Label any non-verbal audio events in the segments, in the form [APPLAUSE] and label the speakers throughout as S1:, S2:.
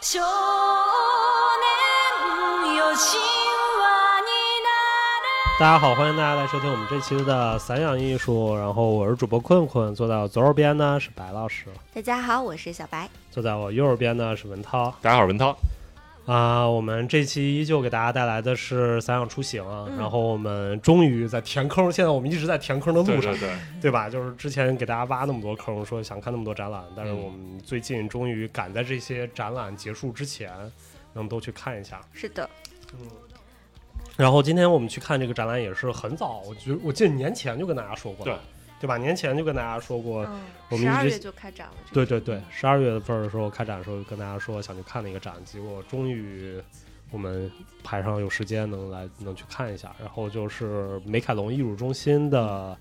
S1: 少年よ神話にな
S2: 大家好，欢迎大家来收听我们这期的散养艺术。然后我是主播困困，坐在我左手边呢是白老师，
S3: 大家好，我是小白。
S2: 坐在我右手边呢是文涛。
S4: 大家好，我是文涛。
S2: 啊、我们这期依旧给大家带来的是散养出行啊。
S3: 嗯
S2: 然后我们终于在填坑，现在我们一直在填坑的
S4: [LAUGHS] 对
S2: 路上，
S4: 对对，
S2: [LAUGHS] 对吧？就是之前给大家挖那么多坑，说想看那么多展览，但是
S4: 嗯
S2: 我们最近终于赶在这些展览结束之前，能都去看一下。
S3: 是的，
S2: 然后今天我们去看这个展览也是很早，我觉得我记得年前就跟大家说过了，对吧？年前就跟大家说过，
S3: 嗯，
S2: 我们
S3: 十二
S2: 一直
S3: 月就开展了，
S2: 对对对，十二月份的时候开展的时候跟大家说想去看那个展，结果终于我们排上有时间能来能去看一下。然后就是美凯龙艺术中心的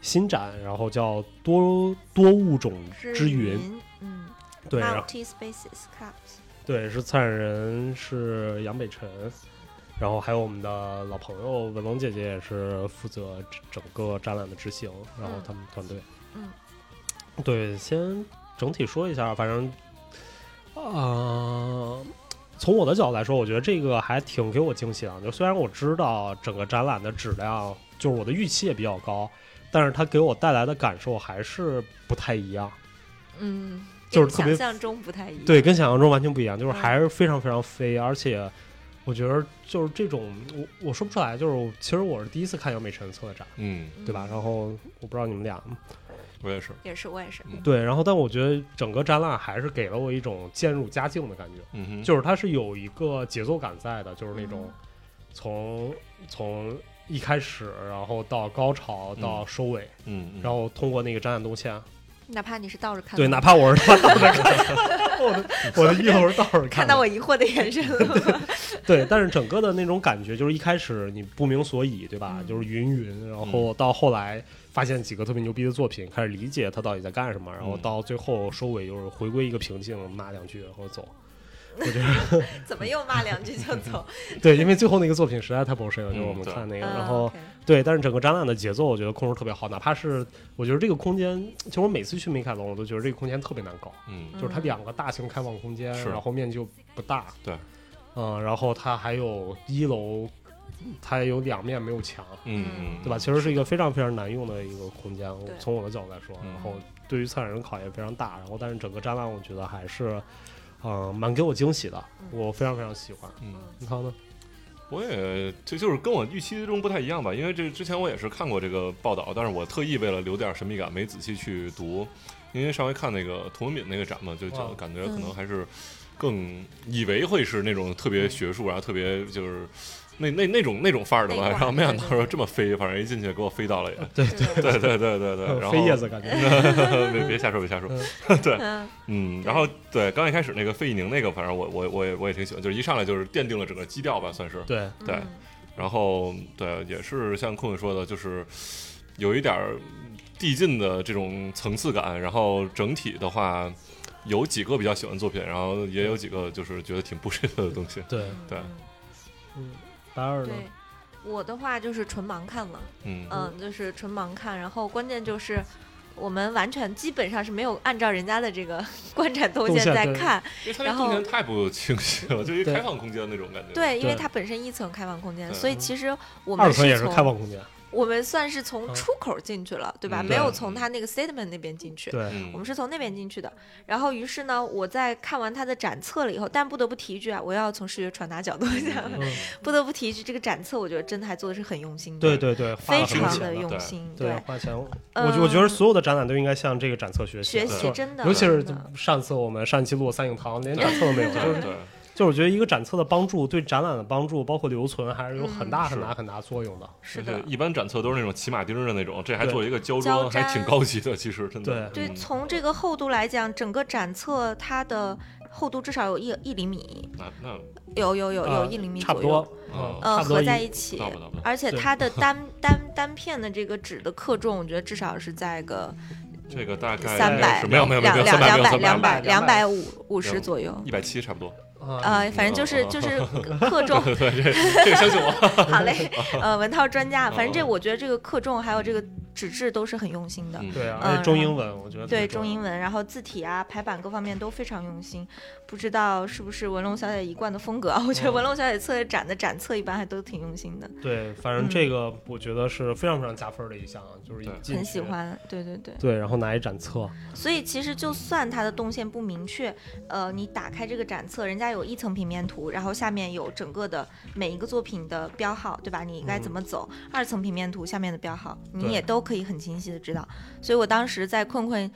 S2: 新展，然后叫多多物种
S3: 这
S2: 之云，
S3: 云，嗯
S2: 对，然后
S3: ，Multi Spaces Cups，
S2: 对是策展人是杨北辰。然后还有我们的老朋友文龙姐姐也是负责整个展览的执行，然后
S3: 嗯
S2: 他们团队，
S3: 嗯，
S2: 对，先整体说一下，反正，啊、从我的角度来说，我觉得这个还挺给我惊喜的。就虽然我知道整个展览的质量，就是我的预期也比较高，但是它给我带来的感受还是不太一样。
S3: 嗯，
S2: 就是
S3: 跟
S2: 特别
S3: 想象中不太一样，
S2: 对，跟想象中完全不一样，就是
S3: 嗯
S2: 还是非常非常飞，而且我觉得就是这种，我我说不出来，就是我其实我是第一次看杨美辰策的展，
S4: 嗯，
S3: 嗯，
S2: 对吧？然后我不知道你们俩
S4: 我也是，
S3: 也是，我也是，
S4: 嗯
S2: 对，然后但我觉得整个展览还是给了我一种渐入佳境的感觉。
S4: 嗯哼，
S2: 就是它是有一个节奏感在的，就是那种
S3: 嗯
S2: 从从一开始，然后到高潮
S4: 嗯
S2: 到收尾，
S4: 嗯，嗯
S2: 然后通过那个展览动线，
S3: 哪怕你是倒着看的，
S2: 对，哪怕我是倒着
S3: [LAUGHS]
S2: 看，我的我的衣服是倒着
S3: 看
S2: 看
S3: 到
S2: 的，
S3: 我疑惑的眼神 [LAUGHS] 了，
S2: [LAUGHS] 对，但是整个的那种感觉就是一开始你不明所以，对吧？
S3: 嗯
S2: 就是云云，然
S4: 嗯
S2: 后到后来发现几个特别牛逼的作品，开始理解他到底在干什么，然后
S4: 嗯
S2: 到最后收尾就是回归一个平静，骂两句然后走。
S3: 怎么又骂两句就
S2: [LAUGHS]
S3: 走？
S2: 对，因为最后那个作品实在太 bullshit 了，就是我们
S4: 嗯对
S2: 看那个，
S3: 嗯
S2: 然后
S3: OK
S2: 对，但是整个展览的节奏我觉得控制特别好，哪怕是我觉得这个空间，其实我每次去美凯龙，我都觉得这个空间特别难搞，
S4: 嗯，
S2: 就是它
S3: 嗯
S2: 两个大型开放空间，
S4: 是
S2: 然后面积又不大，
S4: 对，
S2: 嗯，然后它还有一楼，它有两面没有墙，
S4: 嗯嗯，
S2: 对吧？？其实是一个非常非常难用的一个空间，我
S3: 对
S2: 从我的角度来说，
S4: 嗯
S2: 然后对于策展人考验非常大，然后但是整个展览我觉得还是，嗯、蛮给我惊喜的，
S3: 嗯
S2: 我非常非常喜欢。
S4: 嗯，
S2: 你看呢？
S4: 我也这就是跟我预期中不太一样吧，因为这之前我也是看过这个报道，但是我特意为了留点神秘感，没仔细去读，因为上回看那个童文敏那个展嘛，就
S2: 哇
S4: 就感
S3: 嗯
S4: 觉可能还是更以为会是那种特别学术，然后特别就是。那那那种那种范儿的吧，
S3: 嗯那块儿
S4: 然后没想到
S3: 对对
S4: 说
S3: 对
S4: 这么飞，反正一进去给我飞到了也， [LAUGHS]
S2: 对
S3: 对，
S4: 对对对 [LAUGHS] 对对，然后
S2: [LAUGHS] 飞叶子感觉，
S4: [LAUGHS] 别别瞎说别瞎说，
S3: 嗯，
S4: 嗯，然后对，刚一开始那个费玉宁那个，反正我我我也我也挺喜欢，就是一上来就是奠定了整个基调吧，算是。
S2: [LAUGHS]
S4: [LAUGHS]
S2: 对，
S4: 对
S3: 嗯
S4: 然后对，也是像坤坤说的，就是有一点儿递进的这种层次感。然后整体的话，有几个比较喜欢的作品，然后也有几个就是觉得挺不适的东西。
S2: 对，
S4: 对
S3: 嗯
S2: 嗯，白二呢？
S3: 对，我的话就是纯盲看了。
S4: 嗯
S3: 嗯，就是纯盲看，然后关键就是我们完全基本上是没有按照人家的这个 [LAUGHS] 观展动
S2: 动
S3: 线
S2: 线
S3: 在
S2: 对
S3: 看，
S4: 因为它那
S3: 然
S4: 空
S3: 后
S4: 间太不清晰了，就一
S2: 对
S4: 开放空间那种感觉。，
S3: 对，因为
S2: 对
S3: 它本身一层开放空间，
S4: 对嗯
S3: 所以其实我
S2: 二
S3: 们
S2: 层也是
S3: 从
S2: 开放空间，
S3: 我们算是从
S2: 嗯
S3: 出口进去了，对吧？
S4: 嗯
S3: 没有
S4: 对
S3: 从它那个 statement 那边进去，
S2: 对，
S4: 嗯，
S3: 我们是从那边进去的。然后于是呢，我在看完它的展册了以后，但不得不提一句啊，我要从视觉传达角度讲， [LAUGHS]
S4: 嗯
S2: 嗯，
S3: 不得不提一句，这个展册我觉得真的还做的是很用心的，
S2: 对对对，花
S3: 非
S2: 了很多
S3: 常
S2: 钱
S3: 的
S2: 了
S3: 用
S4: 对
S3: 心，
S2: 对，花钱。
S3: 嗯
S2: 我觉我觉得所有的展览都应该向这个展册学习，
S3: 学
S2: 对
S3: 习真的，
S2: 尤其是
S3: 真的
S2: 上次我们上一期录三影堂，连展册
S3: [LAUGHS]
S2: 都没有，
S4: 对
S2: 就是
S4: 对
S2: 就是我觉得一个展册的帮助，对展览的帮助，包括留存，还是有很大
S4: 嗯
S2: 很大很大作用的。
S3: 是
S4: 就
S3: 的。
S4: 一般展册都是那种骑马钉儿的那种，这还
S2: 对
S4: 做一个胶
S3: 胶
S4: 装，还挺
S3: 粘
S4: 高级的，其实真的。
S2: 对
S3: 对，
S4: 嗯
S3: 从这个厚度来讲，整个展册它的厚度至少有一一厘米，
S4: 那那
S3: 有有有有
S2: 呃
S3: 一厘米
S2: 差
S3: 左
S2: 不
S3: 右，
S2: 多，
S4: 嗯
S2: 嗯差
S3: 呃，
S2: 不多
S3: 合
S2: 一
S3: 在一起
S4: 到。不到不到，
S3: 而且
S2: 对
S3: 它的单单单片的这个纸的克重，我觉得至少是在个
S4: 这个大概
S3: 三百
S4: 是没有没有没有
S3: 两
S4: 没有
S3: 两两
S4: 三百没有
S3: 百
S4: 三
S3: 两
S2: 百
S3: 百
S2: 两
S3: 两
S2: 百
S3: 百五五十左右，
S4: 一百七差不多， [LAUGHS]
S2: 啊，
S3: 呃，反正就是就是克重，
S4: 对这这个相信我，
S3: 好嘞，呃，文涛专家，反正这
S4: 哦
S3: 我觉得这个克重还有这个
S5: 纸质都是很用心的。
S4: 嗯
S2: 对啊，
S5: 嗯
S2: 而且中英文我觉得特别
S5: 对
S2: 重
S5: 中
S2: 要
S5: 英文，然后字体啊、排版各方面都非常用心，不知道是不是文龙小姐一贯的风格啊？我觉得文龙小姐策展的展册一般还都挺用心的，
S2: 对，反
S3: 嗯
S2: 正这个我觉得是非常非常加分的一项，就是一
S4: 对
S2: 进
S5: 很喜
S2: 去。
S5: 欢。对对对，
S2: 对，然后拿一展册，
S5: 所以其实就算它的动线不明确，呃，你打开这个展册，人家有一层平面图，然后下面有整个的每一个作品的标号，对吧？你该怎么走？二层平面图下面的标号，你
S2: 嗯对
S5: 也都可以很清晰的知道。所以我当时在困困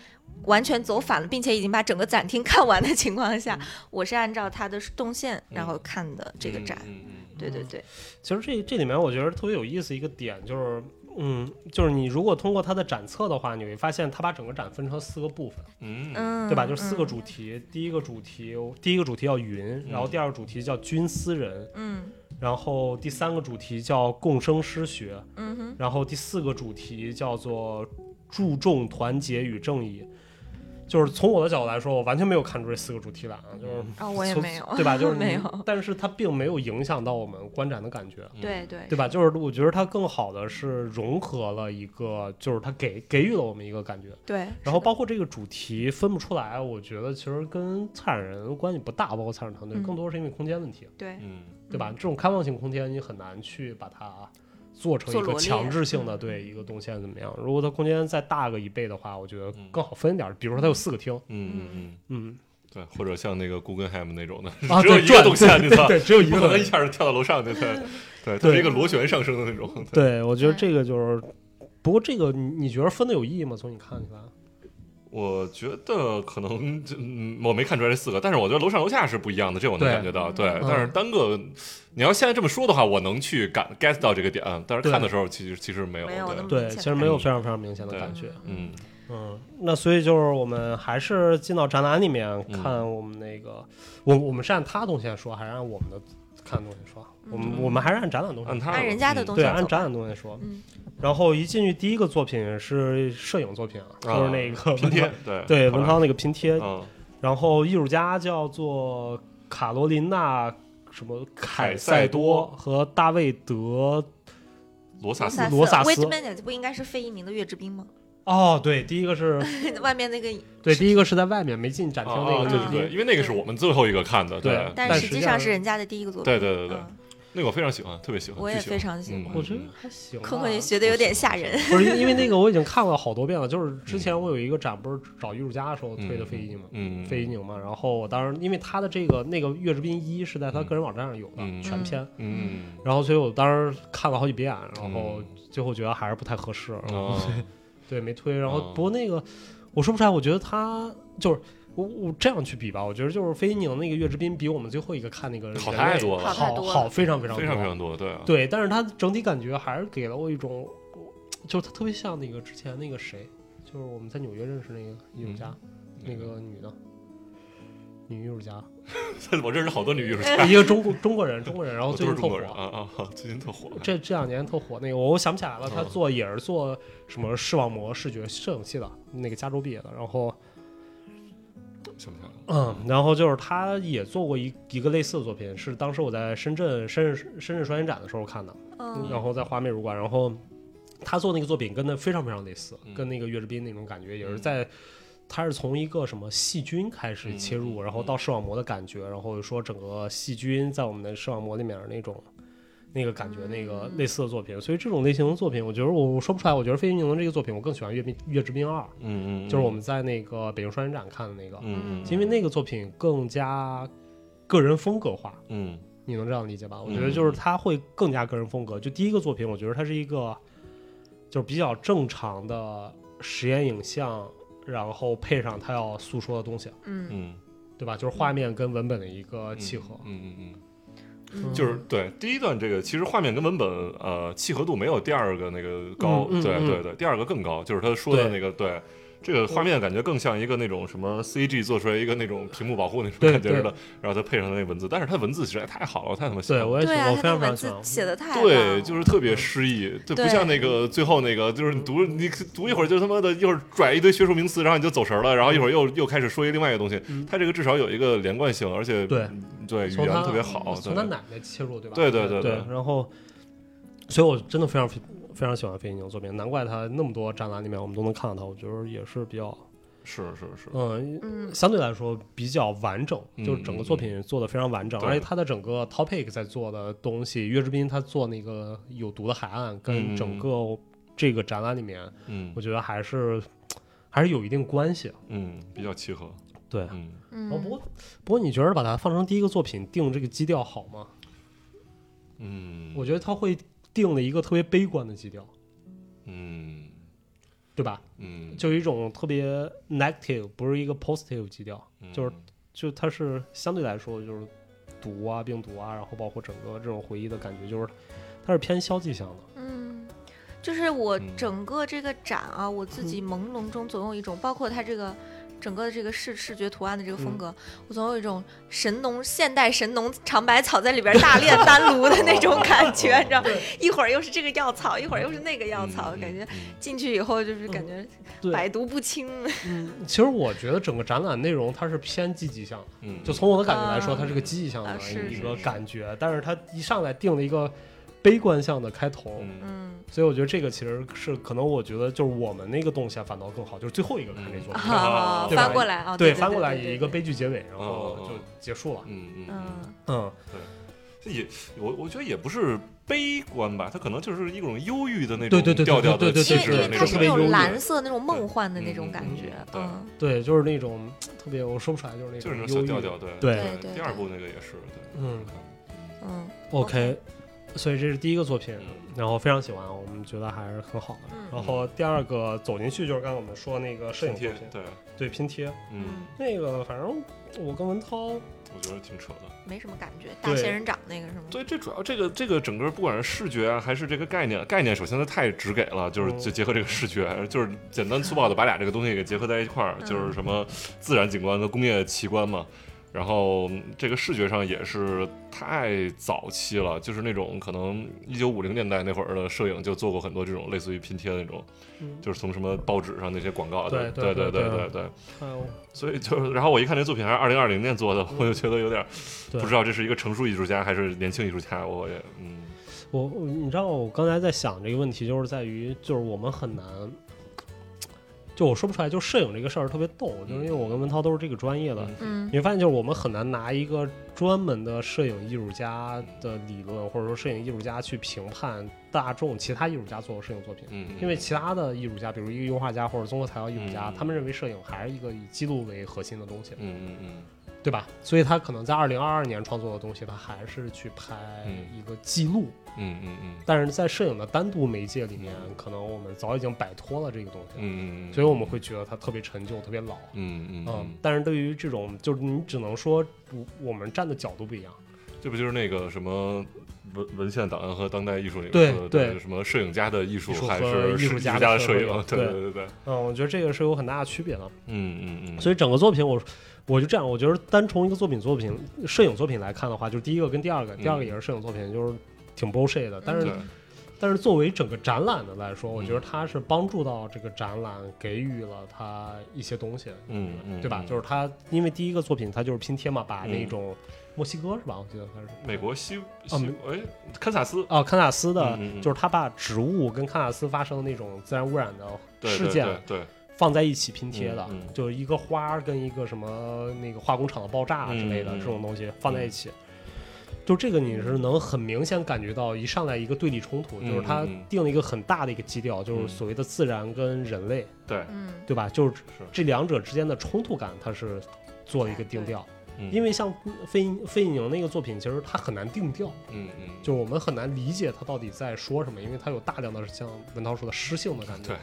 S5: 完全走反了，并且已经把整个展厅 [LAUGHS] 看完的情况下，
S2: 嗯
S5: 我是按照它的动线然后看的这个展。
S4: 嗯嗯嗯
S5: 对对对，
S2: 其实这这里面我觉得特别有意思一个点就是，嗯，就是你如果通过它的展册的话，你会发现它把整个展分成四个部分，
S4: 嗯嗯
S5: 嗯，
S2: 对吧？就是四个
S5: 嗯
S2: 主题，第一个主题，第一个主题叫云，然后第二个主题叫军思人，
S5: 嗯
S2: 然后第三个主题叫共生诗学，
S5: 嗯哼，
S2: 然后第四个主题叫做注重团结与正义。就是从我的角度来说，我完全没有看出这四个主题来啊，就是
S5: 啊、我也
S2: 从
S5: 没有，
S2: 对
S5: [LAUGHS]
S2: 吧？就是你
S5: 没有，
S2: 但是它并没有影响到我们观展的感觉，
S5: 对对
S2: 对吧？就是我觉得它更好的是融合了一个，就是它给给予了我们一个感觉。
S5: 对，
S2: 然
S5: 是
S2: 后
S5: 的
S2: 包括这个主题分不出来，我觉得其实跟策展人关系不大，包括策展团队，
S5: 嗯
S2: 更多是因为空间问题，
S5: 对
S4: 嗯
S2: 对吧？这种开放性空间，你很难去把它做成
S5: 做
S2: 一个
S5: 罗列
S2: 强制性的
S5: 嗯
S2: 对一个动线怎么样？如果它空间再大个一倍的话，我觉得
S4: 嗯
S2: 更好分一点儿。比如说它有四个厅，
S4: 嗯嗯， [LAUGHS]
S2: 嗯
S4: 对，或者像那个 Guggenheim 那种的，
S2: 啊，
S4: [LAUGHS] 只有
S2: 对
S4: 一个动线，
S2: [LAUGHS]
S4: 你
S2: 对
S4: 操
S2: 对，对只有一
S4: 不
S2: 个
S4: 可
S2: 动
S4: 能一
S2: 线。
S4: 下就跳到楼上去，对对，它
S2: 对
S4: 是一个螺旋上升的那种，
S2: 对，我觉得
S5: 对
S2: 这个就是，不过这个你你觉得分的有意义吗？从你看起来，
S4: 我觉得可能这嗯我没看出来这四个，但是我觉得楼上楼下是不一样的，这我能
S2: 对
S4: 感觉到。
S5: 嗯
S4: 对，
S5: 嗯
S4: 但是单个你要现在这么说的话，我能去感 get 到这个点，嗯但是
S2: 对
S4: 看的时候其实其实没有。
S5: 没有
S4: 对
S5: 那么
S2: 对，
S5: 嗯明显
S2: 其
S5: 的
S2: 实没有非常非常明显的
S4: 对
S2: 感觉。
S4: 嗯
S2: 嗯，那所以就是我们还是进到展览里面
S4: 嗯
S2: 看我们那个，我我们是按他东西来说，还是按我们的看东西说？我们
S5: 嗯
S2: 我们还是按展览东西
S4: 按他
S2: 说，
S5: 按人家的东西
S2: 对，
S5: 走
S2: 按
S5: 吧
S2: 展览东西说。
S5: 嗯
S2: 然后一进去，第一个作品是摄影作品啊，
S4: 啊
S2: 就是那个
S4: 拼贴
S2: 文，
S4: 对
S2: 涛，对
S4: 好
S2: 文
S4: 吧
S2: 涛那个拼贴。
S4: 嗯
S2: 然后艺术家叫做卡罗琳娜什么凯
S4: 凯塞
S2: 塞多
S4: 多
S2: 和大卫德
S4: 罗萨斯
S2: 斯罗萨斯
S5: Waitman 不应该是费一鸣的《月之冰》吗？ [LAUGHS]
S2: 哦，对，第一个 [LAUGHS] 是
S5: 外面那个
S2: 对，第一个是在外面没进展厅
S4: 哦
S2: 那
S4: 哦
S2: 个
S4: 对
S2: 就是
S4: 对
S2: 第
S4: 对，
S2: 一，
S4: 因为那个是我们最后一个看的，
S2: 对
S5: 但
S2: 但
S5: 实
S2: 实
S5: 际
S2: 际
S5: 上
S2: 上
S5: 是人家的第一个作品。
S4: 对对对对，
S5: 嗯
S4: 那个我非常喜欢，特别喜欢，
S5: 我也
S4: 巨喜欢
S5: 非常喜
S4: 嗯
S5: 欢。
S2: 我觉得还行吧。
S5: 可可也学的有点吓人。
S2: 不是因为那个我已经看了好多遍了，就是之前我有一个展不是找艺术家的时候推的费一宁嘛，
S4: 嗯，
S2: 费一宁嘛，然后我当时因为他的这个那个岳之滨一是在他个人网站上有的
S4: 嗯
S2: 全篇，
S4: 嗯，
S2: 然后所以我当时看了好几遍，然后
S4: 嗯
S2: 最后觉得还是不太合适，然后
S4: 哦
S2: 对，没推。然后
S4: 嗯
S2: 不过那个、我说不出来，我觉得他就是我我这样去比吧，我觉得就是费宁那个岳之滨比我们最后一个看那个
S4: 好太多了，
S5: 好太
S2: 好
S5: 多了
S2: 好非常非常
S4: 非常非常多，对啊，
S2: 对，但是他整体感觉还是给了我一种，就是他特别像那个之前那个谁，就是我们在纽约认识那个艺术家，
S4: 嗯
S2: 那个女的。女艺术家，
S4: 我认识好多女艺术家，
S2: 一个中国中国人，中国人，然后
S4: 我
S2: 最
S4: 都是
S2: 近特
S4: 中国
S2: 火
S4: 人，啊啊，啊最近特火，
S2: 这这两年特火那个，我我想不起来了，他
S4: 嗯
S2: 做也是做什么视网膜视觉摄影系的，那个加州毕业的，然后
S4: 想不起来了，
S2: 嗯，然后就是他也做过一一个类似的作品，是当时我在深圳深圳深圳双年展的时候看的，
S5: 嗯
S2: 然后在华美术馆，然后他做那个作品跟那非常非常类似，
S4: 嗯
S2: 跟那个岳志斌那种感觉也是
S4: 嗯
S2: 在。他是从一个什么细菌开始
S4: 嗯
S2: 切入，
S4: 嗯
S2: 然后到视网膜的感觉，然后说整个细菌在我们的视网膜里面那种那个感觉，那个类似的作品。所以这种类型的作品，我觉得我我说不出来。我觉得费玉清的这个作品，我更喜欢岳斌《岳志斌二》，
S4: 嗯嗯，
S2: 就是我们在那个北京双年展看的那个。
S4: 嗯，嗯嗯，
S2: 因为那个作品更加个人风格化，
S4: 嗯
S2: 你能这样理解吧？我
S4: 嗯
S2: 觉得就是它会更加个人风格。就第一个作品，我觉得它是一个就是比较正常的实验影像，然后配上它要诉说的东西，
S5: 嗯
S4: 嗯
S2: 对吧？就是画面跟文本的一个
S4: 嗯
S2: 契合。
S4: 嗯嗯
S5: 嗯
S4: 嗯，就是对第一段这个，其实画面跟文本呃契合度没有第二个那个高，
S2: 嗯嗯
S4: 对
S2: 嗯
S4: 对对，第二个更高，就是他说的
S2: 对
S4: 那个对。这个画面感觉更像一个那种什么 CG 做出来一个那种屏幕保护那种
S2: 对
S4: 感觉似的，然后他配上那文字，但是他文字实在太好了，太他妈
S2: 对，
S4: 了。
S2: 我也喜嗯
S5: 对
S2: 欢，
S5: 啊，
S2: 我
S5: 他
S2: 非
S5: 那
S2: 常
S5: 个
S2: 非常
S5: 文
S2: 喜
S5: 字
S2: 欢。
S5: 写的太棒了
S4: 对，就是特别诗意，对，不
S5: 对
S4: 像那个最后那个，就是你读你读一会儿就他妈的一会儿拽一堆学术名词，然后你就走神儿了，然后一会儿又又开始说一另外一个东西
S2: 嗯。
S4: 它这个至少有一个连贯性，而且
S2: 对
S4: 对语
S2: 从
S4: 言
S2: 他
S4: 特别好，
S2: 从
S4: 对
S2: 他奶奶切入，对吧？
S4: 对对
S2: 对
S4: 对对
S2: 然后所以我真的非常非常喜欢费宁作品，难怪他那么多展览里面我们都能看到他，我觉得也是比较
S4: 是是是，
S2: 嗯。
S5: 嗯，
S2: 相对来说比较完整，
S4: 嗯
S2: 就是整个作品做的非常完整，
S4: 嗯嗯
S2: 而且他的整个 topic 在做的东西，岳之斌他做那个有毒的海岸，
S4: 嗯嗯
S2: 跟
S4: 嗯
S2: 整个这个展览里面，
S4: 嗯
S2: 我觉得还是还是有一定关系。
S4: 嗯，比较契合，
S2: 对，
S4: 嗯，
S5: 嗯
S2: 然哦后不过不过你觉得把它放成第一个作品定这个基调好吗？
S4: 嗯，
S2: 我觉得他会定了一个特别悲观的基调，
S4: 嗯
S2: 对吧？
S4: 嗯，
S2: 就有一种特别 negative，不是一个 positive 基调，就是就它是相对来说就是毒啊、病毒啊，然后包括整个这种回忆的感觉，就是它是偏消极向的。
S5: 嗯，就是我
S4: 嗯
S5: 整个这个展啊，我自
S2: 嗯
S5: 己朦胧中总有一种，包括它这个整个的这个视视觉图案的这个风
S2: 嗯
S5: 格，我总有一种神农现代神农尝百草在里边大炼丹炉的那种感觉，你知道吗，一会儿又是这个药草，一会儿又是那个药草，感觉。进去以后就是感觉百
S2: 嗯对，
S5: 毒不
S2: [LAUGHS]
S5: 侵，
S2: 其实我觉得整个展览内容它是偏积极向的，
S4: 嗯，
S2: 就从我的感觉来说，
S5: 啊
S2: 它是个积极向的
S5: 啊是
S2: 一
S4: 是
S2: 个
S4: 是
S2: 感觉，但是它一上来定了一个悲观向的开头，
S4: 嗯
S5: 嗯，
S2: 所以我觉得这个其实是可能，我觉得就是我们那个动线反倒更好，就是最后一个看这作品，
S5: 啊，
S2: 哦对吧
S5: 翻过来啊，
S2: 对，
S5: 对，
S2: 翻过来
S5: 对
S2: 以一个，悲剧结尾，然后
S4: 哦哦
S2: 就结束了。
S4: 嗯
S5: 对对
S4: 嗯
S5: 嗯，
S2: 嗯，
S4: 嗯，也我我觉得也不是悲观吧，他可能就是一种忧郁的那
S2: 对
S4: 种
S2: 对对对
S4: 调调
S2: 对
S4: 的
S2: 对对
S4: 气
S5: 因为
S4: 质
S5: 因
S4: 的
S5: 为
S4: 那
S5: 它
S4: 种
S5: 是
S2: 特
S5: 那
S2: 别忧
S5: 种
S2: 郁
S5: 蓝色那种梦幻的那
S4: 嗯
S5: 种感
S4: 嗯
S5: 觉
S4: 嗯，对
S5: 嗯，
S2: 对，就是那种特别，我说不出来，就是那
S4: 就
S2: 种
S4: 是那种
S2: 忧
S4: 小
S2: 郁
S4: 调调，对
S2: 对
S5: 对对
S4: 第二部那个也是，对，
S2: 嗯
S5: 嗯
S2: ，OK，所以这是第一个作品，
S4: 嗯
S2: 然后非常喜欢，我们觉得还是很好的。
S5: 嗯
S2: 然后第二个走进去就是刚才我们说那个摄影作
S4: 拼贴
S2: 品，
S4: 对，
S2: 对拼贴
S4: 嗯，
S2: 那个，反正我跟文涛，
S4: 我觉得挺扯的。
S5: 没什么感觉，大
S2: 对
S5: 仙人掌那个是吗？
S4: 对，这主要这个这个整个不管是视觉啊，还是这个概念，概念首先它太直给了，就是
S2: 嗯
S4: 就结合这个视觉，就是简单粗暴的把俩这个东西给结合在一块儿，
S2: 嗯
S4: 就是什么自然景观和工业奇观嘛。然后嗯这个视觉上也是太早期了，就是那种可能一九五零年代那会儿的摄影就做过很多这种类似于拼贴的那种，
S2: 嗯，
S4: 就是从什么报纸上那些广告，啊
S2: 对对
S4: 对
S2: 对
S4: 对
S2: 对
S4: 对对，
S2: 还有
S4: 所以就是，然后我一看这作品还是二零二零年做的，我就觉得有点儿
S2: 对
S4: 不知道这是一个成熟艺术家还是年轻艺术家，我也嗯
S2: 我，我你知道我刚才在想这个问题，就是在于就是我们很难，就我说不出来，就摄影这个事儿特别逗，就是因为我跟文涛都是这个专业的，
S5: 嗯，
S2: 你会发现，就是我们很难拿一个专门的摄影艺术家的理论，或者说摄影艺术家去评判大众其他艺术家做的摄影作品，
S4: 嗯，
S2: 因为其他的艺术家，比如一个油画家或者综合材料艺术家
S4: 嗯，
S2: 他们认为摄影还是一个以记录为核心的东西，
S4: 嗯嗯
S2: 对吧？所以他可能在二零二二年创作的东西，他还是去拍
S4: 嗯
S2: 一个记录，
S4: 嗯嗯嗯嗯
S2: 但是在摄影的单独媒介里面
S4: 嗯，
S2: 可能我们早已经摆脱了这个东西了，
S4: 嗯嗯，
S2: 所以我们会觉得它特别陈旧、特别老。
S4: 嗯嗯
S2: 嗯
S4: 嗯，，
S2: 但是对于这种，就是你只能说我我们站的角度不一样。
S4: 这不就是那个什么文文献档案和当代艺术里面
S2: 对
S4: 说的
S2: 对
S4: 对什么摄影家的艺术
S2: 艺术
S4: 还
S2: 和
S4: 是
S2: 艺
S4: 是
S2: 术
S4: 艺术
S2: 家的
S4: 家的
S2: 摄
S4: 摄影
S2: 影，
S4: 对
S2: 对
S4: 对对对，
S2: 嗯，我觉得这个是有很大的区别的。
S4: 嗯嗯嗯，
S2: 所
S4: 以
S2: 以整个作品我，我就这样，我觉得单从一个作品作品摄影作品来看的话，就是第一个跟第二个，
S4: 嗯
S2: 第二个也是摄影作品，就是挺 bullshit 的。但是、
S4: 对
S2: 但是作为整个展览的来说，我觉得
S4: 嗯
S2: 它是帮助到这个展览，给予了它一些东西，
S4: 嗯嗯
S2: 对吧？
S4: 嗯
S2: 就是它因为第一个作品它就是拼贴嘛，把
S4: 嗯
S2: 那种墨西哥是吧？我记得它是
S4: 美国西西哎堪萨斯
S2: 哦，堪萨斯哦的，
S4: 嗯嗯嗯
S2: 就是他把植物跟堪萨斯发生的那种自然污染的
S4: 对
S2: 事
S4: 对
S2: 件
S4: 对对，
S2: 放在一起拼贴的，
S4: 嗯嗯
S2: 就是一个花儿跟一个什么那个化工厂的爆炸之类的、
S4: 嗯嗯嗯
S2: 这种东西放在一起。就这个你是能很明显感觉到，一上来一个对立冲突，
S4: 嗯
S2: 就是他
S4: 嗯嗯
S2: 定了一个很大的一个基调，就是
S4: 嗯
S2: 所谓的自然跟人类，
S4: 对，
S5: 嗯
S2: 对吧？就是
S4: 是
S2: 这两者之间的冲突感，它是做了一个定调。
S4: 嗯
S2: 因为像费费宁那个作品，其实它很难定调，
S4: 嗯嗯
S2: 就是我们很难理解他到底在说什么，因为他有大量的像文涛说的诗性的感觉，
S4: 对，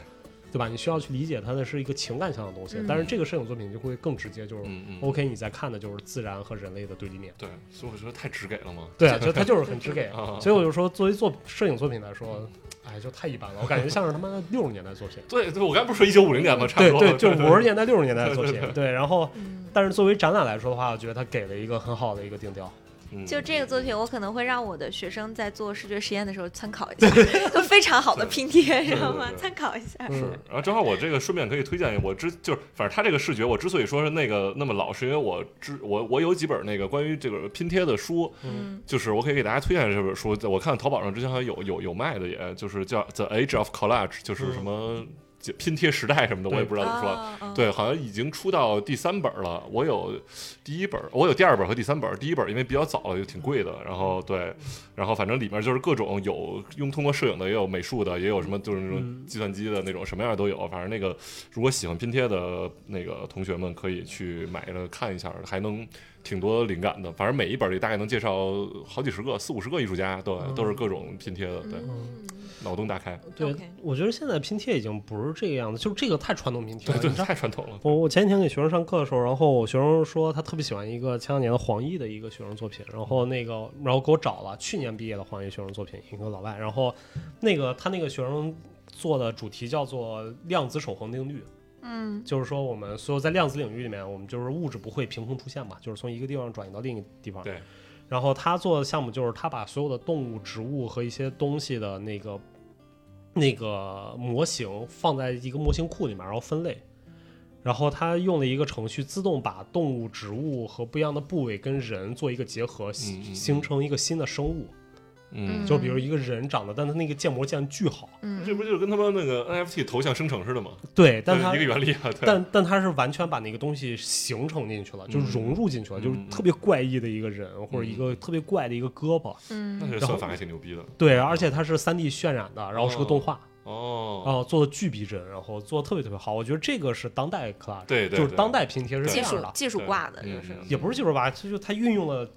S2: 对吧？你需要去理解它的是一个情感上的东西，
S5: 嗯
S2: 但是这个摄影作品就会更直接，就是、
S4: 嗯嗯
S2: OK，你在看的就是自然和人类的对立面。
S4: 对，所以我觉得太直给了嘛，
S2: 对啊，就它就是很直给
S4: [LAUGHS] 啊，。
S2: [LAUGHS] 所以我就说，作为作摄影作品来说，哎，就太一般了，我感觉像是他妈的六十年代作品
S4: 对对，我刚不是说一九五零年吗？差不
S2: 对
S4: 多
S2: 对，就五十年代、六
S4: [LAUGHS]
S2: 十年代的作品。对，然后，
S5: 嗯
S2: 但是作为展览来说的话，我觉得它给了一个很好的一个定调。
S4: 嗯
S5: 就这个作品，我可能会让我的学生在做视觉实验的时候参考一 [LAUGHS] 下，就非常好的拼贴，知道吗
S4: 对对？对
S5: 参考一下。
S4: 是
S2: 嗯，
S4: 然后正好我这个顺便可以推荐，我之就是反正他这个视觉，我之所以说是那个那么老，是因为我之我我有几本那个关于这个拼贴的书，
S5: 嗯，
S4: 就是我可以给大家推荐这本书，在我看淘宝上之前好像有有有卖的也，就是叫《The Age of Collage》，就是
S2: 嗯
S4: 什么拼贴时代什么的，我也不知道怎么说。
S5: 啊，嗯，
S4: 对，好像已经出到第三本了。我有第一本，我有第二本和第三本。第一本因为比较早，就挺贵的。然后对，然后反正里面就是各种有用通过摄影的，也有美术的，也有什么就是那种计算机的那种，什么样的都有。反正那个如果喜欢拼贴的那个同学们可以去买了看一下，还能挺多灵感的。反正每一本里大概能介绍好几十个、四五十个艺术家，对，都是各种拼贴的，对，
S5: 嗯
S4: 脑洞大开，
S2: 对
S5: OK，
S2: 我觉得现在拼贴已经不是这个样子，就是这个太传统拼贴
S4: 对
S2: 了。
S4: 对，
S2: 你知道
S4: 太传统了。
S2: 我我前几天给学生上课的时候，然后我学生说他特别喜欢一个前两年的黄奕的一个学生作品，然后那个然后给我找了去年毕业的黄奕学生作品，一个老外，然后那个他那个学生做的主题叫做量子守恒定律，
S5: 嗯
S2: 就是说我们所有在量子领域里面，我们就是物质不会凭空出现嘛，就是从一个地方转移到另一个地方。
S4: 对。
S2: 然后他做的项目就是他把所有的动物、植物和一些东西的那个那个模型放在一个模型库里面，然后分类。然后他用了一个程序自动把动物、植物和不一样的部位跟人做一个结合，
S4: 嗯嗯嗯
S2: 形成一个新的生物。
S4: 嗯，
S2: 就比如一个人长得，但他那个建模建得巨好，
S5: 嗯，
S4: 这不就是跟他们那个 NFT 头像生成似的吗？
S2: 对，但
S4: 对
S2: 他
S4: 一个原理啊，对，
S5: 嗯
S2: 但但他是完全把那个东西形成进去了，就
S4: 嗯
S2: 融入进去了，
S4: 嗯
S2: 就是特别怪异的一个人、或者一
S4: 嗯
S2: 个特别怪的一个胳膊。
S4: 那
S5: 嗯
S4: 这算法还挺牛逼的
S2: 对，而且它是三 D 渲染的，然后是
S4: 嗯
S2: 个动画，然
S4: 哦。
S2: 后做的巨逼真，然后做的特别特别好。我觉得这个是当代 collage，
S4: 对对，
S2: 就是
S4: 对
S2: 当代拼贴是这
S5: 技术
S2: 样的，
S5: 技术
S4: 对
S5: 挂的，
S4: 嗯
S5: 就是
S4: 嗯
S2: 也不是技术吧，这就它运用了。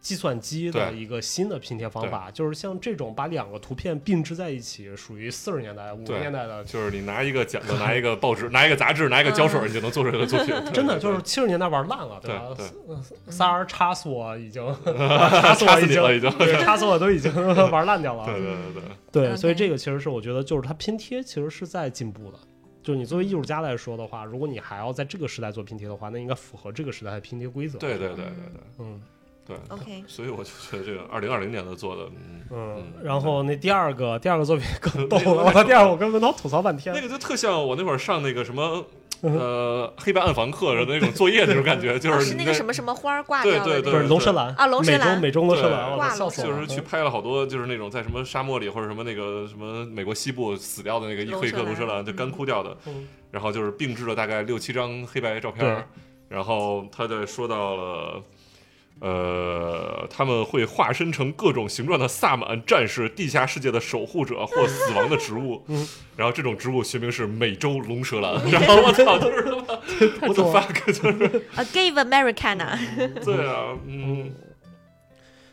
S2: 计算机的
S4: 对
S2: 一个新的拼贴方法，就是像这种把两个图片并置在一起，属于四十年代、五十
S4: 对
S2: 年代的
S4: 就是你拿一个剪子， [LAUGHS] 拿一个报纸，拿一个杂志，拿一个胶
S5: 嗯
S4: 水，你就能做出来
S2: [LAUGHS]
S4: 的作品。对
S2: 真的
S4: 对
S2: 就是七十年代玩烂了，吧
S4: 对？
S2: 仨人插死我已
S4: [LAUGHS]
S2: 经，插死我已经，
S4: 插死你了已经
S2: 对插死我都已经 [LAUGHS] 玩烂掉
S4: 对
S2: 了。
S4: 对对对，
S2: 对，
S5: OK
S2: 所以这个其实是我觉得，就是它拼贴其实是在进步的。就是你作为艺术家来说的话，如果你还要在这个时代做拼贴的话，那应该符合这个时代的拼贴规则。
S4: 对对对对对
S2: 嗯
S4: 对。
S5: OK，
S4: 所以我就觉得这个二零二零年的做的，嗯，
S2: 嗯
S4: 嗯。
S2: 然后那第二个第二个作品更逗
S4: 那个
S2: 了，我第二个我跟文涛吐槽半天嗯
S4: 那。个就特像我那会儿上那个什么，呃，黑白暗房课的那种作业那种
S5: [LAUGHS]
S4: 感觉，就
S5: 哦
S4: 是
S5: 是
S4: 你
S5: 那
S4: 在
S5: 个什么什么花儿挂
S4: 对
S5: 掉的
S4: 对
S2: 不
S5: 那
S2: 是
S5: 个，
S4: 对
S2: 龙舌兰
S5: 啊龙舌兰
S2: 美中美中龙舌兰，
S4: 对
S2: 我
S5: 挂
S2: 笑死我
S4: 就
S2: 了。
S4: 是去拍了好多，就是那种在什么沙漠里或者什么那个什么美国西部死掉的那个一颗一颗
S5: 龙
S4: 龙
S5: 舌
S4: 舌
S5: 兰
S4: 兰，就干枯掉的
S2: 嗯，
S4: 然后就是并置了大概六七张黑白照片
S2: 对
S4: 儿，然后他就说到了。呃，他们会化身成各种形状的萨满战士、地下世界的守护者或死亡的植物，
S2: 嗯
S4: [LAUGHS] 然后这种植物学名是美洲龙
S2: [LAUGHS]
S4: 舌兰。然后我操，就是他妈，我的
S2: 重了
S4: fuck，就是
S5: 啊 Give Americana，
S4: 对啊，嗯，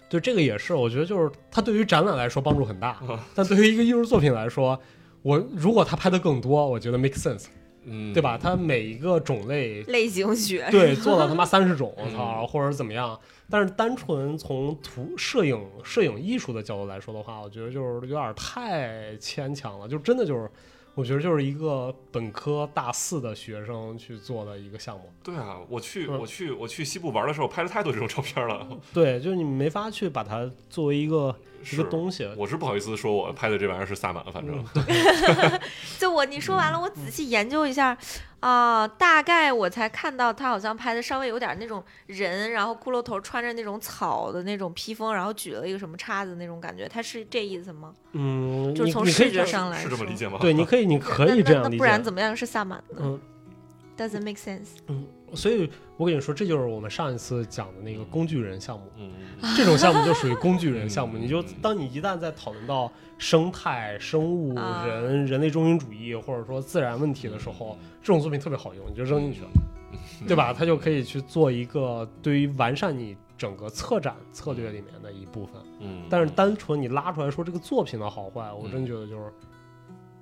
S2: 对，这个也是，我觉得就是它对于展览来说帮助很大，
S4: 啊
S2: 但对于一个艺术作品来说，我如果他拍的更多，我觉得 make sense，
S4: 嗯
S2: 对吧？它每一个种类
S5: 类型学， [LAUGHS]
S2: 对做到他妈三十种，我
S4: 嗯
S2: 操，或者怎么样？但是单纯从图摄影摄影艺术的角度来说的话，我觉得就是有点太牵强了，就真的就是。我觉得就是一个本科大四的学生去做的一个项目，
S4: 对啊，我去，
S2: 嗯
S4: 我去，我去西部玩的时候拍了太多这种照片了。
S5: 嗯
S2: 对，就是你没法去把它作为一个一个
S4: 是
S2: 东西，
S4: 我是不好意思说我拍的这玩意儿是萨满，反
S5: 嗯
S4: 正、
S5: 就我你说完了，我
S2: 嗯
S5: 仔细研究一下，啊、大概我才看到他好像拍的稍微有点那种人，然后骷髅头穿着那种草的那种披风，然后举了一个什么叉子那种感觉，他是这意思吗？
S2: 嗯，
S5: 就是
S2: 你
S5: 从
S2: 你可
S5: 视
S2: 以这
S5: 觉
S2: 样
S5: 上来
S4: 是这么理
S5: 说。
S4: 解吗？
S2: 对，你可以，你可
S5: 那
S2: 以这
S5: 那
S2: 样
S5: 那
S2: 理
S5: 不然
S2: 解。
S5: 怎么样是萨满呢
S2: 嗯
S5: ？Doesn't make sense。
S2: 嗯，所以我跟你说，这就是我们上一次讲的那个工具人项目。
S4: [LAUGHS] 嗯，
S5: 啊
S2: 这种项目就属于工具人
S4: [LAUGHS]
S2: 项目。
S4: 嗯
S2: 你就当你一旦在讨论到生态、生物、
S5: 啊
S2: 人、人类中心主义，或者说自然问题的时
S4: 嗯
S2: 候，这种作品特别好用，你就扔进
S4: [LAUGHS]
S2: 去了，对吧？它就可以去做一个对于完善你整个策展策略里面的一部分。
S4: 嗯，
S2: 但是单纯你拉出来说这个作品的好坏，我真觉得就是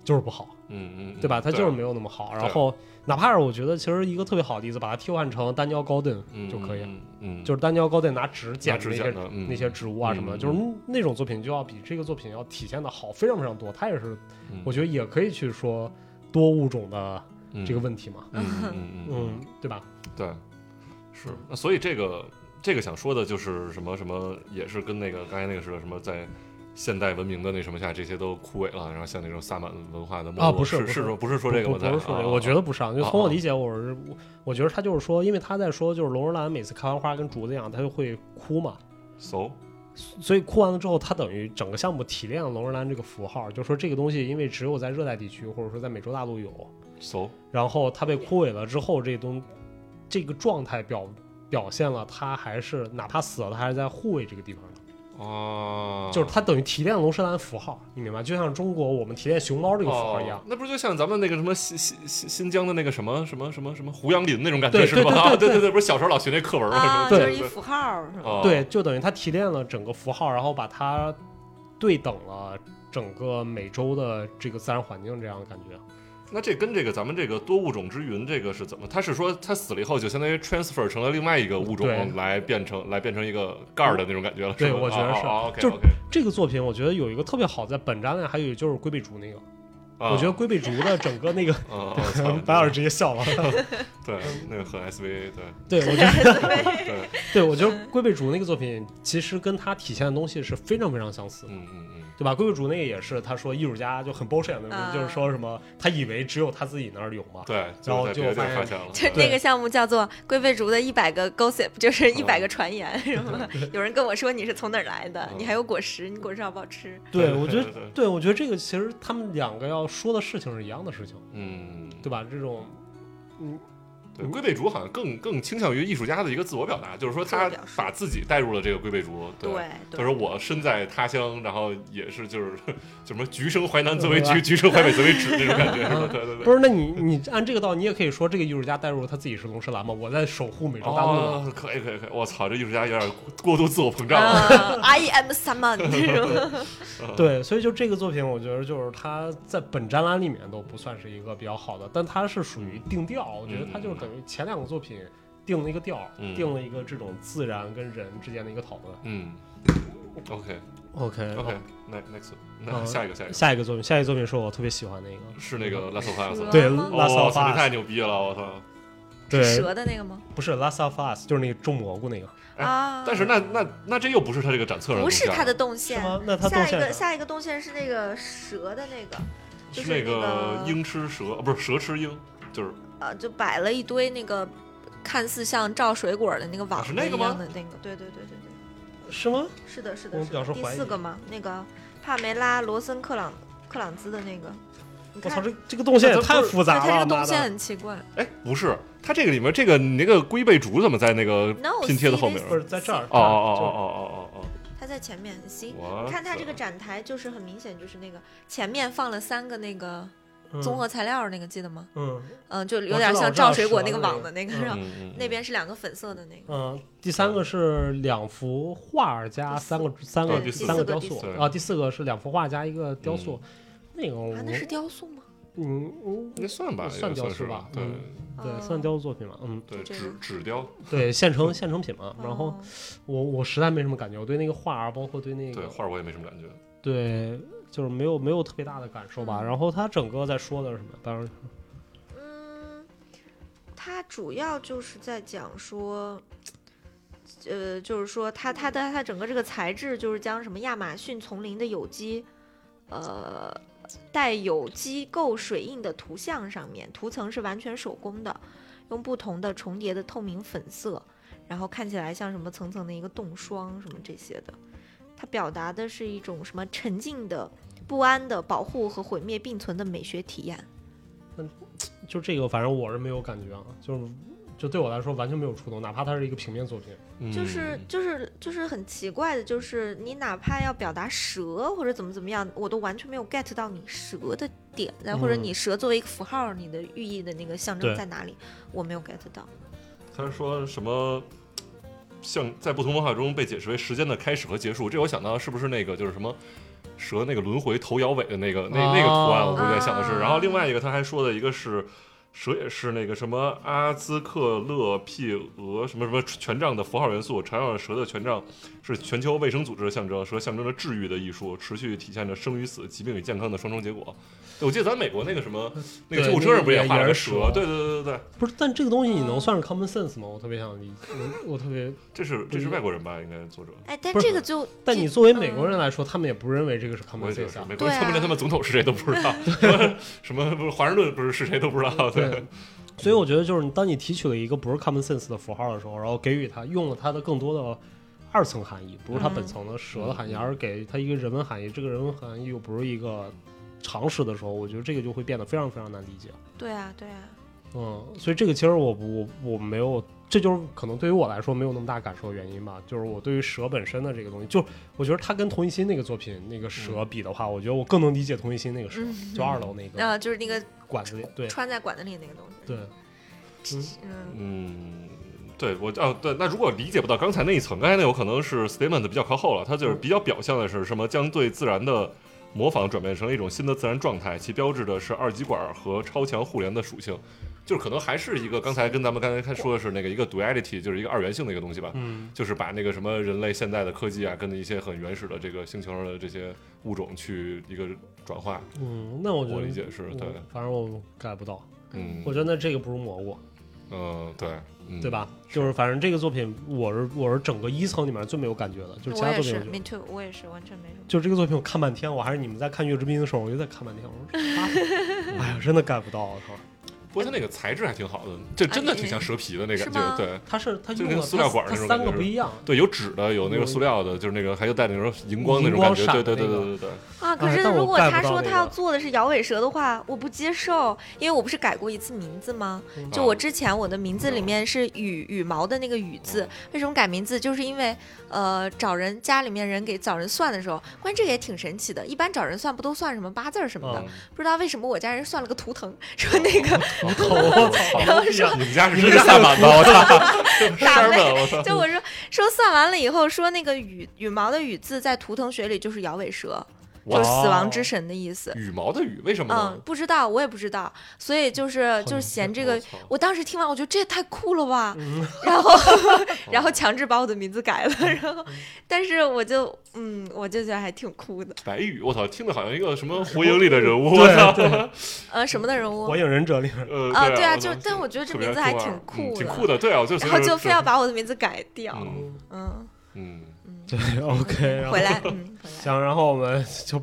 S2: 就是不好。
S4: 嗯嗯，
S2: 对吧？它就是没
S4: 有
S2: 有那么好。
S4: 对啊
S2: 然后哪怕是我觉得其实一个特别好的例子，把它替换成丹尼尔高顿就可以了，，
S4: 嗯，
S2: 就是丹尼尔高顿拿纸剪
S4: 拿纸
S2: 那
S4: 剪
S2: 些
S4: 的嗯
S2: 那些植物啊什么的，
S4: 嗯
S2: 就是那种作品就要比这个作品要体现的好非常非常多。它也是，
S4: 嗯
S2: 我觉得也可以去说多物种的
S4: 是
S2: 这个，问题嘛，
S4: 嗯
S5: [LAUGHS]
S4: 嗯嗯嗯
S2: 嗯，对吧？
S4: 对，是，那所以这个这个想说的就是什么什么，也是跟那个刚才那个似的，什么在现代文明的那什么下，这些都枯萎了，然后像那种萨满文化的没落
S2: 啊不是
S4: 是
S2: 不是
S4: 说不是说这个
S2: 不
S4: 吗？
S2: 不是说这
S4: 啊
S2: 个，我觉得不是啊。就
S4: 啊
S2: 从我
S4: 啊
S2: 理解，我是我我觉得他就是说，因为他在说，就是龙舌兰每次开完花跟竹子一样，它就会枯嘛。
S4: so
S2: 所以哭完了之后，它等于整个项目提炼了龙舌兰这个符号，就说这个东西因为只有在热带地区或者说在美洲大陆有，
S4: so
S2: 然后它被枯萎了之后，这东这个状态表表现了它还是哪怕死了，它还是在护卫这个地方的，
S4: 啊，
S2: 就是它等于提炼龙舌兰符号，你明白？就像中国我们提炼熊猫这个符号一样
S4: 哦。，那不是就像咱们那个什么新新新新疆的那个什么什么什么什么胡杨林那种感觉
S2: 对
S4: 是吧？
S2: 对对
S4: 啊
S2: 对
S4: [LAUGHS] 对
S2: 对
S4: 对，不是小时候老学那课文
S2: 嗯
S5: [LAUGHS]
S3: 啊，
S4: 吗？
S3: 就
S4: 什么
S3: 是一
S4: 对
S3: 符号是吧？
S4: 哦
S2: 对，就等于它提炼了整个符号，然后把它对等了整个美洲的这个自然环境这样的感觉。
S4: 那这跟这个咱们这个多物种之云这个是怎么？他是说他死了以后就相当于 transfer 成了另外一个物
S2: 对
S4: 种来变成来变成一个盖儿的那种感觉了，
S2: 对
S4: 是吧
S2: 我觉得是
S4: 哦 OK
S2: 就
S4: OK，
S2: 这个作品我觉得有一个特别好，在本展览还有就是龟背竹那个，我觉得龟背竹的整个
S4: [LAUGHS]
S2: 那个，
S4: 嗯，嗯啊操
S2: [LAUGHS] 白老师直接笑
S4: [LAUGHS]
S2: 了。
S4: 对那个很 SVA
S2: 对，
S4: 对
S2: 我觉得，
S4: 对，
S2: [LAUGHS] 对我觉得龟背竹那个作品其实跟他体现的东西是非常非常相似的。
S4: 嗯嗯嗯，
S2: 对吧？龟背竹那个也是，他说艺术家就很 bullshit 的，
S3: 啊
S2: 就是说什么他以为只有他自己那儿有嘛，
S4: 对，
S2: 然后
S4: 在
S2: 就
S4: 别的地
S2: 发
S4: 儿
S2: 现
S4: 发现了，
S3: 这
S4: 嗯
S2: 对
S3: 那个项目叫做“龟背竹的一百个 gossip”，就是一
S2: 哦
S3: 百个传言，是
S2: [LAUGHS]
S3: 吗？有人跟我说你是从哪儿来的，
S4: 嗯
S3: 你还有果实，你果实好不好吃？
S2: 对，
S4: 对
S2: 我觉得
S4: 对对，
S2: [LAUGHS] 对我觉得这个其实他们两个要说的事情是一样的事情，
S4: 嗯，
S2: 对吧？这种
S4: 对，龟背竹好像更更倾向于艺术家的一个自我表达，就是说
S3: 自
S4: 他
S3: 我表述
S4: 把自己带入了这个龟背竹，
S3: 对
S4: 他说
S3: 对，
S4: 我身在他乡，然后也是就是就什么橘生淮南则为
S2: 对
S4: 橘，
S2: 吧
S4: 橘生淮北则为枳这种感觉，是吧
S2: 嗯
S4: 对对对。
S2: 不是？那你你按这个道，你也可以说这个艺术家带入他自己是龙舌兰嘛？我在守护美 [LAUGHS] 洲大陆嘛。
S4: 哦，可以可以可以，我操，这艺术家有点过度自我膨胀了。
S3: 啊，I am someone，是吗？
S4: 嗯
S2: 对，所以就这个作品，我觉得就是它在本展览里面都不算是一个比较好的，但它是属于定调，我觉得它就是等于前两个作品定了一个调儿，
S4: 嗯
S2: 定了一个这种自然跟人之间的一个讨论。
S4: 嗯，OK
S2: OK
S4: OK，那 next，那
S2: 嗯
S4: 下一个下一个
S2: 下一个作品，下一个作品是我特别喜欢的一个，
S4: 是那
S2: 嗯
S4: 个拉索帕斯吗，
S2: 对
S3: 吗
S2: 拉
S4: 哦
S2: 萨
S4: 我操，
S2: 法
S4: 这太牛逼了，我操！
S2: 对，
S3: 蛇的那个吗？
S2: 不是《Last of Us》，就是那个种蘑菇那个，
S4: 哎
S3: 啊，
S4: 但是那那那这又不是他这个展册上的
S3: 不是
S4: 图像
S3: 它的动线，？
S2: 那它
S3: 下
S2: 动
S3: 一
S2: 线
S3: 个
S2: 上
S3: 下一个动线是那个蛇的那个，就是是
S4: 那
S3: 个
S4: 个鹰吃蛇，啊不是蛇吃鹰，就是
S3: 啊，就摆了一堆那个看似像照水果的那个网
S4: 是
S3: 子
S4: 那个
S3: 一样
S4: 吗
S3: 的那个，对对对对对，
S2: 是吗？
S3: 是的，是的，
S2: 我
S3: 是的
S2: 表示
S3: 第
S2: 怀
S3: 四
S2: 疑
S3: 个嘛，那个帕梅拉·罗森克朗克朗兹的那个，你
S2: 我
S3: 看
S2: 操，，这这个动线也太复
S3: 对
S2: 杂
S3: 它这
S2: 了，
S3: 个
S2: 妈
S3: 动线
S2: 的！
S3: 很奇怪。
S4: 哎，不是，它这个里面这个你那个龟背竹怎么在那个
S3: No，
S4: 拼贴的后面？
S2: 不是在这儿
S4: 哦哦哦哦哦哦
S3: 它在前面，C
S4: 哦。。我
S3: 你看它这个展台，就是很明显，就是那个前面放了三个那个
S4: 哦
S2: 嗯
S3: 综合材料儿那个，记得吗？
S2: 嗯
S3: 嗯，就有
S2: 我
S3: 点
S2: 知道我
S3: 像
S2: 知道
S3: 照水果
S2: 蛇
S3: 那个
S2: 的那
S3: 网
S2: 个
S3: 的那个，
S2: 嗯
S3: 然后 [LAUGHS]
S4: 嗯
S3: 那边是两个粉色的那个。
S2: 嗯，第三个是两幅画加三个三
S4: 对第嗯
S2: 个
S4: 四
S2: 三个
S3: 个
S2: 雕
S3: 第
S2: 塑
S3: 四
S4: 个
S2: 啊，第四个是两幅画加一个雕塑，那个我
S3: 啊，那是雕塑吗？
S2: 嗯嗯
S4: 那算吧，
S2: 算
S4: 也
S2: 雕塑
S4: 是
S2: 吧
S4: 对
S2: 嗯对
S3: 哦
S2: 算雕塑作品嘛，嗯
S4: 对，
S3: 就这
S4: 纸
S3: 个
S4: 纸雕， [LAUGHS]
S2: 对现成现成品嘛，嗯然后
S3: 哦
S2: 我我实在没什么感觉，我对那个画儿包括对那
S4: 对
S2: 个
S4: 画儿我也没什么感觉。
S2: 对，就是没有没有特别大的感受吧。
S3: 嗯
S2: 然后他整个在说的是什么？当然，
S3: 嗯，它主要就是在讲说，呃，就是说它它的它整个这个材质就是将什么亚马逊丛林的有机，呃，带有机构水印的图像上面，图层是完全手工的，用不同的重叠的透明粉色，然后看起来像什么层层的一个冻霜什么这些的。它表达的是一种什么沉静的、不安的保护和毁灭并存的美学体验。
S2: 就这个，反正我是没有感觉啊，就是就对我来说完全没有触动，哪怕它是一个平面作品。
S3: 就是
S4: 嗯
S3: 就是就是很奇怪的，就是你哪怕要表达蛇或者怎么怎么样，我都完全没有 get 到你蛇的点，然后或者
S2: 嗯
S3: 你蛇作为一个符号，你的寓意的那个象
S2: 对
S3: 征在哪里，我没有 get 到。
S4: 他说什么？像在不同文化中被解释为时间的开始和结束，这我想到是不是那个就是什么哦蛇那个轮回头摇尾的那个那那个图案，我估计在想的是。
S3: 啊
S4: 然后另外一个他还说的一个是蛇也是那个什么阿兹克勒庇俄什么什么权杖的符号元素，缠绕着蛇的权杖是全球卫生组织的象征，蛇象征着治愈的艺术，持续体现着生与死、疾病与健康的双重结果。对，我记得咱美国那个什么那个救护车上不也画了个蛇？对对对对对，
S2: 不是，但这个东西你能算是 common sense 吗？我特别想理，嗯我我特别，
S4: 这是这是外国人吧？应该是作者。
S3: 哎，但
S2: 不是
S3: 这个就
S2: 但
S3: 这
S2: 你作为美国人来说，他们也不认为这个是
S4: 我
S2: common
S4: 也觉得
S2: sense
S4: 是
S2: 啊。
S4: 美
S3: 对
S4: 国人，
S3: 啊
S4: 他们连他们总统是谁都不
S3: [LAUGHS]
S4: 知道，什么什么不是华盛顿不是是谁都不知道，对，
S2: 对，所以我觉得就是你当你提取了一个不是 common sense 的符号的时候，然后给予它用了它的更多的二层含义，不是它本层的蛇的含
S4: 嗯
S2: 义，而是给它一个人文含义。这个人文含义又不是一个常识的时候，我觉得这个就会变得非常非常难理解。
S3: 对啊对啊，
S2: 嗯，所以这个其实我不我我没有，这就是可能对于我来说没有那么大感受的原因吧。就是我对于蛇本身的这个东西，就是我觉得它跟同一心那个作品那个
S4: 嗯
S2: 蛇比的话，我觉得我更能理解同一心那个蛇，
S3: 嗯
S2: 就二楼
S3: [LAUGHS]
S2: 那个
S3: 呃，就是那个
S2: 管子里，对
S3: 穿在管子里那个东西，
S2: 对，
S3: 嗯，
S4: 嗯，对我啊，对，那如果理解不到刚才那一层，刚才那有可能是 statement 比较靠后了，它就是比较表象的是什么？将对自然的模仿转变成一种新的自然状态，其标志的是二极管和超强互联的属性，就是可能还是一个刚才跟咱们刚才看说的是那个一个 duality，就是一个二元性的一个东西吧。
S2: 嗯
S4: 就是把那个什么人类现在的科技啊，跟一些很原始的这个星球上的这些物种去一个转化，
S2: 嗯，那我觉得
S4: 我理解是对
S2: 我反正我 get 不到，
S4: 嗯，
S2: 我觉得那这个不如蘑菇，
S4: 嗯对，嗯
S2: 对？吧？就是反正这个作品，我是我是整个一层里面最没有感觉的，就是其
S3: 我
S2: 他
S3: 也
S2: 作品
S3: 是
S2: 我觉得。
S3: ，me too，我也是完全没什么。
S2: 就是这个作品，我看半天，我还是你们在看《月之滨》的时候，我就在看半天，我说啥
S3: [LAUGHS]
S2: 玩意儿哎呀，真的 get 不到，我操！
S4: 不过它那个材质还挺好的，这真的挺像蛇皮的那感
S3: 啊是吗
S4: 觉，对。
S2: 它是它
S4: 就
S2: 用
S4: 跟
S2: 了
S4: 塑料管儿
S2: 它
S4: 那种
S2: 它三
S4: 感
S2: 个
S4: 觉
S2: 不
S4: 是
S2: 一样，
S4: 对，有纸的，有那
S2: 有
S4: 个塑料的，就是那个，还有带那种荧光那
S2: 荧
S4: 种
S2: 光
S4: 感觉，
S2: 闪
S4: 对对对
S2: 那
S4: 对
S2: 个
S4: 对对。
S3: 啊，可
S2: 哎
S3: 是
S2: 但我
S3: 如果
S2: get 不
S3: 他
S2: 到
S3: 说
S2: 那
S3: 他要
S2: 个
S3: 做的是摇尾蛇的话，我不接受，因为我不是改过一次名字吗？
S2: 嗯
S3: 就
S4: 啊
S3: 我之前我的名字里面是羽羽毛的那个羽
S4: 哦
S3: 字，为什么改名字？就是因为呃找人家里面人给找人算的时候，关于这个也挺神奇的。一般找人算不都算什么八字儿什么
S4: 啊
S3: 的，
S2: 嗯
S3: 不知道为什么我家人算了个图腾，说
S4: 哦
S3: 那个
S2: 你头
S4: [LAUGHS]
S2: 我
S4: 然
S2: 操！
S3: 后说
S4: 你们家是真下 [LAUGHS] 板吧？我操，山吧？我操！
S3: 就我说说算完了以后，说那个羽羽毛的羽字在图腾学里就是摇尾蛇，就是死
S4: 哦
S3: 亡之神的意思。
S4: 羽毛的羽为什么
S3: 嗯
S4: 呢，？
S3: 不知道，我也不知道，所以就是就是嫌这
S4: 我
S3: 个
S4: 操，
S3: 我当时听完我觉得这也太酷了吧，
S4: 嗯
S3: 然后
S4: 哦
S3: 然后强制把我的名字改了，然
S4: 嗯
S3: 后但是我就嗯，我就觉得还挺酷的，
S4: 白羽，我操，听着好像一个
S3: [LAUGHS]
S4: 什么火影里的人物，
S2: 对
S4: 我操，
S2: 对
S3: 呃，什么的人物
S2: 火影忍者》里面
S4: [LAUGHS] 呃，
S3: 啊，
S4: 嗯对
S3: 对啊，
S4: 我
S3: 就
S4: 操
S3: 但我觉得这
S4: 特别
S3: 名字还
S4: 酷啊
S3: 挺
S4: 嗯
S3: 酷
S4: 挺
S3: 的，
S4: 酷的，对啊，我就
S3: 然后就
S4: 就
S3: 非要把我的名字改掉，
S4: 嗯
S3: 嗯，
S4: 嗯，
S2: 对 OK，然后
S3: 回来，嗯，回来。
S2: 行，然后我们就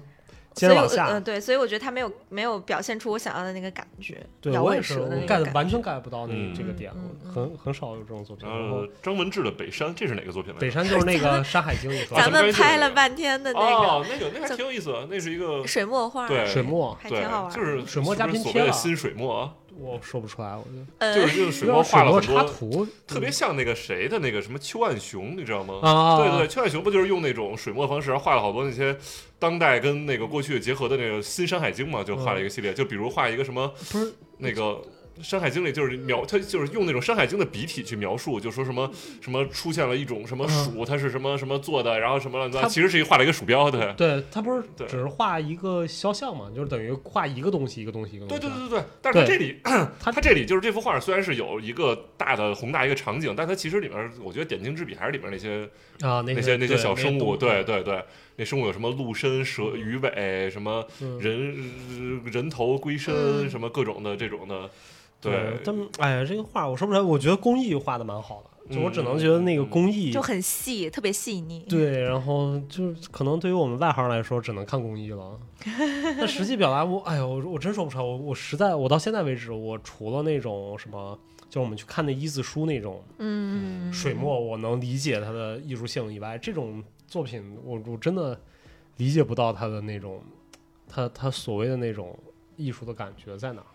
S2: 接
S3: 所
S2: 着
S3: 以
S2: 往
S3: 我，
S2: 下
S3: 嗯，。对，所以我觉得他没有没有表现出我想要的那个感觉，
S2: 对
S3: 摇
S2: 我
S3: 尾
S2: 也是，
S3: 蛇
S2: 我
S3: 的那个
S2: get
S3: 感觉。
S2: 完全 get 不到那
S4: 嗯
S2: 这个点
S3: 嗯嗯，嗯
S2: 很很少有这种作品。
S4: 然
S2: 然后
S4: 后张文志的《北山》，这是哪个作品来着？
S2: 北山就是那个《山海经》里说
S4: 啊
S3: 咱
S2: 的
S4: 咱
S3: 们
S4: 们
S3: 拍
S4: 这个
S3: 了半天的那
S4: 哦，那个那个还挺有意思的，那是一个
S3: 个水墨画，
S4: 对
S2: 水墨，
S3: 还挺
S4: 对
S3: 好玩，
S4: 就。是
S2: 水墨加
S4: 是不是
S2: 拼
S4: 所
S2: 贴
S4: 谓的
S2: 了
S4: 新水墨啊，
S2: 我说不出来，我觉得
S3: 呃，
S4: 就是就是水
S2: 有
S4: 墨
S2: 点 [LAUGHS] 水
S4: 画了
S2: 墨
S4: 很
S2: 插
S4: 多，
S2: 图嗯
S4: 特别像那个谁的那个什么邱暗雄，你知道吗？
S2: 啊
S4: 对对对，邱暗雄不就是用那种水墨方式画了好多那些当代跟那个过去结合的那个新《山海经》嘛，就
S2: 嗯
S4: 画了一个系列，就比如画一个什么
S2: 不是
S4: 那个。《山海经》里就是描，他就是用那种《山海经》的笔体去描述，就说什么什么出现了一种什么
S2: 嗯
S4: 鼠，它是什么什么做的，然后什么乱七八糟，
S2: 它
S4: 其实是一个画了一个鼠标，对，
S2: 对他不是
S4: 对
S2: 只是画一个肖像嘛，就是等于画一个东西一个东西一个东西。
S4: 对对对对对，但是它
S2: 对
S4: 这里， [CLEARS THROAT]
S2: 它
S4: 它这里就是这幅画虽然是有一个大的宏大一个场景，但它其实里面，我觉得点睛之笔还是里面那些
S2: 啊，那
S4: 那些那些
S2: 对
S4: 小生物，
S2: 东
S4: 对对对，那生物有什么鹿身、蛇、鱼尾，什么
S2: 嗯
S4: 人人头龟身，
S3: 嗯
S4: 什么各种的这种的，
S2: 但哎呀，这个画我说不出来，我觉得工艺画的蛮好的，就我
S4: 嗯
S2: 只能觉得那个工艺
S3: 就很细，特别细腻。
S2: 对，然后就是可能对于我们外行来说，只能看工艺了。但实际表达我，哎呦，我我真说不出来，我我实在我到现在为止，我除了那种什么，就是我们去看那一字书那种
S3: 嗯，
S2: 水墨，我能理解它的艺术性以外，这种作品我我真的理解不到它的那种，它它所谓的那种艺术的感觉在哪儿。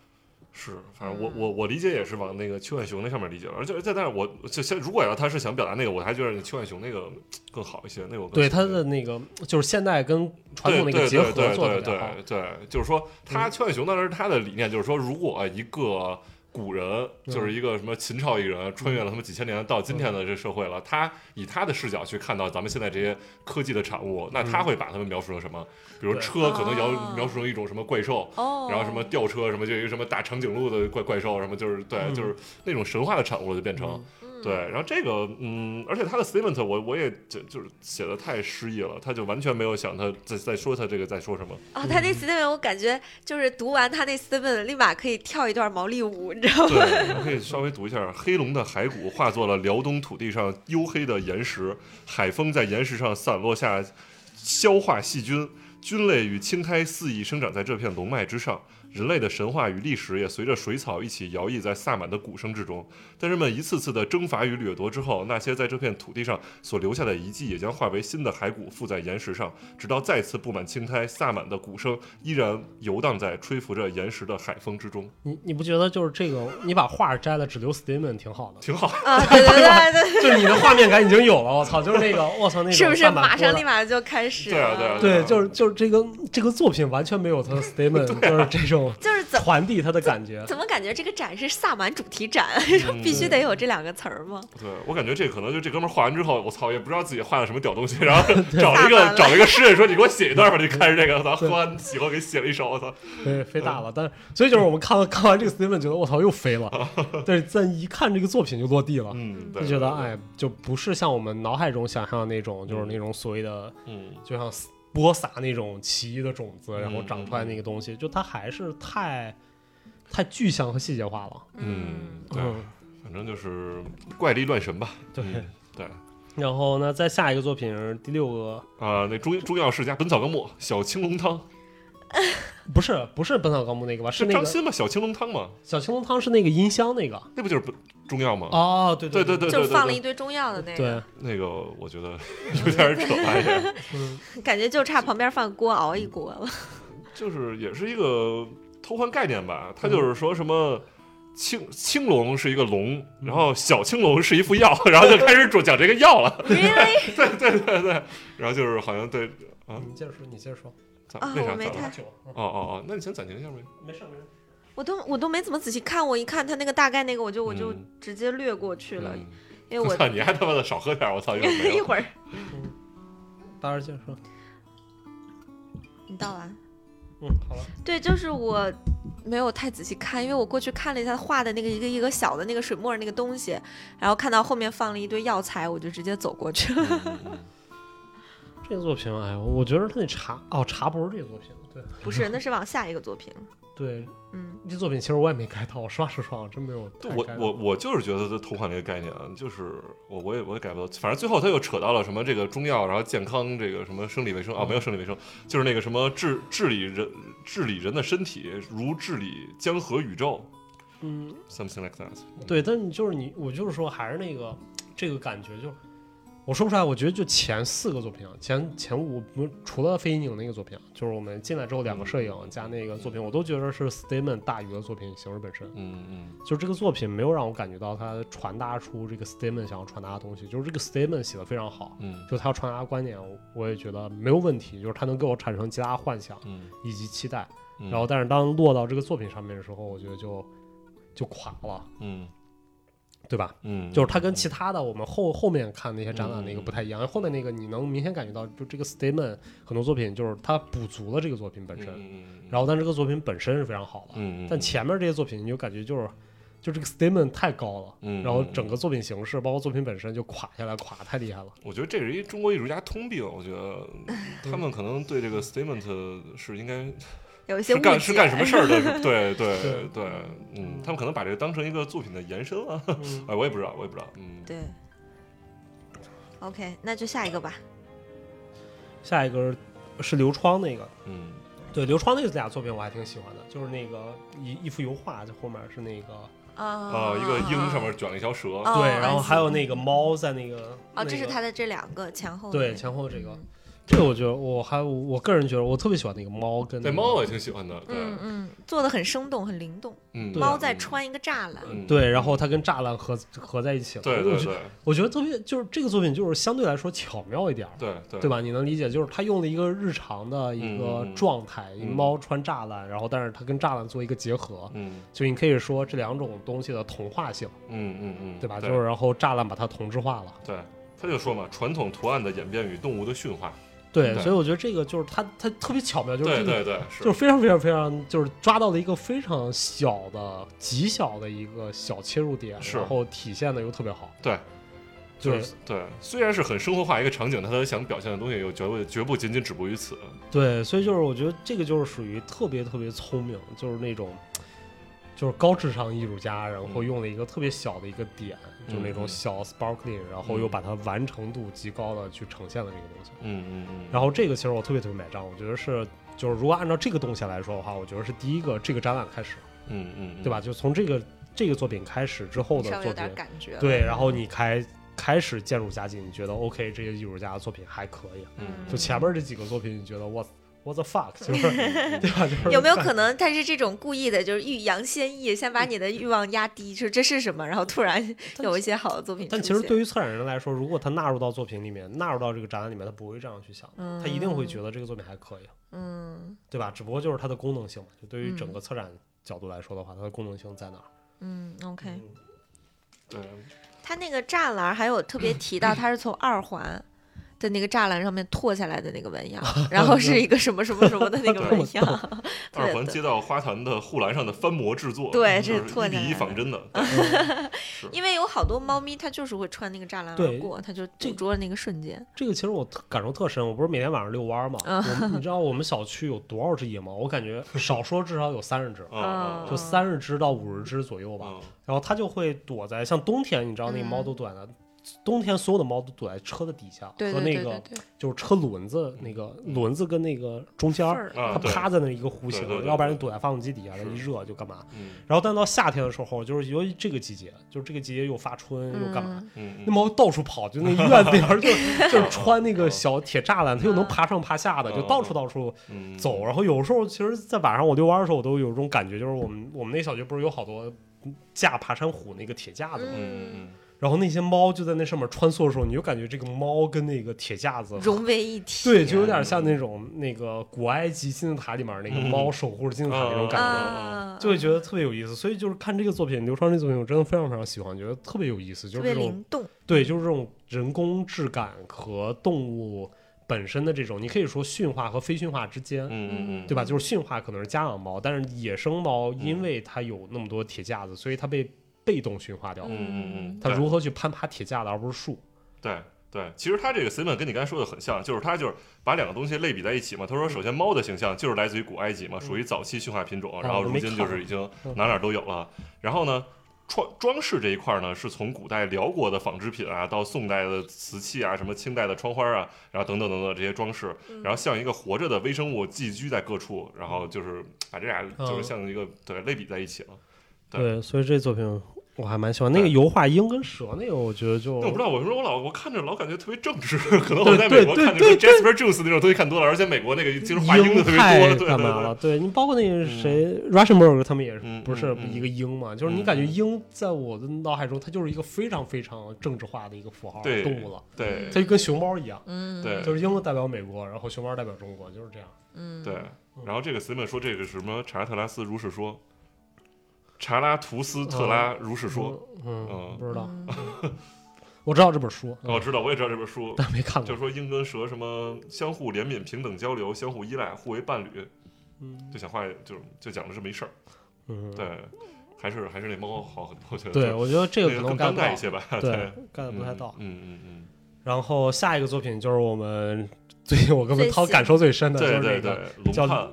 S4: 是，反正我我我理解也是往那个邱汉雄那上面理解了，而且而且但是我就现如果要他是想表达那个，我还觉得邱汉雄那个更好一些，那个我更
S2: 对
S4: 喜
S2: 它
S4: 欢
S2: 的那个就是现代跟传
S4: 对
S2: 统的
S4: 对
S2: 一个
S4: 对
S2: 结
S4: 对
S2: 合做的
S4: 对
S2: 比较好。嗯
S4: 对对，就是说他邱汉雄当时他的理念就是说，如果一个古人，
S2: 嗯
S4: 就是一个什么秦朝一人，穿越了他妈几千年到今天的这社会了，他以他的视角去看到咱们现在这些科技的产物，那
S2: 嗯
S4: 他会把他们描述成什么？比如车可能描
S5: 哦
S4: 描述成一种什么怪兽，
S1: 哦
S4: 然后什么吊车什么，就有一个什么大长颈鹿的怪怪兽什么，就是对，就是那种神话的产物了，就变成。对，然后这个，嗯，而且他的 statement 我我也就就是写的太诗意了，他就完全没有想他在在说他这个在说什么，
S3: 哦，他那
S4: 嗯
S3: statement 我感觉就是读完他那 statement，立马可以跳一段毛利舞，你知 [LAUGHS] 道吗？
S4: 对，我们可以稍微读一下：黑龙的骸骨化作了辽东土地上黝黑的岩石，海风在岩石上散落下，消化细菌，菌类与青苔肆意生长在这片龙脉之上。人类的神话与历史也随着水草一起摇曳在萨满的鼓声之中。在人们一次次的征伐与掠夺之后，那些在这片土地上所留下的遗迹也将化为新的骸骨附在岩石上，直到再次布满青苔。萨满的鼓声依然游荡在吹拂着岩石的海风之中，
S2: 你你不觉得就是这个，你把画摘了只留 statement 挺好的？
S4: 挺好。
S3: 啊， [LAUGHS] 对对对
S2: [LAUGHS]
S3: 对
S2: 就是你的画面感已经有了，我操，就是那
S3: [LAUGHS]
S2: 个，我操，那个
S3: 对，是不是
S2: 萨满
S3: 马
S2: 波
S3: 上
S2: 的
S3: 立马就开始
S4: 对啊
S3: 了？
S4: 对啊
S2: 对，就是就是这个这个作品完全没有
S3: [LAUGHS]
S2: 他的 statement，、就是这种
S3: 就是啊 [LAUGHS] 怎么
S2: 传递他的感觉。
S3: 怎么感觉这个展是萨满主题展， [LAUGHS]
S4: 嗯
S3: 必须得有这两个词儿吗？
S4: 对我感觉这可能就这哥们儿画完之后，我操，也不知道自己画的什么屌东西，
S2: [LAUGHS]
S4: 然后找了
S3: 画
S4: 一
S3: 完
S4: 个
S3: 了
S4: 找了一个诗人说：“你给我写一段吧。”你看着这个，我操，喝完喜欢给写了一首，我操，
S2: 对，飞大了，但所以就是我们看完看完这个 statement，觉得我操又飞了，
S3: [LAUGHS]
S2: 但是咱一看这个作品就落地了，
S4: 嗯，对
S2: 就觉得，哎，就不是像我们脑海中想象的那种，就是那种所谓的
S4: 嗯，
S2: 就像播撒那种奇异的种子，然后
S4: 嗯
S2: 长出来那个东西，就它还是太太具象和细节化了。
S4: 嗯，对，
S2: 嗯，
S4: 反正就是怪力乱神吧，
S2: 对
S4: 嗯对。
S2: 然后呢，再下一个作品是第六个，
S4: 啊，那中中药世家《本草纲目》小青龙汤
S2: 不是不是《本草纲目》那个吧？是
S4: 是
S2: 那
S4: 张
S2: 个
S4: 欣吗？小青龙汤吗？
S2: 小青龙汤是那个音箱那个。
S4: 那不就是本中药吗？
S2: 哦，对
S4: 对
S2: 对
S4: 对对，
S3: 就
S4: 对
S3: 是放了一堆
S4: 对
S3: 中药的那
S2: 对
S3: 个，， [LAUGHS]
S4: 那个，我觉得 [LAUGHS] 有点扯淡也。
S3: 感觉就差旁边放锅熬一锅
S4: [LAUGHS]
S3: 了。 [LAUGHS]
S4: 就是也是一个偷换概念吧，它就是说什么。青青龙是一个龙，然后小青龙是一副药，然后就开始讲这个药了。 [LAUGHS] 对对对对，然后就是好像对啊
S2: 你接着说，你接着说。
S4: 咋
S3: 啊
S4: 为
S3: 我
S4: 啥
S3: 没
S4: 咋了
S2: 嗯
S3: 看？
S2: 酒，嗯
S4: 哦哦哦，那你先暂停一下呗。
S2: 没事没事。
S3: 我都我都没怎么仔细看，我一看他那个大概那个，我就我就
S4: 嗯
S3: 直接略过去了，
S4: 嗯
S3: 因为
S4: [LAUGHS]
S3: 我
S4: 操，你还他妈的少喝点儿，我操！一会儿没
S3: [LAUGHS] 一
S4: 有
S3: 会儿
S2: 大师接着说。
S3: 你倒完。
S2: 嗯，好了。
S3: 对，就是我没有太仔细看，因为我过去看了一下他画的那个一个一个小的那个水墨那个东西，然后看到后面放了一堆药材，我就直接走过去了。 [LAUGHS]
S2: 这个作品，哎，我觉得他那茶哦，茶不是这个作品，对
S3: 不是，那是往下一个作品。
S2: 对，
S3: 嗯，
S2: 这作品其实我也没 get 到，我刷是刷，我真没有太
S4: 对我
S2: get 到。
S4: 我我就是觉得他偷换这个概念，啊就是我我也我也改不到，反正最后他又扯到了什么这个中药，然后健康这个什么生理卫生
S2: 嗯
S4: 啊，没有生理卫生，就是那个什么治治理人治理人的身体如治理江河宇宙
S2: 嗯，
S4: ，something like that。
S2: 对，但你就是你，我就是说，还是那个这个感觉，就是我说不出来。我觉得就前四个作品啊，前前五不除了飞影那个作品啊，就是我们进来之后两个摄影加那个作品，我都觉得是 statement 大于了作品形式本身。
S4: 嗯嗯
S2: 就是这个作品没有让我感觉到它传达出这个 statement 想要传达的东西，就是这个 statement 写的非常好，
S4: 嗯
S2: 就它要传达的观点，我我也觉得没有问题，就是它能给我产生极大的幻想
S4: 嗯
S2: 以及期待。
S4: 嗯，
S2: 然后，但是当落到这个作品上面的时候，我觉得就就垮了，
S4: 嗯
S2: 对吧？
S4: 嗯，
S2: 就是它跟其他的我们后后面看那些展览那个
S4: 嗯
S2: 不太一样，后面那个你能明显感觉到，就这个 statement 很多作品就是它补足了这个作品本身，
S4: 嗯
S2: 然后但这个作品本身是非常好的，
S4: 嗯，
S2: 但前面这些作品你就感觉就是就这个 statement 太高了，
S4: 嗯
S2: 然后整个作品形式包括作品本身就垮下来，垮太厉害了。
S4: 我觉得这是一中国艺术家通病，我
S2: [LAUGHS]
S4: 觉得他们可能对这个 statement 是应该
S3: 有一些
S4: 是
S3: 误
S4: 干
S3: 解。
S4: 是干什么事儿的？对
S2: 对
S4: 对对，嗯，他们可能把这个当成一个作品的延伸了。 [LAUGHS] 哎，我也不知道，我也不知道。
S3: [LAUGHS]
S4: 嗯，
S3: 对。OK，那就下一个吧。
S2: 下一个是是刘窗那个，
S4: 嗯
S2: 对刘窗那俩作品我还挺喜欢的，就是那个一一幅油画，就后面是那个、
S3: 啊
S4: 啊，一个鹰上面卷了一条蛇。
S3: 哦
S2: 对，
S3: I
S2: 然后
S3: see
S2: 还有那个猫在那个
S3: 哦，这是
S2: 那个
S3: 他的这两个前后。
S2: 对前后这个，这个我觉得我还我个人觉得我特别喜欢那个猫跟
S4: 对
S2: 那个
S4: 猫我也挺喜欢的，对，
S3: 嗯嗯，做的很生动，很灵动。
S4: 嗯，
S3: 猫在穿一个栅栏，
S4: 嗯，
S2: 啊对，然后它跟栅栏合合在一起了。
S4: 对
S2: 我
S4: 对
S2: 觉得
S4: 对
S2: 我觉得特别就是这个作品就是相对来说巧妙一点儿，
S4: 对对
S2: 对吧？你能理解，就是它用了一个日常的一个
S4: 嗯嗯嗯
S2: 状态，一个
S4: 嗯
S2: 猫穿栅栏，然后但是它跟栅栏做一个结合，
S4: 嗯
S2: 就你可以说这两种东西的同化性，
S4: 嗯嗯嗯，
S2: 对吧？就是然后栅栏把它同质化了。
S4: 对，他就说嘛，传统图案的演变与动物的驯化，
S2: 对，
S4: 对
S2: 所以我觉得这个就是它它特别巧妙，就是这
S4: 对
S2: 个
S4: 对对，是
S2: 就是非常非常非常，就是抓到了一个非常小的、极小的一个小切入点，
S4: 是
S2: 然后体现的又特别好。
S4: 对，就
S2: 对
S4: 是对，虽然是很生活化一个场景，但他想表现的东西又绝不绝不仅仅止步于此。
S2: 对，所以就是我觉得这个就是属于特别特别聪明，就是那种就是高智商艺术家，然后
S4: 嗯
S2: 用了一个特别小的一个点，就那种
S4: 嗯
S2: 小 sparkling，然后又把它完成度极高的去呈现了这个东西。
S4: 嗯嗯嗯，
S2: 然后这个其实我特别特别买账，我觉得是就是如果按照这个动线来说的话，我觉得是第一个这个展览开始，
S4: 嗯嗯，嗯
S2: 对吧？？就从这个这个作品开始之后的
S3: 稍
S2: 作
S3: 微有
S2: 品
S3: 点，感觉了。嗯
S2: 对，然后你开开始渐入佳境，你觉得 OK，这些艺术家的作品还可以。
S4: 嗯，
S2: 就前面这几个作品，你觉得 what what the fuck，就是对吧？就是
S3: 嗯有没有可能他是这种故意的，就是欲扬先抑，先把你的欲望压低，说这是什么，然后突然有一些好的作品
S2: [LAUGHS] 但
S3: 出
S2: 其实
S3: 现
S2: 对于策展人来说，如果他纳入到作品里面，纳入到这个展览里面，他不会这样去想，
S3: 嗯
S2: 他一定会觉得这个作品还可以，
S3: 嗯
S2: 对吧？只不过就是它的功能性嘛，就对于整
S3: 嗯
S2: 个策展角度来说的话，它的功能性在哪儿？
S3: 嗯，OK。
S4: 对，
S3: 它那个栅栏还有
S2: [CLEARS THROAT]
S3: 特别提到，它是从二环的那个栅栏上面拓下来的那个
S2: [LAUGHS]
S3: 纹样，然后是一个什么什么什么的那个纹样， [LAUGHS]
S4: 二环
S3: 对
S4: 街道花坛的护栏上的翻模制作，
S3: 对
S4: 就
S3: 这
S4: 是
S3: 拓
S4: 一
S3: 展
S4: 比一
S3: 来
S4: 仿
S3: 的
S4: 真的，，
S2: 嗯
S3: 因为有好多猫咪它就是会穿那个栅栏
S2: 对
S3: 而过，它就
S2: 这
S3: 捕捉了那个瞬间。
S2: 这个其实我特感受特深，我不是每天晚上遛弯儿嘛，
S3: 嗯
S2: 我
S3: [LAUGHS]
S2: 们你知道我们小区有多少只野猫？我感觉少说至少有三十只
S4: 嗯
S3: 哦
S2: 就三十只到五十只左右吧。
S4: 嗯
S2: 然后它就会躲在像冬天，你知道那个猫
S3: 嗯
S2: 都躲在哪，冬天所有的猫都躲在车的底下
S3: 对
S2: 和
S3: 对
S2: 那
S3: 对
S2: 个
S3: 对对，
S2: 就是车轮子那个轮子跟那个中间
S3: 缝
S2: 儿，
S3: 儿
S4: 嗯
S2: 它
S4: 啊，对，
S2: 趴在那一个弧
S4: 对对
S2: 形，
S4: 对
S2: 要不然躲在发动机底下，它
S4: 是
S2: 一热就干嘛。
S4: 嗯
S2: 然后但到夏天的时候，就是由于这个季节，就是这个季节又发春又干嘛。
S3: 嗯？
S4: 嗯，
S2: 那猫到处跑，就那院子里边儿
S3: [LAUGHS]
S2: 就就是穿那个
S4: 嗯
S2: 小铁栅栏，它又能爬上爬下的，就
S4: 嗯
S2: 到处到处
S4: 嗯
S2: 走。然后有时候，其实，在晚上我遛弯儿的时候，我都有一种感觉，就是我们我们那小区不是有好多架爬山虎那个铁架子吗？
S4: 嗯嗯
S2: 然后那些猫就在那上面穿梭的时候，你就感觉这个猫跟那个铁架子
S3: 融嗯为一体。
S2: 对，就有点像那种那个古埃及金字塔里面那
S3: 嗯
S2: 个猫守护着金字塔那种感觉，
S3: 啊，
S2: 就会觉得特别有意思。所以就是看这个作品，刘川这作品，我真的非常非常喜欢，觉得特别有意思，就
S3: 特
S2: 是
S3: 别
S2: 这种
S3: 灵动。
S2: 对，就是这种人工质感和动物本身的这种，你可以说驯化和非驯化之间。
S4: 嗯嗯嗯，
S2: 对吧？就是驯化可能是家养猫，但是野生猫
S4: 嗯
S2: 因为它有那么多铁架子，所以它被被动驯化掉了。
S4: 嗯嗯嗯，
S2: 它
S4: 对
S2: 如何去攀爬铁架子而不是树？
S4: 对对，其实他这个 Simon 跟你刚才说的很像，就是他就是把两个东西类比在一起嘛。他说，首先猫的形象就是来自于古埃及嘛，属于早期驯化品种，然后如今就是已经哪哪都有了。然后呢？装装饰这一块呢，是从古代辽国的纺织品啊，到宋代的瓷器啊，什么清代的窗花啊，然后等等等等这些装饰，然后像一个活着的微生物寄居在各处，然后就是把这俩就是像一个对类比在一起了。对
S2: 对，所以这作品我还蛮喜欢。那个
S4: 对
S2: 油画鹰跟蛇那个，我觉得就
S4: 那我不知道，我说我老我看着老感觉特别正 [LAUGHS] 直，可
S2: 哦
S4: 能
S2: 对
S4: 我在美国
S2: 对
S4: 看那种
S2: 对对
S4: Jasper Juice 那种东西看多了，而且美国那个就是画鹰的特别多，
S2: 太
S4: 对对
S2: 干嘛
S4: 对
S2: 了？对你包括那个谁 Rushmore，他们也是
S4: 嗯
S2: 不是
S4: 嗯嗯
S2: 一个鹰嘛？就是你
S4: 嗯
S2: 感觉
S4: 嗯
S2: 鹰在我的脑海中，它就是一个非常非常政治化的一个符号
S4: 对
S2: 动物了，
S4: 对
S2: 它就跟熊猫一样，
S3: 嗯，
S4: 对
S2: 就是鹰代表美国，然后熊猫代表中国，就是这样。
S3: 嗯，
S4: 对。然后这个 Simon 说这个什么查拉特拉斯如是说，查拉图斯特拉
S2: 哦
S4: 如是说，
S2: 嗯，
S4: 嗯
S2: 不知道，
S3: 嗯
S2: [LAUGHS] 我知道这本书，
S4: 我
S2: 嗯
S4: 哦知道，我也知道这本书，
S2: 但没看
S4: 就
S2: 过
S4: 是。说鹰跟蛇什么相互怜悯、平等交流、相互依赖、互为伴侣，
S2: 嗯
S4: 就想画就是就讲的这么一事儿，
S2: 嗯，
S4: 对，还是还是那猫好很多，我觉得
S2: 对，
S4: 就
S2: 我觉得这个
S4: 那个
S2: 可
S4: 更
S2: 能干
S4: 当
S2: 不
S4: 代
S2: 到
S4: 一，些吧，
S2: 对，干的
S4: 嗯
S2: 不太到。
S4: 嗯嗯嗯
S2: 然后下一个作品就是我们 [LAUGHS] 最近我根本掏
S3: 最新
S2: 感受最深
S4: 嗯，
S2: 的，
S4: 对
S2: 就是那个
S4: 对对，龙呃
S2: 叫
S4: 判。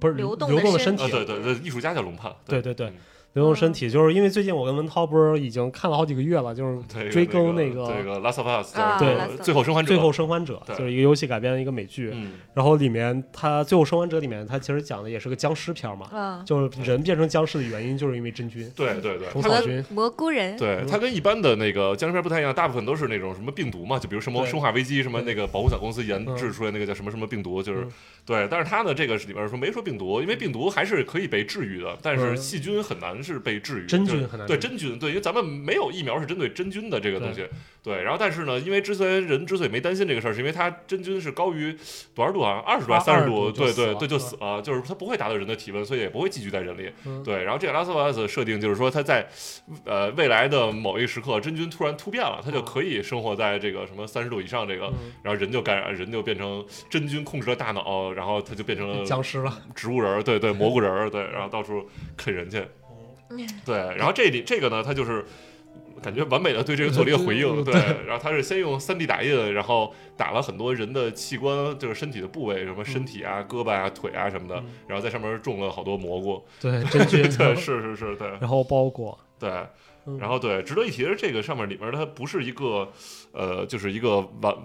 S2: 不是
S3: 流动
S2: 流
S3: 的
S2: 动的
S3: 身
S2: 身
S3: 体
S2: 体
S4: [LAUGHS] 啊，，对对对，艺术家叫龙判，
S2: 对对对
S4: 嗯，
S2: 流动身体，就是因为最近我跟文涛不是已经看了好几个月了，就是
S4: 对
S2: 追更
S4: 那
S2: 那
S4: 个
S2: 个
S4: 这个《Last of Us
S3: 啊》
S2: 对
S4: 就是最后生还
S2: 《
S4: 者》，
S2: 最后生还者
S4: 对》，
S2: 就是一个游戏改编的一个美剧。
S4: 嗯，
S2: 然后里面它《最后生还者》里面它其实讲的也是个僵尸片嘛，
S3: 嗯，
S2: 就是人变成僵尸的原因就是因为真菌、
S4: 对对对。
S2: 虫草
S3: 蘑
S2: 菌。
S3: 蘑菇人，
S2: 嗯
S4: 对，它跟一般的那个僵尸片不太一样，大部分都是那种什么病毒嘛，就比如什么
S2: 对
S4: 《生化危机》什么那个保护伞公司研
S2: 嗯
S4: 制出来那个叫什么什么病毒，就是
S2: 嗯
S4: 对。但是它呢，这个是里边说没说病毒，因为病毒还是可以被治愈的，但是
S2: 嗯
S4: 细菌很难是被治愈的，
S2: 真
S4: 就是
S2: 菌很难
S4: 对
S2: 治
S4: 真菌，对，因为咱们没有疫苗是针对真菌的这个东西，对。然后但是呢，因为之前人之所以没担心这个事儿，是因为它真菌是高于多少度啊，二十度还是三
S2: 20
S4: 十度，
S2: 度就
S4: 对
S2: 死
S4: 对
S2: 了
S4: 对，就死了，就是它不会达到人的体温，所以也不会寄居在人里，
S2: 嗯
S4: 对。然后这个拉斯瓦斯设定就是说它在呃，未来的某一时刻，真菌突然突变了，它就可以生活在这个什么三十度以上这个，
S2: 嗯
S4: 然后人就感染，人就变成真菌控制了大脑，然后它就变成了
S2: 僵尸
S4: [LAUGHS]
S2: 了，
S4: 植物人儿，对对，蘑菇人儿，对，然后到处啃人去，对，然后这里这个呢，它就是感觉完美的对这个做了一个回应，对，然后它是先用 3D 打印，然后打了很多人的器官，就是身体的部位，什么身体啊、胳膊啊、腿啊什么的，然后在上面种了好多蘑菇，
S2: 对真菌。
S4: 对，是 [LAUGHS] 是是，对，
S2: 然后包
S4: [LAUGHS]
S2: 裹，
S4: 对
S2: 嗯，
S4: 然后对，值得一提的是，这个上面里面它不是一个，呃，就是一个完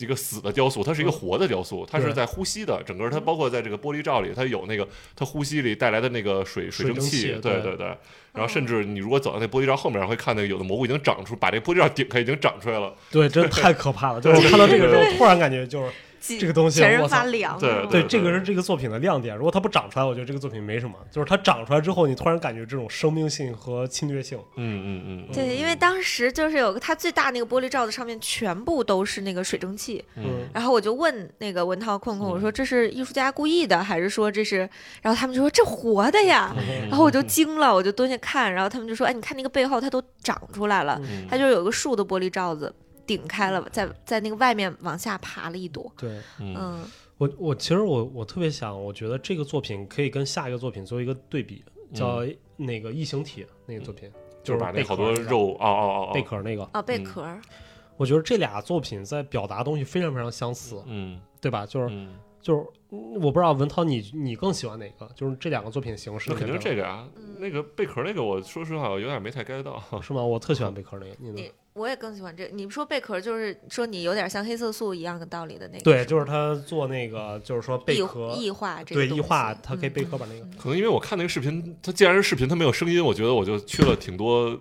S4: 一个死的雕塑，它是一个活的雕塑，它
S2: 嗯
S4: 是
S2: 对嗯
S4: 在呼吸的。整个它包括在这个玻璃罩里，它有那个它呼吸里带来的那个水
S2: 水
S4: 水蒸
S2: 蒸
S4: 气，
S2: 气
S4: 对
S2: 对
S4: 对对。
S3: 嗯
S4: 然后甚至你如果走到那玻璃罩后面，会看那个有的蘑菇已经长出，把这玻璃罩顶开，已经长出来了。
S2: 对，真太可怕了！就是我看到这个时候，突然感觉就是
S3: 鸡
S2: 这个东西啊
S3: 全
S2: 我
S3: 身
S2: 操
S3: 发凉，
S4: 对
S3: 是吗
S2: 对，这个是这个作品的亮点。如果它不长出来，我觉得这个作品没什么。就是它长出来之后，你突然感觉这种生命性和侵略性，
S4: 嗯嗯嗯，
S3: 对，因为当时就是有个它最大那个玻璃罩子上面全部都是那个水蒸气，
S4: 嗯
S3: 然后我就问那个文涛困困，我
S2: 嗯
S3: 说这是艺术家故意的，还是说这是？然后他们就说这活的
S2: 嗯
S3: 呀，
S4: 嗯
S3: 然后我就惊了，我就蹲下看，然后他们就说，哎，你看那个背后它都长出来了，
S4: 嗯
S3: 它就是有个树的玻璃罩子顶开了，在在那个外面往下爬了一朵，
S2: 对
S4: 嗯
S3: 嗯
S2: 我我其实我我特别想，我觉得这个作品可以跟下一个作品做一个对比，叫那个《异形体》那个作品，
S4: 嗯就是把那
S2: 贝
S4: 好
S2: 壳
S4: 多
S2: 那个
S4: 肉，哦哦哦
S2: 贝
S4: 哦，
S2: 壳那个。
S3: 啊，贝
S4: 嗯
S3: 壳儿，
S2: 我觉得这俩作品在表达东西非常非常相似，
S4: 嗯
S2: 对吧？就是
S4: 嗯，
S2: 就是，嗯我不知道文涛你你更喜欢哪个？就是这两个作品形式
S4: 那
S2: 里
S4: 肯
S2: 面的，
S4: 定是这个啊。那个贝壳那个，我说实话，我有点没太 get 到。
S2: 是吗？我特喜欢贝壳那个，你呢
S3: 你？我也更喜欢这。你说贝壳儿就是说你有点像黑色素一样的道理的那个，
S2: 对，就是他做那个，就是说贝
S3: 异
S2: 壳，
S3: 异化这个
S2: 对
S3: 东
S2: 异化，
S3: 西
S2: 他可以
S3: 嗯
S2: 贝壳把那个，
S4: 可能因为我看那个视频，它既然是视频，它没有声音，我觉得我就缺了挺多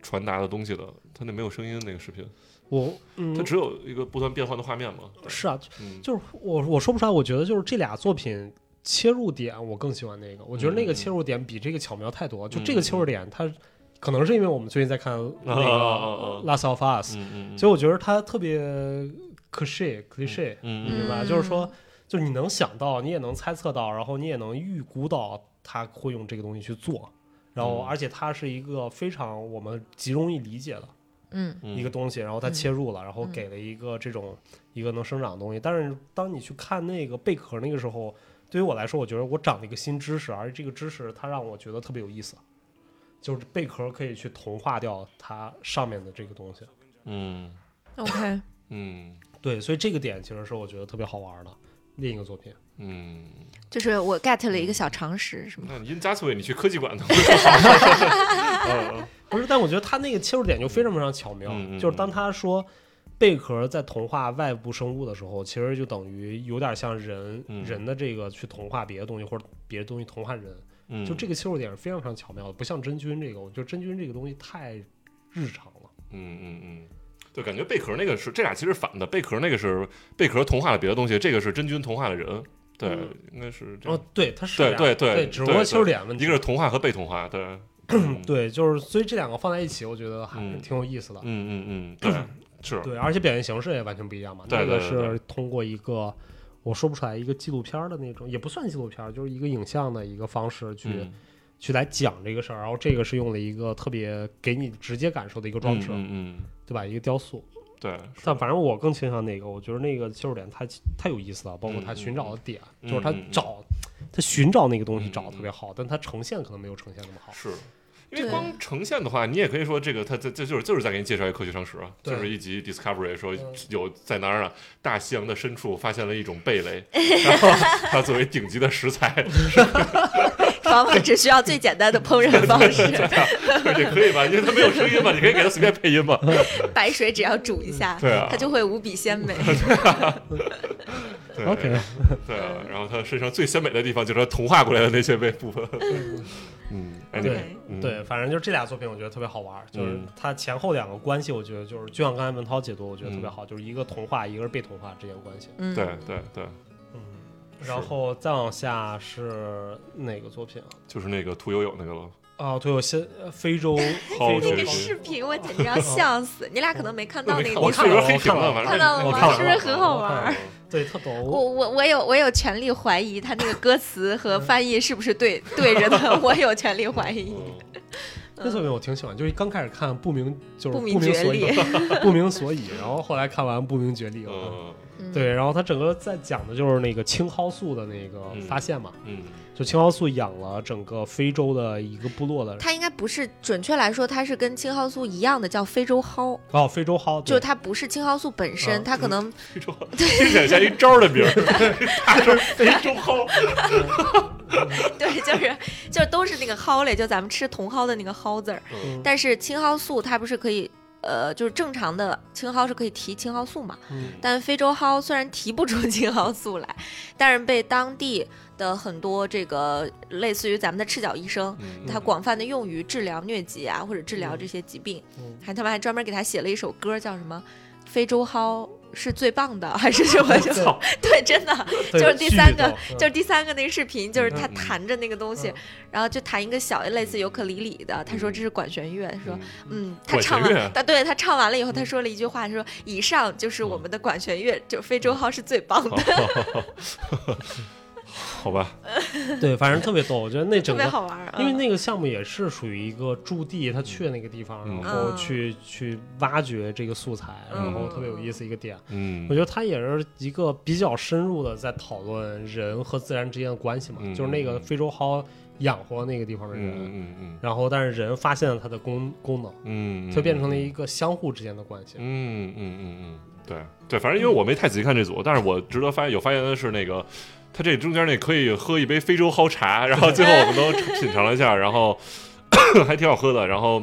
S4: 传达的东西的。它那没有声音那个视频，
S2: 我嗯
S4: 它，只有一个不断变换的画面嘛。对
S2: 是啊，
S4: 嗯，
S2: 就是我我说不出来，我觉得就是这俩作品切入点，我更喜欢那个，我觉得那
S4: 嗯
S2: 个
S4: 嗯
S2: 切入点比这个巧妙太多。就
S4: 嗯
S2: 这个切入点，它可能是因为我们最近在看那个
S4: 啊啊啊啊
S2: 《Last of Us
S4: 嗯嗯，》，
S2: 所以我觉得它特别 cliche cliche，
S4: 嗯
S2: 明
S4: 嗯
S2: 白？就是说，就是你能想到，你也能猜测到，然后你也能预估到他会用这个东西去做。然后，
S4: 嗯
S2: 而且它是一个非常我们极容易理解的
S3: 嗯
S4: 嗯
S2: 一个东西，然后它
S3: 嗯
S2: 切入了，然后
S3: 嗯
S2: 给了一个这种一个能生长的东西。但是当你去看那个贝壳那个时候，对于我来说，我觉得我长了一个新知识，而这个知识它让我觉得特别有意思，就是贝壳可以去同化掉它上面的这个东西。
S4: 嗯
S3: ，OK，
S4: 嗯
S2: 对，所以这个点其实是我觉得特别好玩的另一个作品。
S4: 嗯，
S3: [LAUGHS] 就是我 get 了一个小常
S2: [LAUGHS]
S3: 识，是吗？
S4: 那你印加斯韦，你去科技馆呢？
S2: 不是，但我觉得他那个切入点就非常非常巧妙，
S4: 嗯嗯嗯
S2: 就是当他说贝壳在同化外部生物的时候，其实就等于有点像人、
S4: 嗯
S2: 人的这个去同化别的东西，或者别的东西同化人，
S4: 嗯，
S2: 就这
S4: 个，
S2: 个切入点是非常非常巧妙的，不像真菌这个，我觉得真菌这个东西太日常了。
S4: 嗯嗯嗯。对，感觉贝壳那个是这俩其实反的，贝壳那个是贝壳同化了别的东西，这个是真菌同化了人，对，
S2: 嗯
S4: 应该是这
S2: 哦
S4: 样，，
S2: 对，它是
S4: 对
S2: 呀
S4: 对对
S2: 对只不
S4: 对
S2: 过
S4: 对
S2: 切入点问题，
S4: 一个是同化和被同化，
S2: [CLEARS THROAT]
S4: 对，嗯，
S2: 对，就是所以这两个放在一起，我觉得还是
S4: 嗯
S2: 挺有意思的。
S4: 嗯嗯
S2: [CLEARS THROAT]
S4: 嗯，对，是，
S2: 对，而且表现形式也完全不一样嘛。
S4: 对对对
S2: 那
S4: 对
S2: 个是通过一个我说不出来一个纪录片儿的那种，也不算纪录片儿，就是一个影像的一个方式去、
S4: 嗯
S2: 去来讲这个事儿。然后这个是用了一个特别给你直接感受的一个装置，
S4: 嗯嗯，嗯
S2: 对吧？一个雕塑。
S4: 对，
S2: 但反正我更倾向那个，我觉得那个切入点太太有意思了，包括他寻找的点，
S4: 嗯
S2: 就是他
S4: 嗯嗯
S2: 找他寻找那个东西
S4: 嗯
S2: 找得特别好，但他呈现可能没有呈现那么好。
S4: 是，因为
S3: 对
S4: 光呈现的话，你也可以说这个，它这这就是就是在给你介绍一个科学常识啊，
S2: 对
S4: 就是一集 Discovery 说
S2: 嗯
S4: 有在哪儿啊，大西洋的深处发现了一种贝雷，然后它作为顶级的食材，
S3: 方法只需要最简单的烹饪方
S2: [LAUGHS]
S3: 式，
S4: 对，可以吧？因为它没有声音嘛，你可以给它随便配音
S2: [LAUGHS]
S4: 嘛。
S3: 白水只要煮一
S2: 嗯
S3: 下，
S4: 对啊
S3: 它就会无比鲜
S2: [LAUGHS]
S3: 美。
S4: 对
S2: OK，
S4: 对啊，然后它身上最鲜美的地方就是它童话过来的那些部分。 [LAUGHS] 嗯，哎，你
S2: 对
S4: 嗯
S2: 对，反正就是这俩作品，我觉得特别好玩儿，就是
S4: 嗯
S2: 它前后两个关系，我觉得就是就像刚才文涛解读，我觉得特别好，就是一个童话，一个是被童话之间关系。嗯
S3: 嗯，
S4: 对对对，
S2: 然后再往下是哪个作品啊？
S4: 就是那个屠呦呦那个了。
S2: 啊，对，我先呃非洲，
S4: 好
S2: 非洲
S3: 那个
S4: 是
S3: 视频我简直要笑死！你俩可能没看到那个
S4: 我
S3: 地
S4: 看了，
S3: 方，
S4: 我黑屏了，反正
S3: 看到了
S2: 我
S3: 吗？
S2: 看了
S3: 是不是很好玩
S2: 我看
S3: 儿
S2: 了？对，特逗。
S3: 我我我有我有权利怀疑他那个歌词和翻译是不是对对
S2: [LAUGHS]
S3: 着的，我有权利怀疑。
S4: 嗯
S2: 那作品我挺喜欢，就是刚开始看嗯不明就是
S3: 不
S2: 明
S3: 明
S2: 所
S3: 觉
S2: 以
S3: 厉， [LAUGHS]
S2: [LAUGHS] 不明所以，然后后来看完不明觉厉了。
S4: 嗯
S2: 对，然后他整个在讲的就是那个青蒿素的那个
S4: 嗯
S2: 发现嘛，
S4: 嗯
S2: 就青蒿素养了整个非洲的一个部落的
S3: 它应该不是，准确来说，它是跟青蒿素一样的，叫非洲蒿，
S2: 哦，非洲蒿，
S3: 就是
S2: 对
S3: 它不是青蒿素本身，
S2: 嗯
S3: 它可能
S4: 非洲，听起来像一招的名儿，大招非洲蒿。
S3: [LAUGHS] 对，就是就是都是那个蒿类，就咱们吃茼蒿的那个蒿字儿。
S4: 嗯
S3: 但是青蒿素它不是可以，呃，就是正常的青蒿是可以提青蒿素嘛，
S2: 嗯
S3: 但非洲蒿虽然提不出青蒿素来，但是被当地的很多这个类似于咱们的赤脚医生，
S4: 嗯
S3: 它广泛的用于治疗疟疾啊，或者治疗这些疾病，
S2: 嗯
S3: 还他们还专门给他写了一首歌，叫什么“非洲蒿是最棒的”还是什么？ [LAUGHS] 就 [LAUGHS]
S2: 操
S3: 对，真的
S2: 对
S3: 就是第三个
S2: 巨，逗
S3: 就是第三个那个视频，就是他
S4: 嗯
S3: 弹着那个东西
S2: 嗯，
S3: 然后就弹一个小类似尤克里里的，他说
S4: 嗯
S3: 这是管弦乐，他说
S4: 嗯
S3: 嗯，他
S4: 管
S3: 唱
S4: 弦乐啊嗯
S3: 完，他对他唱完了以后，他说了一句话，他说：“以上就是我们的管弦乐，就非洲号是最棒的， [LAUGHS]
S4: 好吧，
S2: 对，反正特别逗，我觉得那
S3: 特
S2: 整
S3: 别
S2: 个。
S3: 好玩嗯儿。”啊
S2: 因为那个项目也是属于一个驻地，他去那个地方，
S4: 嗯
S2: 然后
S3: 嗯
S2: 去去挖掘这个素材，
S3: 嗯
S2: 然后特别有意思一个点。
S4: 嗯
S2: 我觉得他也是一个比较深入的在讨论人和自然之间的关系嘛，
S4: 嗯
S2: 就是那个非洲蒿养活那个地方的人，
S4: 嗯嗯
S2: 然后但是人发现了它的功功能，
S4: 嗯嗯，
S2: 就变成了一个相互之间的关系。
S4: 嗯嗯嗯嗯，对对，反正因为我没太仔细看这组，但是我值得发现有发现的是那个。他这中间那可以喝一杯非洲蒿茶，然
S3: [LAUGHS]
S4: 后最后我们都品尝了一下，然后还挺好喝的。然后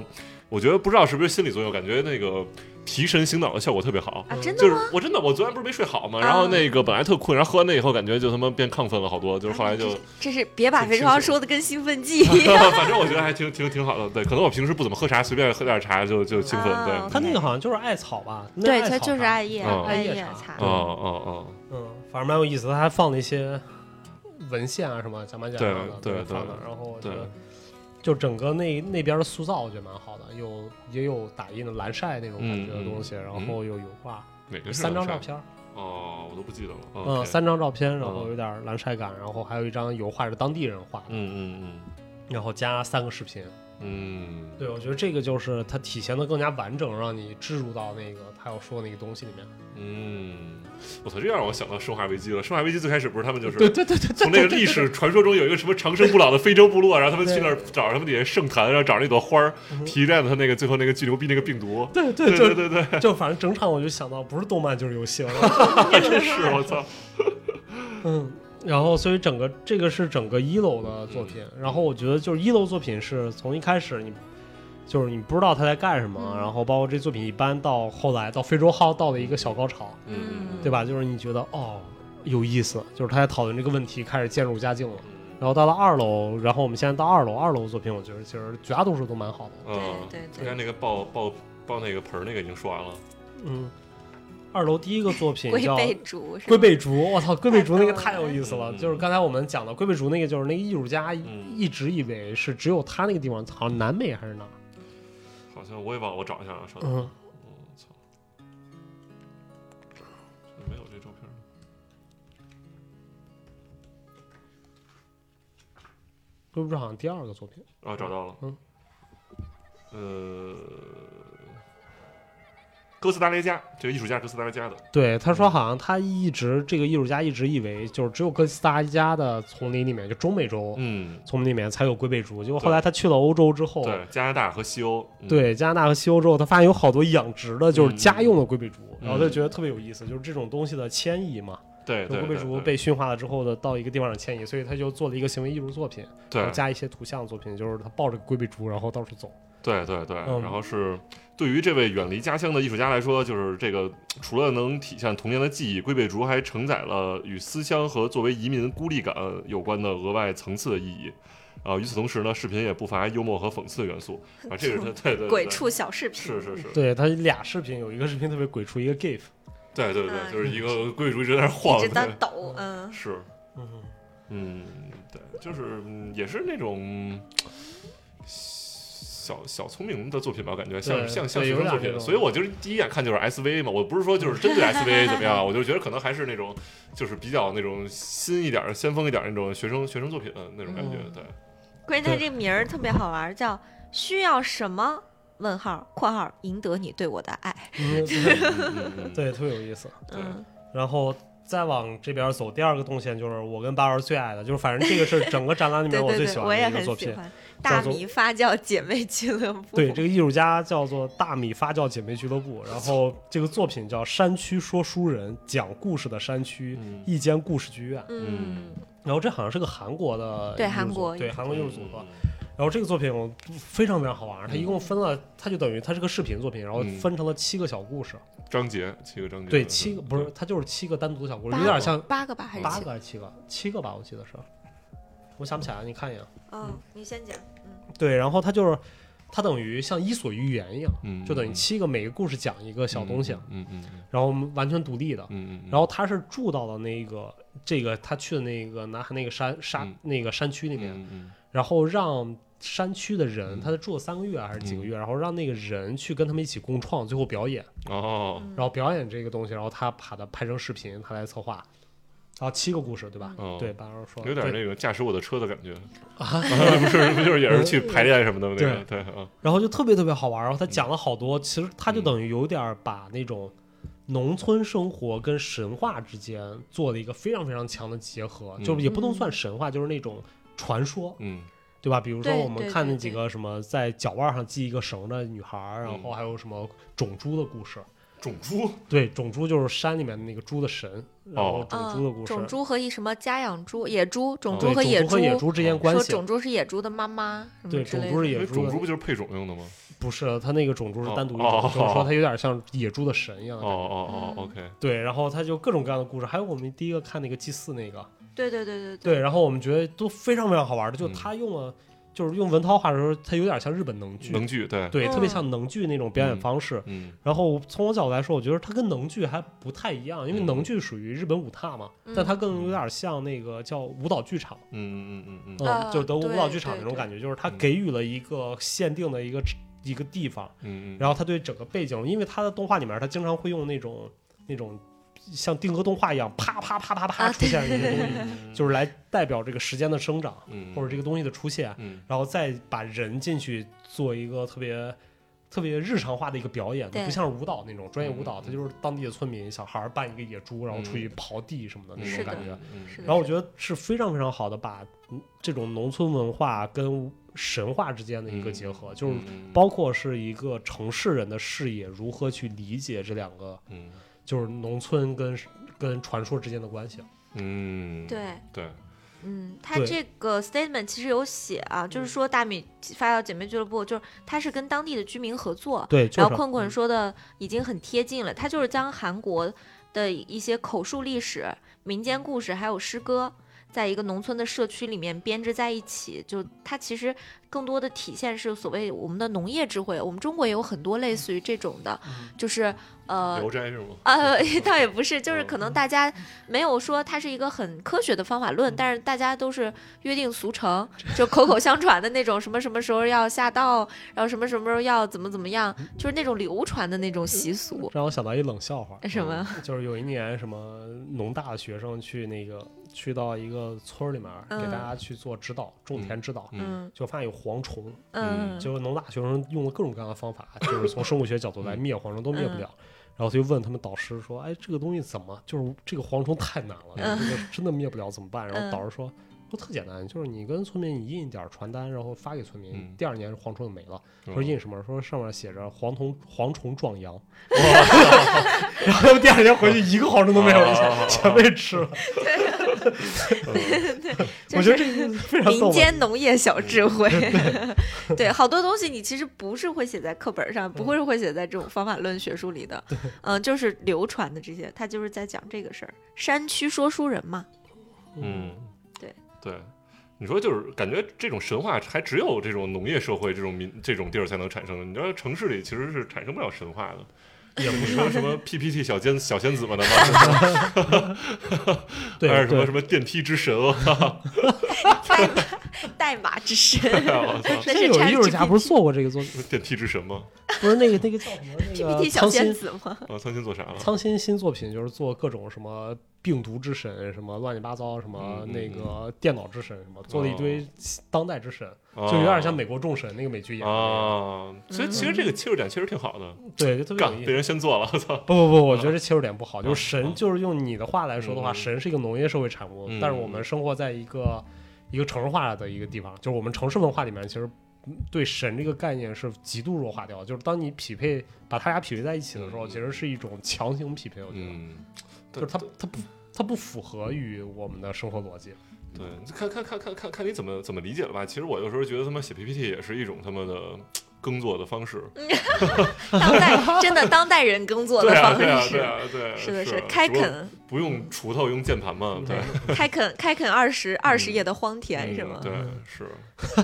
S4: 我觉得不知道是不是心理作用，感觉那个提神醒脑的效果特别好。
S3: 啊，真的
S4: 就是
S3: 吗？啊
S4: 我真的我昨天不是没睡好嘛，然后那个本来特困，然后喝完那以后感觉就他妈变亢奋了好多，就是后
S3: [LAUGHS]
S4: 来就 [LAUGHS] 啊
S3: 这是别把
S4: 挺
S3: 非
S4: 清
S3: 洲号
S4: 醒
S3: 说的跟兴奋剂一样。
S4: 反正我觉得还挺挺挺好的，对，可能我平时不怎么喝茶，随便喝点茶就就兴奋，对
S3: 啊，
S2: 他那个好像就是艾草吧？那
S3: 对，
S2: 艾
S3: 它
S2: 草
S3: 就是
S2: 茶
S3: 艾叶，
S4: 嗯
S3: 艾
S2: 艾叶
S3: 叶
S2: 茶
S3: 茶。
S4: 哦哦哦，
S2: 嗯，反正蛮有意思的。他还放了一些文献啊什么讲吧讲吧的，
S4: 对对
S2: 都放的
S4: 对。
S2: 然后我觉
S4: 对
S2: 得，就整个那那边的塑造，我觉得蛮好的，有也有打印的蓝晒那种感觉的东西，
S4: 嗯嗯
S2: 然后有油画，
S4: 哪个是
S2: 三张
S4: 蓝
S2: 照
S4: 晒
S2: 片儿，
S4: 哦，我都不记得了。
S2: 嗯，
S4: OK
S2: 三张照片，然后有点蓝晒感，然后还有一张油画是当地人画的，
S4: 嗯
S2: 然后加三个视频。
S4: 嗯嗯
S2: 对，我觉得这个就是它体现的更加完整，让你置入到那个他要说的那个东西里面。
S4: 嗯嗯，我操，这让我想到《生化危机》了。《生化危机》最开始不是他们就是
S2: 对对对对，
S4: [LAUGHS] 从那个历史传说中有一个什么长生不
S2: [LAUGHS]
S4: 老的非洲部落，然后他们
S2: 对
S4: 去那儿找他们底下圣坛，然后找那朵花儿提炼他那个最后那个巨牛逼那个病毒。
S2: 对 [LAUGHS] 对
S4: 对
S2: 对
S4: 对对
S2: [LAUGHS]
S4: 对，[LAUGHS]
S2: 就反正整场我就想到，不是动漫就是游戏了。
S4: 还真是我操。
S2: 嗯，然后所以整个这个是整个一楼的作品，然后我觉得就是一楼作品是从一开始你就是你不知道他在干什么，
S3: 嗯
S2: 然后包括这作品一般到后来到非洲号到了一个小高潮，
S3: 嗯
S2: 对吧？就是你觉得哦有意思，就是他在讨论这个问题，开始渐入佳境了。
S4: 嗯？
S2: 然后到了二楼，然后我们现在到二楼，二楼作品我觉得其实绝大多数都蛮好的，
S4: 嗯，
S3: 对对对
S4: 刚才那个爆爆爆那个盆儿那个已经说完了。
S2: 嗯。二楼第一个作品
S3: 龟
S2: 叫
S3: 背竹是
S2: 龟
S3: 吗？
S2: 背竹，我操，龟背竹那个
S3: 太
S2: 太
S3: 逗了
S2: 有意思了。
S4: 嗯
S2: 就是刚才我们讲的龟背竹那个，就是那个艺术家一
S4: 嗯
S2: 一直以为是只有他那个地方，好像南美还是哪儿，
S4: 好像我也忘了，我找一下啊，稍等。我、
S2: 嗯，
S4: 操，这没有这照片儿。
S2: 龟背竹好像第二个作品，
S4: 啊，找到了。
S2: 嗯。
S4: 呃，哥斯达黎加这个艺术家哥斯达黎加的。
S2: 对，他说好像他一直这个艺术家一直以为就是只有哥斯达黎加的丛林里面，就中美洲
S4: 嗯，
S2: 丛林里面才有龟背竹，结果后来他去了欧洲之后。
S4: 对，加拿大和西欧。嗯、
S2: 哦对加拿大和西欧之后，他发现有好多养殖的，就是家用的龟背竹，
S4: 嗯
S2: 然后他就觉得特别有意思，就是这种东西的迁移嘛。
S4: 对
S2: 就
S4: 对
S2: 湖北
S4: 对
S2: 主播
S4: 对
S2: 被驯化了之后的，到一个地方上迁移，所以他就做了一个行为艺术作品，然后
S4: 对
S2: 加一些图像作品，就是他抱着龟背猪，然后到处走。
S4: 对对对，
S2: 嗯
S4: 然后是对于这位远离家乡的艺术家来说，就是这个除了能体现童年的记忆，龟背竹还承载了与思乡和作为移民孤立感有关的额外层次的意义。啊、与此同时呢，视频也不乏幽默和讽刺元素啊，这
S3: [LAUGHS]
S4: 个是对对对
S3: 鬼
S4: 对
S3: 畜小视频，
S4: 是是是，
S2: 对他俩视频，有一个视频特别鬼畜，一个 GIF，
S4: 对对对，
S3: 嗯
S4: 就是一个龟背竹一直在那儿晃
S3: 一，直在
S4: 对
S2: [LAUGHS]
S3: 抖，嗯，
S4: 是，
S2: 嗯，
S4: 嗯，对，就是嗯也是那种小小聪明的作品吧，我感觉像
S2: 对
S4: 像像
S2: 对
S4: 学
S2: 有
S4: 生
S2: 点
S4: 作
S2: 那
S4: 品，
S2: 种
S4: 所以我就是第一眼看就是 SV 嘛，我不是说就是针对
S3: [LAUGHS]
S4: SV 怎么样，我就觉得可能还是那种就是比较那种新一点儿、先锋一点儿那种学生学生作品那种感觉，
S2: 嗯
S4: 对，
S3: 关键它这名儿特别好玩儿，叫需要什么？问号（括号）赢得你对我的爱。
S2: 嗯对
S4: 嗯嗯嗯
S2: [LAUGHS] 对，特别有意思。
S4: 对
S3: 嗯，
S2: 然后再往这边走，第二个动线就是我跟巴尔最爱的，就是反正这个是整个展览里
S3: 对
S2: 面我
S3: 对
S2: 最
S3: 对，
S2: 喜
S3: 我
S2: 欢
S3: 也
S2: 的一个
S3: 很
S2: 作
S3: 喜
S2: 品。
S3: 欢。
S2: 叫
S3: 大
S2: 做
S3: 米发酵姐妹俱乐部。
S2: 对，这个艺术家叫做大米发酵姐妹俱乐部，然后这个作品叫《山区说书人》，讲故事的山区
S4: 嗯
S2: 一间故事剧院。
S3: 嗯，
S2: 然后这好像是个韩国的
S3: 对
S2: 艺术
S3: 韩
S2: 组
S3: 国
S2: 对韩国艺术组合。
S4: 嗯
S2: 然后这个作品我非常非常好玩，它一共分了，它就等于它是个视频作品，然后
S4: 嗯
S2: 分成了七个小故事。
S4: 章节七个章节，嗯
S2: 对，七个不是，它就是七个单独的小故事，
S3: 八
S2: 有点像
S3: 八个嗯吧，还是
S2: 嗯八
S3: 几
S2: 个还是七个？七个吧，我记得是。我想不起来，你看一眼。
S3: 嗯，你先讲。嗯，
S2: 对，然后它就是，它等于像《伊索寓言》一样，
S4: 嗯，
S2: 就等于七个每个故事讲一个小东西，
S4: 嗯，嗯嗯
S2: 然后我们完全独立的。
S4: 嗯嗯嗯，
S2: 然后他是住到了那个这个他去的那个南韩那个山山、
S4: 嗯
S2: 那个山区里面，
S4: 嗯嗯
S2: 然后让山区的人，
S4: 嗯
S2: 他住了三个月还是几个月，然后让那个人去跟他们一起共创，最后表演，
S4: 嗯哦，
S2: 然后表演这个东西，然后他把它拍成视频，他来策划，然后七个故事对吧？
S4: 哦
S2: 对，八二说
S4: 有点
S2: 对
S4: 那个驾驶我的车的感觉啊，不是不就是也是去排练什么的那个，对啊，
S2: 然后就特别特别好玩儿，然后他讲了好多，其实他就等于有点儿把那种农村生活跟神话之间做了一个非常非常强的结合，
S4: 嗯
S2: 就是也不能算神话，就是那种传说，
S4: 嗯
S2: 对吧？比如说
S3: 对
S2: 我们
S3: 对
S2: 看那
S3: 对
S2: 几
S3: 对
S2: 个什么在脚腕上系一个绳的女孩儿，然后
S4: 嗯
S2: 还有什么种猪的故事，
S4: 种猪，
S2: 对，种猪就是山里面的那个猪的神，然后
S4: 哦
S2: 种猪的故
S3: 嗯
S2: 事，啊
S3: 种猪和一什么家养猪、野猪，种
S4: 哦
S2: 对，
S3: 猪和野
S2: 种猪和野猪之间关
S3: 说
S2: 系，
S3: 种猪是野猪的妈妈，什么
S2: 对，
S3: 之
S2: 种
S3: 类
S2: 猪
S3: 的
S2: 是
S4: 因
S2: 野
S4: 为
S2: 猪
S4: 种
S2: 的
S4: 猪不就是配种用的吗？
S2: 不是，它那个种猪是
S4: 哦
S2: 单独一
S4: 哦
S2: 种，就是
S4: 哦
S2: 说它有点像野猪的神一样的
S4: 哦
S2: 感觉。
S4: 哦哦
S3: 嗯
S4: ，OK，
S2: 对，然后他就各种各样的故事，还有我们第一个看那个祭祀那个，
S3: 对对对对对。
S2: 对，然后我们觉得都非常非常好玩的，就
S4: 嗯
S2: 他用了，就是用文涛话说，他有点像日本能剧，
S4: 能剧对，
S2: 对，
S3: 嗯
S2: 特别像能剧那种表演方式。
S4: 嗯
S2: 然后从我角度来说，我觉得它跟能剧还不太一样，因
S4: 嗯
S2: 为能剧属于日本舞踏嘛，
S3: 嗯
S2: 但它更有点像那个叫舞蹈剧场，
S4: 嗯嗯嗯
S2: 嗯，
S3: 啊
S2: 就是德国舞
S3: 对
S2: 蹈剧场
S3: 对
S2: 那种
S3: 对
S2: 感觉，就是它给予了一个限定的一个一个地方，
S4: 嗯嗯，
S2: 然
S4: 后
S2: 后他对整个背景，因为他的动画里面，他经常会用那种那种像定格动画一样，啪啪啪啪啪
S3: 啊
S2: 出现的那
S3: 对
S2: 个东西，就是来代表这个时间的生长，
S4: 嗯
S2: 或者这
S4: 个
S2: 个东西的出现，
S4: 嗯
S2: 然后再把人进去做一个特别特别日常化的一个表演，
S3: 对
S2: 不像是舞蹈那种专业舞蹈，
S4: 嗯
S2: 他就是当地的村民小孩儿扮一个野猪，然后出去刨地什么的那
S3: 是
S2: 种
S3: 的嗯
S2: 感觉。，
S3: 是的
S2: 然后我觉得是非常非常好的，把嗯这种农村文化跟神话之间的一个结
S3: 嗯
S2: 合，就是包括是一个城市人的视野如何去理解这两个，
S4: 嗯
S2: 就是农村跟跟传说之间的关系。
S4: 嗯
S3: 对
S4: 对，
S3: 嗯，他
S2: 对
S3: 这个 statement 其实有写啊，就是说大米发酵姐妹俱乐部，就是它是跟当地的居民合作，
S2: 对，就
S3: 然
S2: 是
S3: 后困困说的已经很贴近了，他就是将韩国的一些口述历史、民间故事还有诗歌，在一个农村的社区里面编织在一起，就它其实更多的体现是所谓我们的农业智慧。我们中国也有很多类似于这种的，就是呃
S4: 聊斋是吗？
S3: 啊， [LAUGHS] 倒也不是，就是
S4: 嗯
S3: 可能大家没有说它是一个很科学的方法论，但是大家都是约定俗成，就口口相传的那种，什么什么时候要下道，然后什么什么时候要怎么怎么样，就是那种流传的那种习俗。
S2: 让我想到一冷笑话，
S3: 什么？
S2: [LAUGHS]
S4: 嗯
S2: 就是有一年什么农大的学生去那个去到一个村儿里面儿给
S3: 嗯
S2: 大家去做指导，种田指导。
S4: 嗯
S3: 嗯
S2: 就发现有蝗虫，
S3: 嗯，
S2: 结果农大学生用了各种各样的方法，就是从生物学角度来灭蝗虫都灭不了。
S3: 嗯
S2: 然后他就问他们导师说：“哎，这个东西怎么就是这个蝗虫太难了，
S4: 嗯
S3: 嗯
S2: 这个真的灭不了怎么办？”然后导师说：“不特简单，就是你跟村民你印一点传单，然后发给村民，
S4: 嗯
S2: 第二年蝗虫就没了。
S4: 是吧
S2: 说印什么？说上面写着蝗虫蝗虫壮阳，
S4: [LAUGHS]
S2: 然后第二年回去一个蝗虫都没有，
S4: 啊
S2: 全被吃了。
S3: 就
S2: 我觉得
S3: 是
S2: 这个非常
S3: 民
S2: 逗吧。
S3: 间农业小智慧。对，好多东西你其实不是会写在课本上，不会是会写在这种方法论学术里的。嗯，就是流传的这些，他就是在讲这个事儿。山区说书人嘛，
S4: 嗯，
S3: 对
S4: 对，你说就是感觉这种神话还只有这种农业社会这种民这种地儿才能产生。你知道城市里其实是产生不了神话的，也不说什么 PPT 小仙小仙子嘛，难道是
S2: 对
S4: 还是什么
S2: 对
S4: 什么电梯之神？啊我操！
S3: 代码代码之神，
S4: [LAUGHS] 我操
S3: 那
S2: 这
S3: 是
S2: 有艺术
S3: ChatGPT
S2: 家不是做过这个作品？
S4: [LAUGHS] 电梯之神吗？
S2: 不是那个那个叫什么？那个
S3: PPT 小
S2: 呃苍
S3: 仙
S2: 心
S3: 子吗？ [LAUGHS]
S4: 啊，苍心做啥了？
S2: 苍心新作品就是做各种什么病毒之神，什么乱七八糟，什么
S4: 嗯嗯哦
S2: 那个电脑之神，什么做了一堆当代之神，
S4: 就
S2: 就有点像美国众神那个嗯美剧演的那
S4: 啊。所以其实这个切入点确实挺好的，
S2: 个，对，就特别
S4: 干
S2: 有意
S4: 被
S2: 思。
S4: 人先做了，我操！
S2: 不不不，我觉得这切入点不好，就
S4: 啊
S2: 是神，就是用你的话来说的话，
S4: 嗯
S2: 神是一个农业社会产物，
S4: 嗯
S2: 但是我们生活在一个一个城市化的一个地方，就是我们城市文化里面其实。对神这个概念是极度弱化掉的，就是当你匹配把它俩匹配在一起的时候，
S4: 嗯
S2: 其实是一种强行匹配。我觉得，
S4: 嗯，
S2: 就
S4: 对
S2: 是它它不它不符合于我们的生活逻辑。
S4: 对，看看看看看看你怎么怎么理解了吧。其实我有时候觉得他妈写 PPT 也是一种他妈的耕作的方式，
S3: 当代真的当代人耕作的
S4: 对啊
S3: 方
S4: 对啊对
S3: 式。
S4: 啊对啊，
S3: [LAUGHS] 是的，
S4: 是
S3: 是开，垦，
S4: 不不用锄头，用键盘嘛，对，
S3: 开垦，开垦二十二十页的荒田
S4: 嗯
S3: 嗯是吗？
S4: 对，是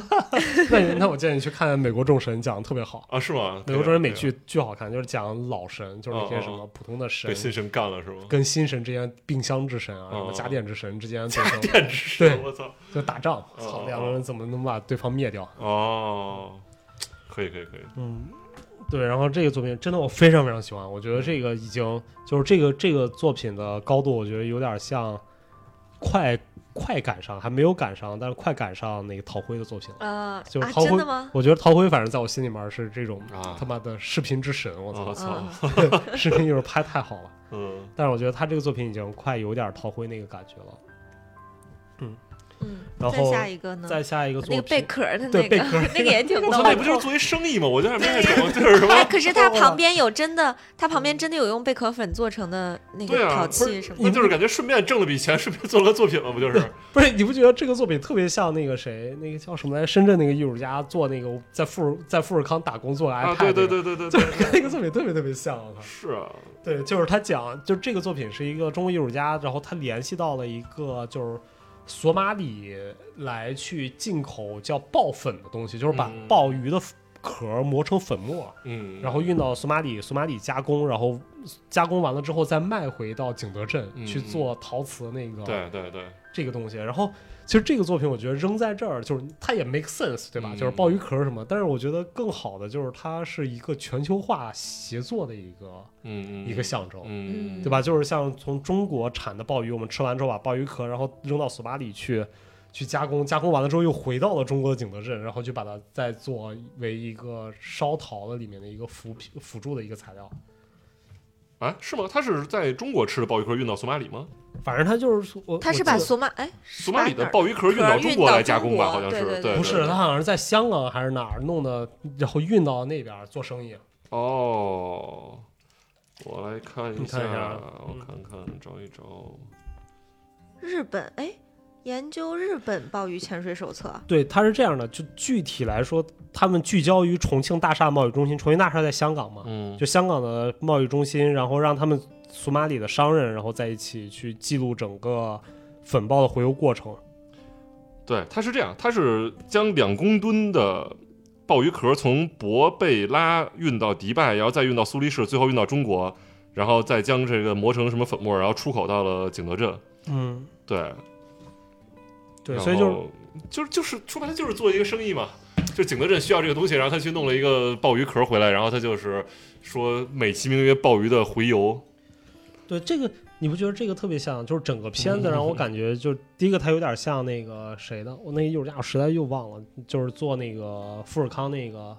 S2: 那你那我建议你去看《美国众神》，讲的特别好。
S4: 啊，是吗？
S2: 美
S4: 对
S2: 国
S4: 啊
S2: 众神美
S4: 对啊
S2: 剧巨好看，就是讲老神，就是那些什
S4: 哦
S2: 么普通的神
S4: 被新神干了是吗？
S2: 跟新神之间并相之神啊，什
S4: 嗯哦
S2: 么家电之神之间
S4: [LAUGHS] 家
S2: 就
S4: 电之神，
S2: 对
S4: 我操！
S2: 就打仗，
S4: 哦
S2: 操，两个人怎么能把对方灭掉？
S4: 哦，可以可以可以，
S2: 嗯，对。然后这个作品真的我非常非常喜欢，我觉得这个已经就是这个这个作品的高度，我觉得有点像快快赶上，还没有赶上，但是快赶上那个陶辉的作品了。
S3: 呃
S2: 就
S3: 啊
S2: 是，陶辉
S3: 真的吗？
S2: 我觉得陶辉，反正在我心里面是这种
S4: 啊哦
S2: 他妈的视频之神，我操，
S4: 我操，
S3: 嗯，
S2: 视频就是拍太好了。
S4: 嗯
S2: 但是我觉得他这个作品已经快有点陶辉那个感觉了。
S4: [LAUGHS]
S3: 嗯，
S2: 然
S3: 再
S2: 后
S3: 下一个呢？
S2: 再下一个
S3: 那
S2: 作
S3: 个贝
S2: 品，
S3: 壳儿的
S2: 对
S3: 那
S2: 贝
S3: 个，
S2: 壳
S3: [LAUGHS] 那个也挺
S4: 我
S3: 逗
S4: 操，那不就是
S3: 的。
S4: 作为生意吗？我就还没太懂，就是
S2: [LAUGHS]
S4: 什么
S3: 哎，可是它
S2: 我
S3: 旁边有真的，它旁边真的有用贝壳粉做成的那
S4: 嗯对
S3: 个
S4: 啊，
S3: 陶
S4: 不是
S3: 器什，么
S4: 那
S3: 的。
S4: 就是感觉顺便挣了笔
S2: [LAUGHS]
S4: 钱，顺便做了个作品嘛，不就是？
S2: 不是你不觉得这个作品特别像那个谁，那个叫什么来，深圳那个艺术家做那个在富士在富士康打工做的 iPad，、
S4: 啊，对对，对对对对，
S2: [LAUGHS] 那个作品特别特别像，我靠。
S4: [LAUGHS] 是啊，
S2: 对，就是他讲，就这个作品是一个中国艺术家，然后他联系到了一个就是索马里来去进口叫鲍粉的东西，就是把
S4: 嗯
S2: 鲍鱼的壳磨成粉末，
S4: 嗯，
S2: 然后运到索马里，索马里加工，然后加工完了之后再卖回到景德镇、
S4: 嗯
S2: 去做陶瓷那个
S4: 对对对，
S2: 这个东西。然后其实这个作品我觉得扔在这儿就是它也 make sense，对吧？
S4: 嗯
S2: 就是鲍鱼壳什么，但是我觉得更好的就是它是一个全球化协作的一个、
S4: 嗯嗯
S2: 一个象征。
S4: 嗯，
S2: 对吧？就是像从中国产的鲍鱼，我们吃完之后把鲍鱼壳，然后扔到索马里去，去加工，加工完了之后又回到了中国的景德镇，然后就把它再做为一个烧陶的里面的一个辅品辅助的一个材料。
S4: 啊，是吗？他是在中国吃的鲍鱼壳运到索马里吗？
S2: 反正它就是说我，
S3: 它是
S2: 我
S3: 把
S2: 记得
S3: 索马哎，
S4: 索马里
S3: 哪
S4: 的
S3: 儿
S4: 鲍鱼壳运到中国来加工吧，好
S3: 壳运到中国
S4: 像
S3: 对
S4: 是，
S3: 对
S4: 对，
S2: 不是，
S4: 对
S2: 它好像是在香港还是哪儿弄的，然后运到那边儿做生意。
S4: 哦，我来看一
S2: 你看一下
S4: 我
S2: 嗯
S4: 看看找一找，
S3: 日本哎，研究日本鲍鱼潜水手册，
S2: 对，它是这样的，就具体来说，他们聚焦于重庆大厦贸易中心，重庆大厦在香港嘛，
S4: 嗯，
S2: 就香港的贸易中心，然后让他们索马里的商人，然后在一起去记录整个粉豹的回游过程。
S4: 对，它是这样，它是将两公吨的鲍鱼壳从博贝拉运到迪拜，然后再运到苏黎世，最后运到中国，然后再将这个磨成什么粉末，然后出口到了景德镇。
S2: 嗯，
S4: 对，
S2: 对，
S4: 然
S2: 所以就是
S4: 后就是就是说白了就是做一个生意嘛。就景德镇需要这个东西，然后他去弄了一个鲍鱼壳回来，然后他就是说美其名曰鲍鱼的回游，
S2: 对这个，你不觉得这个特别像？就是整个片
S3: 嗯
S2: 子让我感觉就，第一个它有点像那个谁的，我那个艺术哎家我实在又忘了，就是做那个富士康那个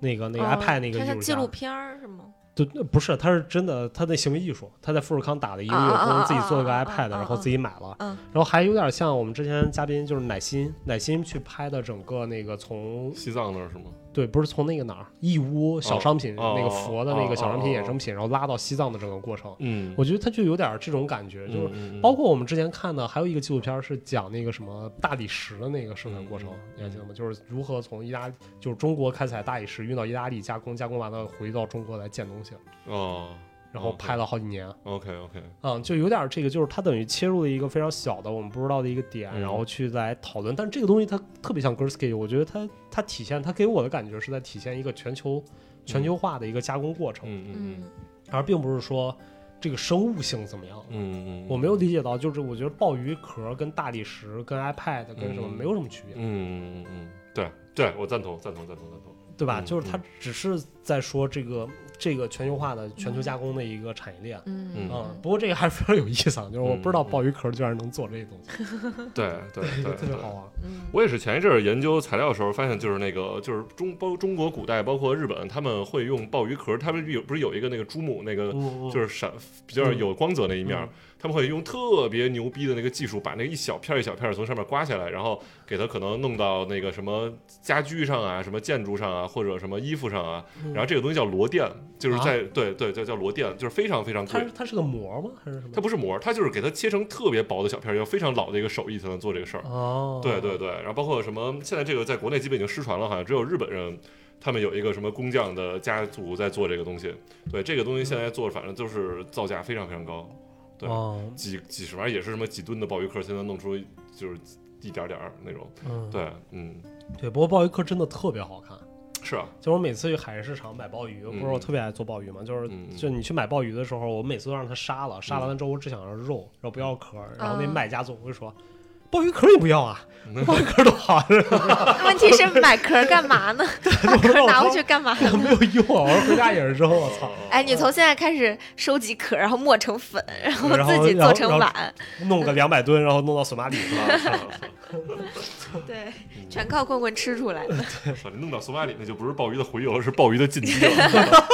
S2: 那个那个
S3: 哦
S2: iPad 那个
S3: 它
S2: 艺
S3: 像
S2: 术
S3: 纪录
S2: 家。
S3: 片儿是吗？
S2: 对，不是，他是真的，他那行为艺术，他在富士康打的一个
S3: 啊
S2: 月
S3: 啊啊
S2: 工，自己做了个
S3: 啊啊
S2: iPad，
S3: 啊
S2: 然后自己买了，
S3: 嗯
S2: 然后还有点像我们之前嘉宾就是乃心，乃心去拍的整个那个从
S4: 西藏那儿是吗？
S2: 对，不是从那个哪儿义乌小商品、
S4: 哦
S2: 那个佛的那个小商品
S4: 哦哦哦
S2: 衍生品，然后拉到西藏的整个过程，
S4: 嗯，
S2: 我觉得他就有点这种感觉，就是
S4: 是
S2: 包括我们之前看的，还有一个纪录片儿是讲那个什么大理石的那个生产过程
S4: 嗯，
S2: 你还记得吗？就是如何从意大就是中国开采大理石运到意大利加工，加工完了回到中国来建东西，
S4: 哦
S2: 然后
S4: 哦
S2: 拍了好几年。
S4: ，OK OK，
S2: 嗯，就有点这个，就是它等于切入了一个非常小的我们不知道的一个点，
S4: 嗯
S2: 然后去来讨论。但是这个东西它特别像 Gursky，我觉得它它体现它给我的感觉是在体现一个全球全球化的一个加工过程，
S4: 嗯嗯
S3: 嗯
S2: 而并不是说这个生物性怎么样。
S4: 嗯嗯，
S2: 我没有理解到，就是我觉得鲍鱼壳跟大理石、跟 iPad、跟什么
S4: 嗯
S2: 没有什么区别，
S4: 嗯嗯嗯嗯，对对，我赞同赞同赞同赞同，
S2: [LAUGHS] 对吧？
S4: 嗯
S2: 就是它
S4: 嗯
S2: 只是在说这个这个全球化的全球加工的一个产业链。
S3: 嗯
S4: 嗯
S2: 嗯，不过这个还是非常有意思啊，就是我不知道鲍鱼壳居然能做这些东西，
S4: 对对对
S2: 特别好
S4: 对。
S2: 玩。
S3: 嗯
S4: 我也是前一阵儿研究材料的时候，发现就是那个就是中包中国古代，包括日本，他们会用鲍鱼壳，他们有不是有一个那个珠母那个
S2: 嗯
S4: 就是闪比较有光泽那一面儿
S2: 嗯，
S4: 他们会用特别牛逼的那个技术，把那一小片儿一小片儿从上面刮下来，然后给它可能弄到那个什么家居上啊、什么建筑上啊，或者什么衣服上啊。
S2: 嗯
S4: 然后这个东西叫螺钿，就是在对对对叫螺钿，就是非常非常
S2: 啊它
S4: 贵
S2: 是。它是个膜吗？还是什么？
S4: 它不是膜儿，它就是给它切成特别薄的小片儿，要非常老的一个手艺才能做这个事儿。
S2: 哦，
S4: 对对对，然后包括什么，现在这个在国内基本已经失传了，好像只有日本人他们有一个什么工匠的家族在做这个东西。对，这个东西现在做，反正就是造价非常非常高，对
S2: 哦，
S4: 几几十万也是什么几吨的鲍鱼壳，现在弄出就是一点点儿那种。
S2: 嗯，
S4: 对，嗯，
S2: 对。不过鲍鱼壳真的特别好看，
S4: 是啊，
S2: 就我每次去海鲜市场买鲍鱼，不是我特别爱做鲍鱼嘛，就是
S4: 嗯嗯嗯嗯
S2: 就你去买鲍鱼的时候，我每次都让它杀了，杀完了之后我只想要肉，然后不要壳，然后那
S3: 哦
S2: 卖家总会说。鲍鱼壳也不要
S4: [LAUGHS]
S2: 啊，鲍鱼壳多好
S3: [LAUGHS]
S2: 啊，是吧？
S3: 问题是买壳干
S2: [LAUGHS]
S3: 嘛呢？把壳拿回去干嘛？
S2: 没有用啊！我说回家也是扔，我操，
S3: [LAUGHS]
S4: 啊
S3: 哎，你从现在开始收集壳，然后磨成粉，然后
S2: 然后
S3: 自己
S2: 然后
S3: 做成碗，
S2: 弄个两百吨，然后弄到索马里 [LAUGHS] 去
S4: 啊
S2: 了。
S3: 对，
S2: 嗯
S3: 全靠棍棍吃出来的。
S4: 反啊正弄到索马里那就不是鲍鱼的洄游，是鲍鱼的进击了，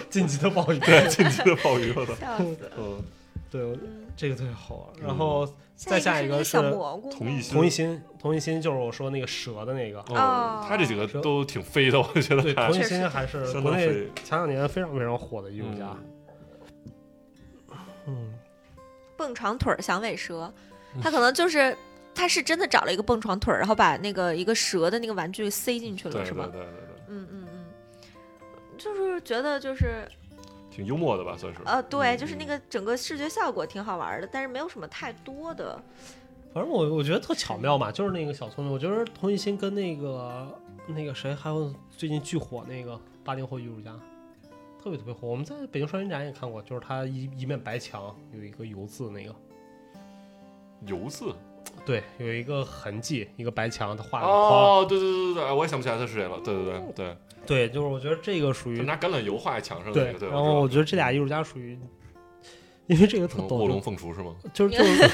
S2: [LAUGHS] 晋级的鲍鱼，
S4: 对，进击的鲍鱼了
S2: [LAUGHS]
S4: 的。
S3: 笑死！
S2: 哦
S3: 嗯
S4: 嗯，
S2: 对，我这个特别好玩。然后再下一
S3: 一
S2: 个
S3: 是那小
S2: 是
S3: 蘑菇吗，
S4: 同意心
S2: 同一心，同一心就是我说那个蛇的那个，
S4: 哦，他这几个都挺飞的，我觉得
S2: 对，
S4: 他
S2: 同一
S3: 确实
S2: 心还是
S4: 相
S2: 国
S4: 当
S2: 内
S4: 飞
S2: 前两年非常非常火的艺术家。嗯，
S3: 蹦床腿儿响尾蛇，它可能就是。它是真的找了一个蹦床腿儿，然后把那个一个蛇的那个玩具塞进去
S4: 对
S3: 了，
S4: 嗯对
S3: 是
S4: 对
S3: 吗
S4: 对？对，
S3: 嗯嗯嗯，就是觉得就是
S4: 挺幽默的吧，算是。
S3: 呃，对，就是那个整个视觉效果挺好玩的，但是没有什么太多的。
S2: 反正我我觉得特巧妙嘛，就是那个小聪明。我觉得同一心跟那个那个谁，还有最近巨火那个八零后艺术家，特别特别火。我们在北京双年展也看过，就是他一一面白墙有一个油渍那个，
S4: 油渍。
S2: 对，有一个痕迹，一个白墙，他画了个框。
S4: 哦，对对对对对，我也想不起来他是谁了。对对
S2: 哦
S4: 对对，
S2: 对，就是我觉得这个属
S4: 他
S2: 于
S4: 们拿橄榄油画在墙上的
S2: 对
S4: 那个，，对。
S2: 然后我觉得这俩艺术家属于，因为这个
S4: 什
S2: 特
S4: 么嗯卧
S2: 逗，
S4: 龙凤雏是吗？
S2: 就是就是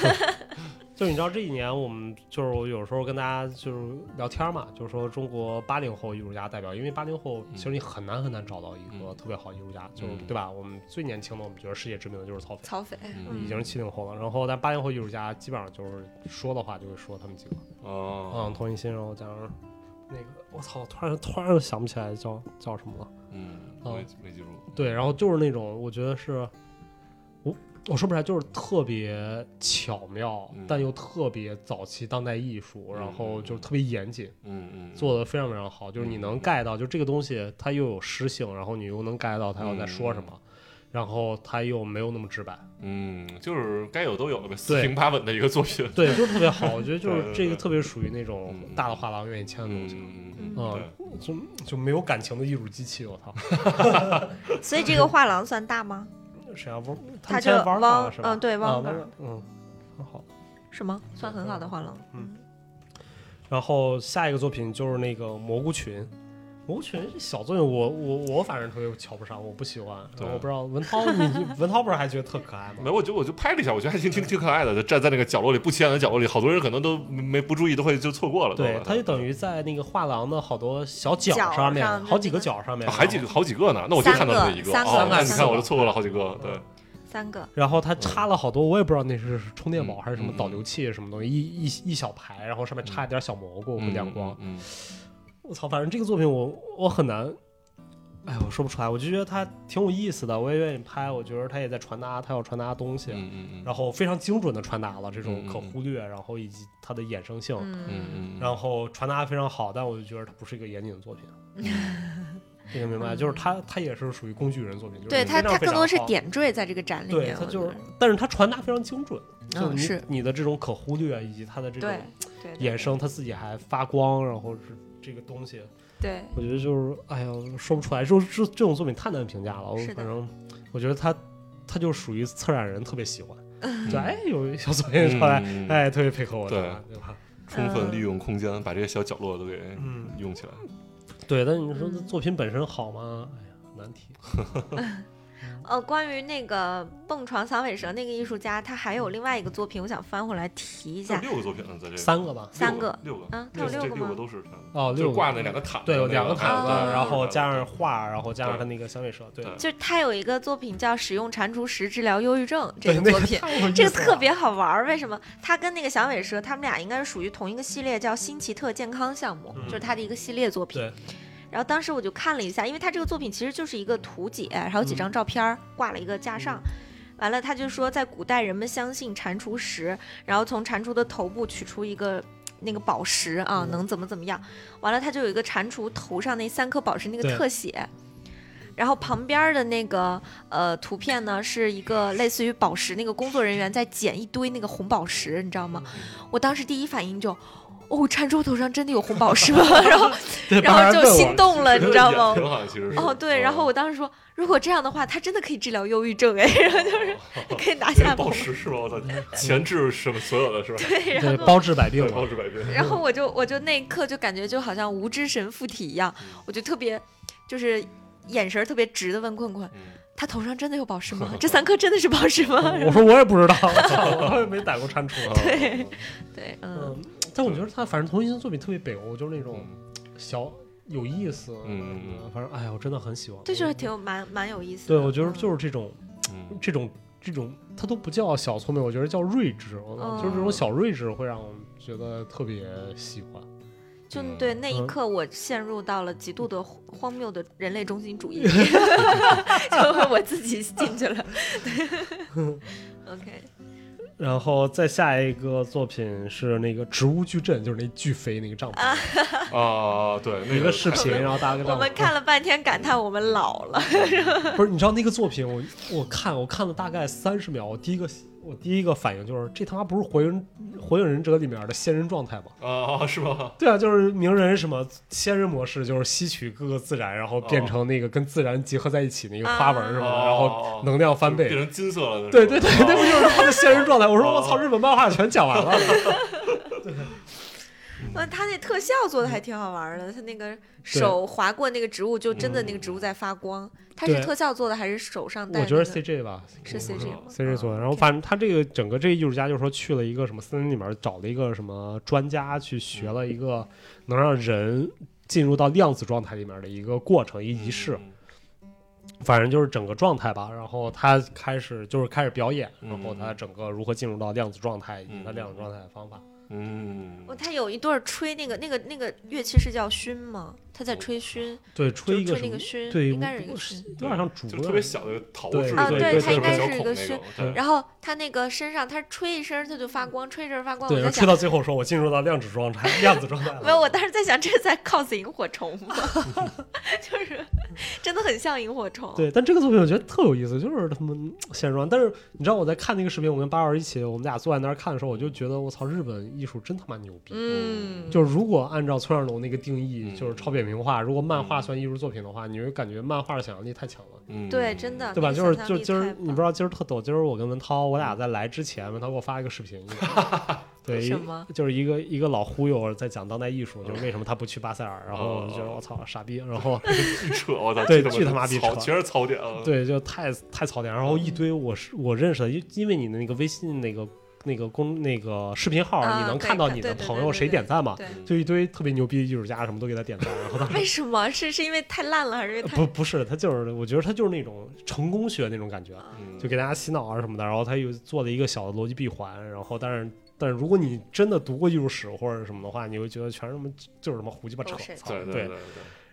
S2: 就是你知道这一年我们就是我有时候跟大家就是聊天嘛，就是说中国八零后艺术家代表，因为八零后其实你很难很难找到一个
S4: 嗯
S2: 特别好的艺术家，就是
S4: 嗯
S2: 对吧？我们最年轻的我们觉得世界知名的就是曹斐，
S3: 曹斐，
S4: 嗯
S2: 已经是七零后了，然后但八零后艺术家基本上就是说的话就会说他们几个，嗯，
S4: 哦，
S2: 童一新，然后加上那个我操，突然突然想不起来叫叫什么了。
S4: 嗯，
S2: 嗯
S4: 我也没记住。
S2: 对，然后就是那种我觉得是，我我说不出来，就是特别巧妙，
S4: 嗯
S2: 但又特别早期当代艺术，然后就是特别严谨，
S4: 嗯嗯，
S2: 做的非常非常好。就是你能 get 到，就这个东西它又有诗性，然后你又能 get 到它要在说什么。然后它又没有那么直白，
S4: 嗯，就是该有都有了呗，四
S2: 对
S4: 平八稳的一个作品。
S2: 对，就是特别好。我觉得就
S4: [LAUGHS] 对
S2: 是
S4: 对
S2: 这个
S4: 对
S2: 特别属于那种
S4: 嗯
S2: 大的画廊愿意签的东西，
S4: 嗯
S3: 嗯
S4: 嗯
S2: 嗯
S4: 对，
S2: 就就没有感情的艺术机器。我操，
S3: 嗯所以这个画廊算大吗？
S2: 沈阳不，
S3: 他
S2: 们签
S3: 就
S2: 汪达
S3: 汪
S2: 是吧？
S3: 嗯对
S2: 啊
S3: 汪达
S2: 嗯，很好。
S3: 是吗？算很好
S2: 嗯
S3: 的画廊。
S2: 然后下一个作品就是那个蘑菇群，魔群这小作用，我我我反正特别瞧不上，我不喜欢。然
S4: 对
S2: 后我不知道文涛，你 [LAUGHS] 文涛不是还觉得特可爱
S4: [LAUGHS] 没，
S2: 吗？
S4: 我就我就拍了一下，我觉得还挺挺挺可爱的，就站在那个角落里不起眼的角落里，好多人可能都没不注意，都会就错过了。
S2: 对，
S4: 他
S2: 他就等于在那个画廊的好多小角
S5: 角
S2: 上面，
S5: 上
S2: 好几
S5: 那个
S2: 个角上面，
S4: 啊哦还几
S2: 然
S4: 个
S2: 后
S4: 好几个呢，那我就看到那么一
S3: 三个
S4: 哦，那你
S3: 三
S2: 个
S4: 看我就错过了好几个，对，
S3: 嗯三个，
S2: 然后他插了好多，我也不知道那是充电宝
S4: 嗯
S2: 还是什么导流器什么东西，一一一小排，然后上面插一点小蘑菇和
S4: 嗯
S2: 亮光。
S4: 嗯，嗯
S2: 我操，反正这个作品我我很难，哎，我说不出来，我就觉得它挺有意思的，我也愿意拍，我觉得它也在传达它要传达的东西，
S4: 嗯嗯嗯，
S2: 然后非常精准的传达了这种
S4: 嗯
S2: 可忽略，然后以及它的衍生性，
S4: 嗯
S3: 嗯，
S4: 嗯，
S2: 然后传达得非常好，但我就觉得它不是一个严谨的作 [LAUGHS] 品。你能明白？就是它，嗯它也是属于工具人作品，就是
S3: 对
S2: 非
S3: 它，
S2: 常
S3: 它
S2: 嗯非
S3: 更
S2: 常
S3: 多是
S2: 好
S3: 点缀在这个展里
S2: 对，
S3: 面。
S2: 它
S3: 我
S2: 就
S3: 觉
S2: 是
S3: 得，
S2: 但是它传达非常精准，就
S3: 嗯
S2: 你
S3: 是
S2: 你的这种可忽略以及它的这种
S3: 对对对
S2: 衍生，它自己还发光，然后是这个东西，
S3: 对，
S2: 我觉得就是哎呀，说不出来，就是这这种作品太难评价了。我
S3: 是的
S2: 反正我觉得它它就属于策展人特别
S3: [LAUGHS]
S2: 喜欢，
S4: 嗯
S2: 就哎有一小作品出来，，
S4: 嗯，
S2: 哎特别配合我，
S4: 对
S2: 吧？对吧？
S4: 充分利用空间，把这些小角落都给
S2: 嗯
S4: 用起来。
S2: 对，但你说
S3: 嗯
S2: 作品本身好吗？哎呀，难题。
S3: 呃，关于那个蹦床响尾蛇那个艺术家，他还有另外一个作品，我想翻回来提一
S4: 这
S3: 下。
S4: 六个作品呢，在这个
S2: 三个吧，
S3: 三个，
S4: 六个，
S3: 嗯，他
S4: 六
S3: 有
S4: 个这
S3: 六个
S4: 六个
S3: 吗？
S4: 都是他的
S2: 哦，
S4: 就
S2: 六
S4: 是挂那两嗯个毯，
S2: 对，有两
S4: 个
S2: 个毯子，
S3: 啊
S2: 然后加上画，然后加上他那个响尾蛇，对，
S4: 对
S3: 就是他有一个作品叫《使用蟾蜍石治疗忧郁症》这
S2: 对
S3: 个
S2: 那
S3: 作品，
S2: 太有意
S3: 这个
S2: 思了
S3: 特别好玩儿，为什么？它跟那个响尾蛇，他们俩应该是属于同一个系列，叫新奇特健康项目，
S2: 嗯
S3: 就是它的一个系列作品。
S2: 对
S3: 然后当时我就看了一下，因为它这个作品其实就是一个图解，然后几
S2: 嗯
S3: 张照片儿挂了一个架上。完了，他就说，在古代人们相信蟾蜍石，然后从蟾蜍的头部取出一个那个宝石啊，
S2: 嗯
S3: 能怎么怎么样？完了，它就有一个蟾蜍头上那三颗宝石那个
S2: 对
S3: 特写，然后旁边儿的那个呃图片呢，是一个类似于宝石那个工作人员在捡一堆那个红宝石，你知道吗？
S2: 嗯
S3: 我当时第一反应就。哦，蟾蜍头上真的有红宝石吗？ [LAUGHS] 然后，
S2: 对
S3: 然
S2: 巴
S3: 后
S2: 尔
S3: 就
S2: 顿
S3: 心
S2: 我
S3: 动
S2: [LAUGHS]
S3: 了，你知道吗
S4: 挺？好，其实是嗯
S3: 哦，
S2: 嗯
S3: 对，
S4: [LAUGHS]
S3: 然后我当时说，如果这样的话，它真的可以治疗忧郁症哎，然后就是
S2: 哦
S3: 你可以拿
S4: 这
S3: 下
S4: 个宝
S3: 红
S4: 石是吧？我操，前置什么所有的是吧？
S3: [LAUGHS] 对，然
S2: 对
S3: 后
S2: 包治百病
S4: 对，
S2: 嘛
S4: 包，治百病。
S3: 然后我就我就那一刻就感觉就好像无知神附体一样，我就特别就是眼神儿特别直的问困困，
S4: 嗯
S3: 他头上真的有宝石吗？
S2: [LAUGHS]
S3: 这三颗真的是宝石吗？ [LAUGHS]
S2: 我说我也不知道，我操我也没逮过蟾
S4: 嗯
S2: 蜍。
S3: 对对，嗯，
S2: 嗯，但我觉得他反正同性作品特别北欧，就是那种
S4: 嗯
S2: 小有意思，
S4: 嗯嗯嗯
S2: 反正哎呀，我真的很喜欢。
S3: 这就
S2: 我
S3: 是挺有蛮蛮有意思的。
S2: 对，我觉得
S3: 嗯
S2: 就是这种
S4: 嗯
S2: 这种这种，它都不叫小聪明，我觉得叫睿智，我操
S3: 嗯
S2: 就是这种小睿智会让我觉得特别喜欢。
S3: 就对那一
S2: 嗯
S3: 刻，我陷入到了极度的荒荒谬的人类中心主
S2: [LAUGHS]
S3: 义，就我自己进去了。对
S2: [LAUGHS]
S3: OK，
S2: 然后再下一个作品是那个植物矩阵，就是那巨肥那个帐篷，
S4: 啊，对，
S2: 一
S4: 那
S2: 个视频，然后搭个
S3: [LAUGHS] 我
S2: 帐
S3: 们
S2: 篷。
S3: 看了半天，感叹我们老了。
S2: 不是，你知道那个作品我，我看我看了大概三十秒，我第一个我第一个反应就是这他妈不是火影火影忍者里面的仙人状态吗？
S4: 啊，是吧？
S2: 对啊，就是鸣人什么仙人模式，就是吸取各个自然，然后
S4: 哦
S2: 变成那个跟自然结合在一起那个花纹什么的，
S4: 啊
S2: 然后能量翻倍。
S4: 变成金色了。
S2: 对对对，那不就是他的仙人状态？我说
S4: 哦
S2: 我操，日本漫画全讲完了。
S3: 呃，他那特效做的还挺好玩儿的，他那个手划过那个植物，就真的那个植物在发光。他
S2: 嗯
S3: 是
S2: 对
S3: 特效做的还是手上戴、那
S2: 我
S3: 个？
S2: 觉得 CJ 吧，
S3: 是 CG 吗
S2: CJ 做的。然后反正他这个整个这个艺术家就是说去了一个什么森林里面找了一个什么专家去学了一个能让人进入到量子状态里面的一个过程
S4: 嗯
S2: 一仪式，反正就是整个状态吧。然后他开始就是开始表演，然后他整个如何进入到量子状态以及他量子状态的方法。
S4: 嗯，
S3: 哦，他有一段吹那个那个那个乐器是叫埙吗？他在吹埙，
S2: 对，
S3: 就
S2: 吹
S3: 是
S2: 一个
S3: 吹
S2: 什
S3: 那
S2: 么
S3: 个？埙，
S2: 对，
S3: 应该是一个埙。
S2: 有点像竹子，
S4: 就是特别小的桃
S2: 对
S4: 是
S2: 啊对它应该
S3: 是一个宣
S2: [LAUGHS]
S3: 然后他那个身上，他吹一声，他就发光，吹一声发光。
S2: 嗯对，
S3: 我
S2: 然
S3: 在
S2: 后吹
S3: 想，
S2: 到最后说我进入到量子状态， [LAUGHS] 量子状态了。
S3: 没有，我当时在想，这是在 cos 萤火虫
S2: [LAUGHS]
S3: 吗？就是真的很像萤火虫。
S2: 对，但这个作品我觉得特有意思，就是他们现状。但是你知道我在看那个视频，我跟八二一起，我们俩坐在那儿看的时候，我就觉得我操，日本艺术真他妈牛逼。
S3: 嗯，
S2: 就是如果按照村上龙那个定义，
S4: 嗯
S2: 就是超扁平化，如果漫
S3: 嗯
S2: 画算艺术作品的话，你会感觉漫画的想象力太强了，
S3: 对，真
S4: 嗯
S3: 的，
S2: 对吧？
S3: 啊那
S2: 就
S3: 个
S2: 是
S3: 想象
S2: 就
S3: 力
S2: 今
S3: 太
S2: 儿你
S3: 棒嗯 [LAUGHS]
S2: 不知道今儿特逗，今儿我跟文涛，我俩在来之前，文涛给我发了一个视频，对，
S3: 什么
S2: 就是一个一个老忽悠在讲当代艺术，就是为什么他不去巴塞尔，然后
S4: 哦
S2: 就觉得我操傻逼，然
S4: [LAUGHS]
S2: 后
S4: 扯，我操，
S2: 对
S4: 这
S2: 巨他妈逼
S4: 槽
S2: 扯
S4: 全是槽点啊！，
S2: 对，就太太槽点，然后一堆我是我认识的，因因为你的那个微信那个那个公那个视频号，
S3: 啊
S2: 你能
S3: 对
S2: 看到
S3: 看
S2: 你
S3: 对
S2: 的
S3: 对
S2: 朋
S3: 对
S2: 友
S3: 对
S2: 谁
S3: 对
S2: 点赞嘛，
S3: 对
S2: 就一堆特别牛逼的艺术家什么都给他点赞，然后他
S3: 为什么？是是因为太烂了，还是因为太
S2: 不不是他就是我觉得他就是那种成功学那种感觉，
S4: 嗯
S2: 就给大家洗脑啊什么的，然后他又做了一个小的逻辑闭环，然后但是。但是如果你真的读过艺术史或者什么的话，你会觉得全是什么就是什么胡鸡巴扯
S3: 狗，屎
S2: 操
S4: 对对
S2: 对
S4: 哦对。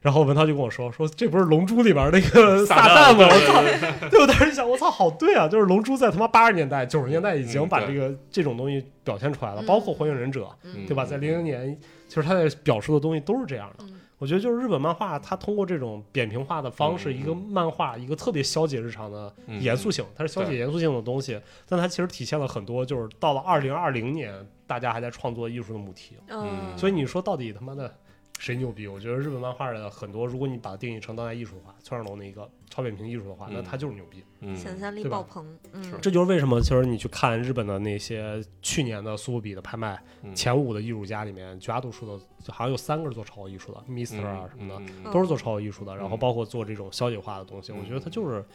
S2: 然后文涛就跟我说说这不是《龙珠》里边那个
S4: [LAUGHS] 撒
S2: 撒
S4: 旦
S2: 旦吗？ [LAUGHS] 我操！
S4: 对对
S2: 对，我当时想，我操，好对啊！就是《龙珠》在他妈八十年代、九十年代已经
S4: 嗯
S2: 把这
S4: 对
S2: 个、这种东西表现出来了，
S3: 嗯
S2: 包括《火影忍者》
S3: 嗯
S2: 对吧？在零零，年，其实他在表述的东西都是这样的。
S3: 嗯
S2: 我觉得就是日本漫画，它通过这种扁平化的方式，
S4: 嗯
S2: 一个漫画一个特别消解日常的
S4: 嗯
S2: 严肃性，它是消解
S4: 对
S2: 严肃性的东西，但它其实体现了很多，就是到了二零二零年，大家还在创作艺术的母题。
S3: 嗯，
S2: 所以你说到底他妈的谁牛逼？我觉得日本漫画的很多，如果你把它定义成当代艺术的话，村上龙的一个超扁平艺术的话，那
S4: 嗯
S2: 它就是牛逼。
S4: 嗯
S3: 想象力
S2: 对吧
S3: 爆棚，嗯，
S2: 这就是为什么，其实你去看日本的那些去年的苏富比的拍卖
S4: 嗯
S2: 前五的艺术家里面，绝大多数的好像有三个是做潮流艺术的，Mister 啊什么的，
S4: 的
S3: 嗯
S2: 都是做潮流艺术的，然后
S4: 嗯
S2: 包括做这种消解化的东西，我觉得它就是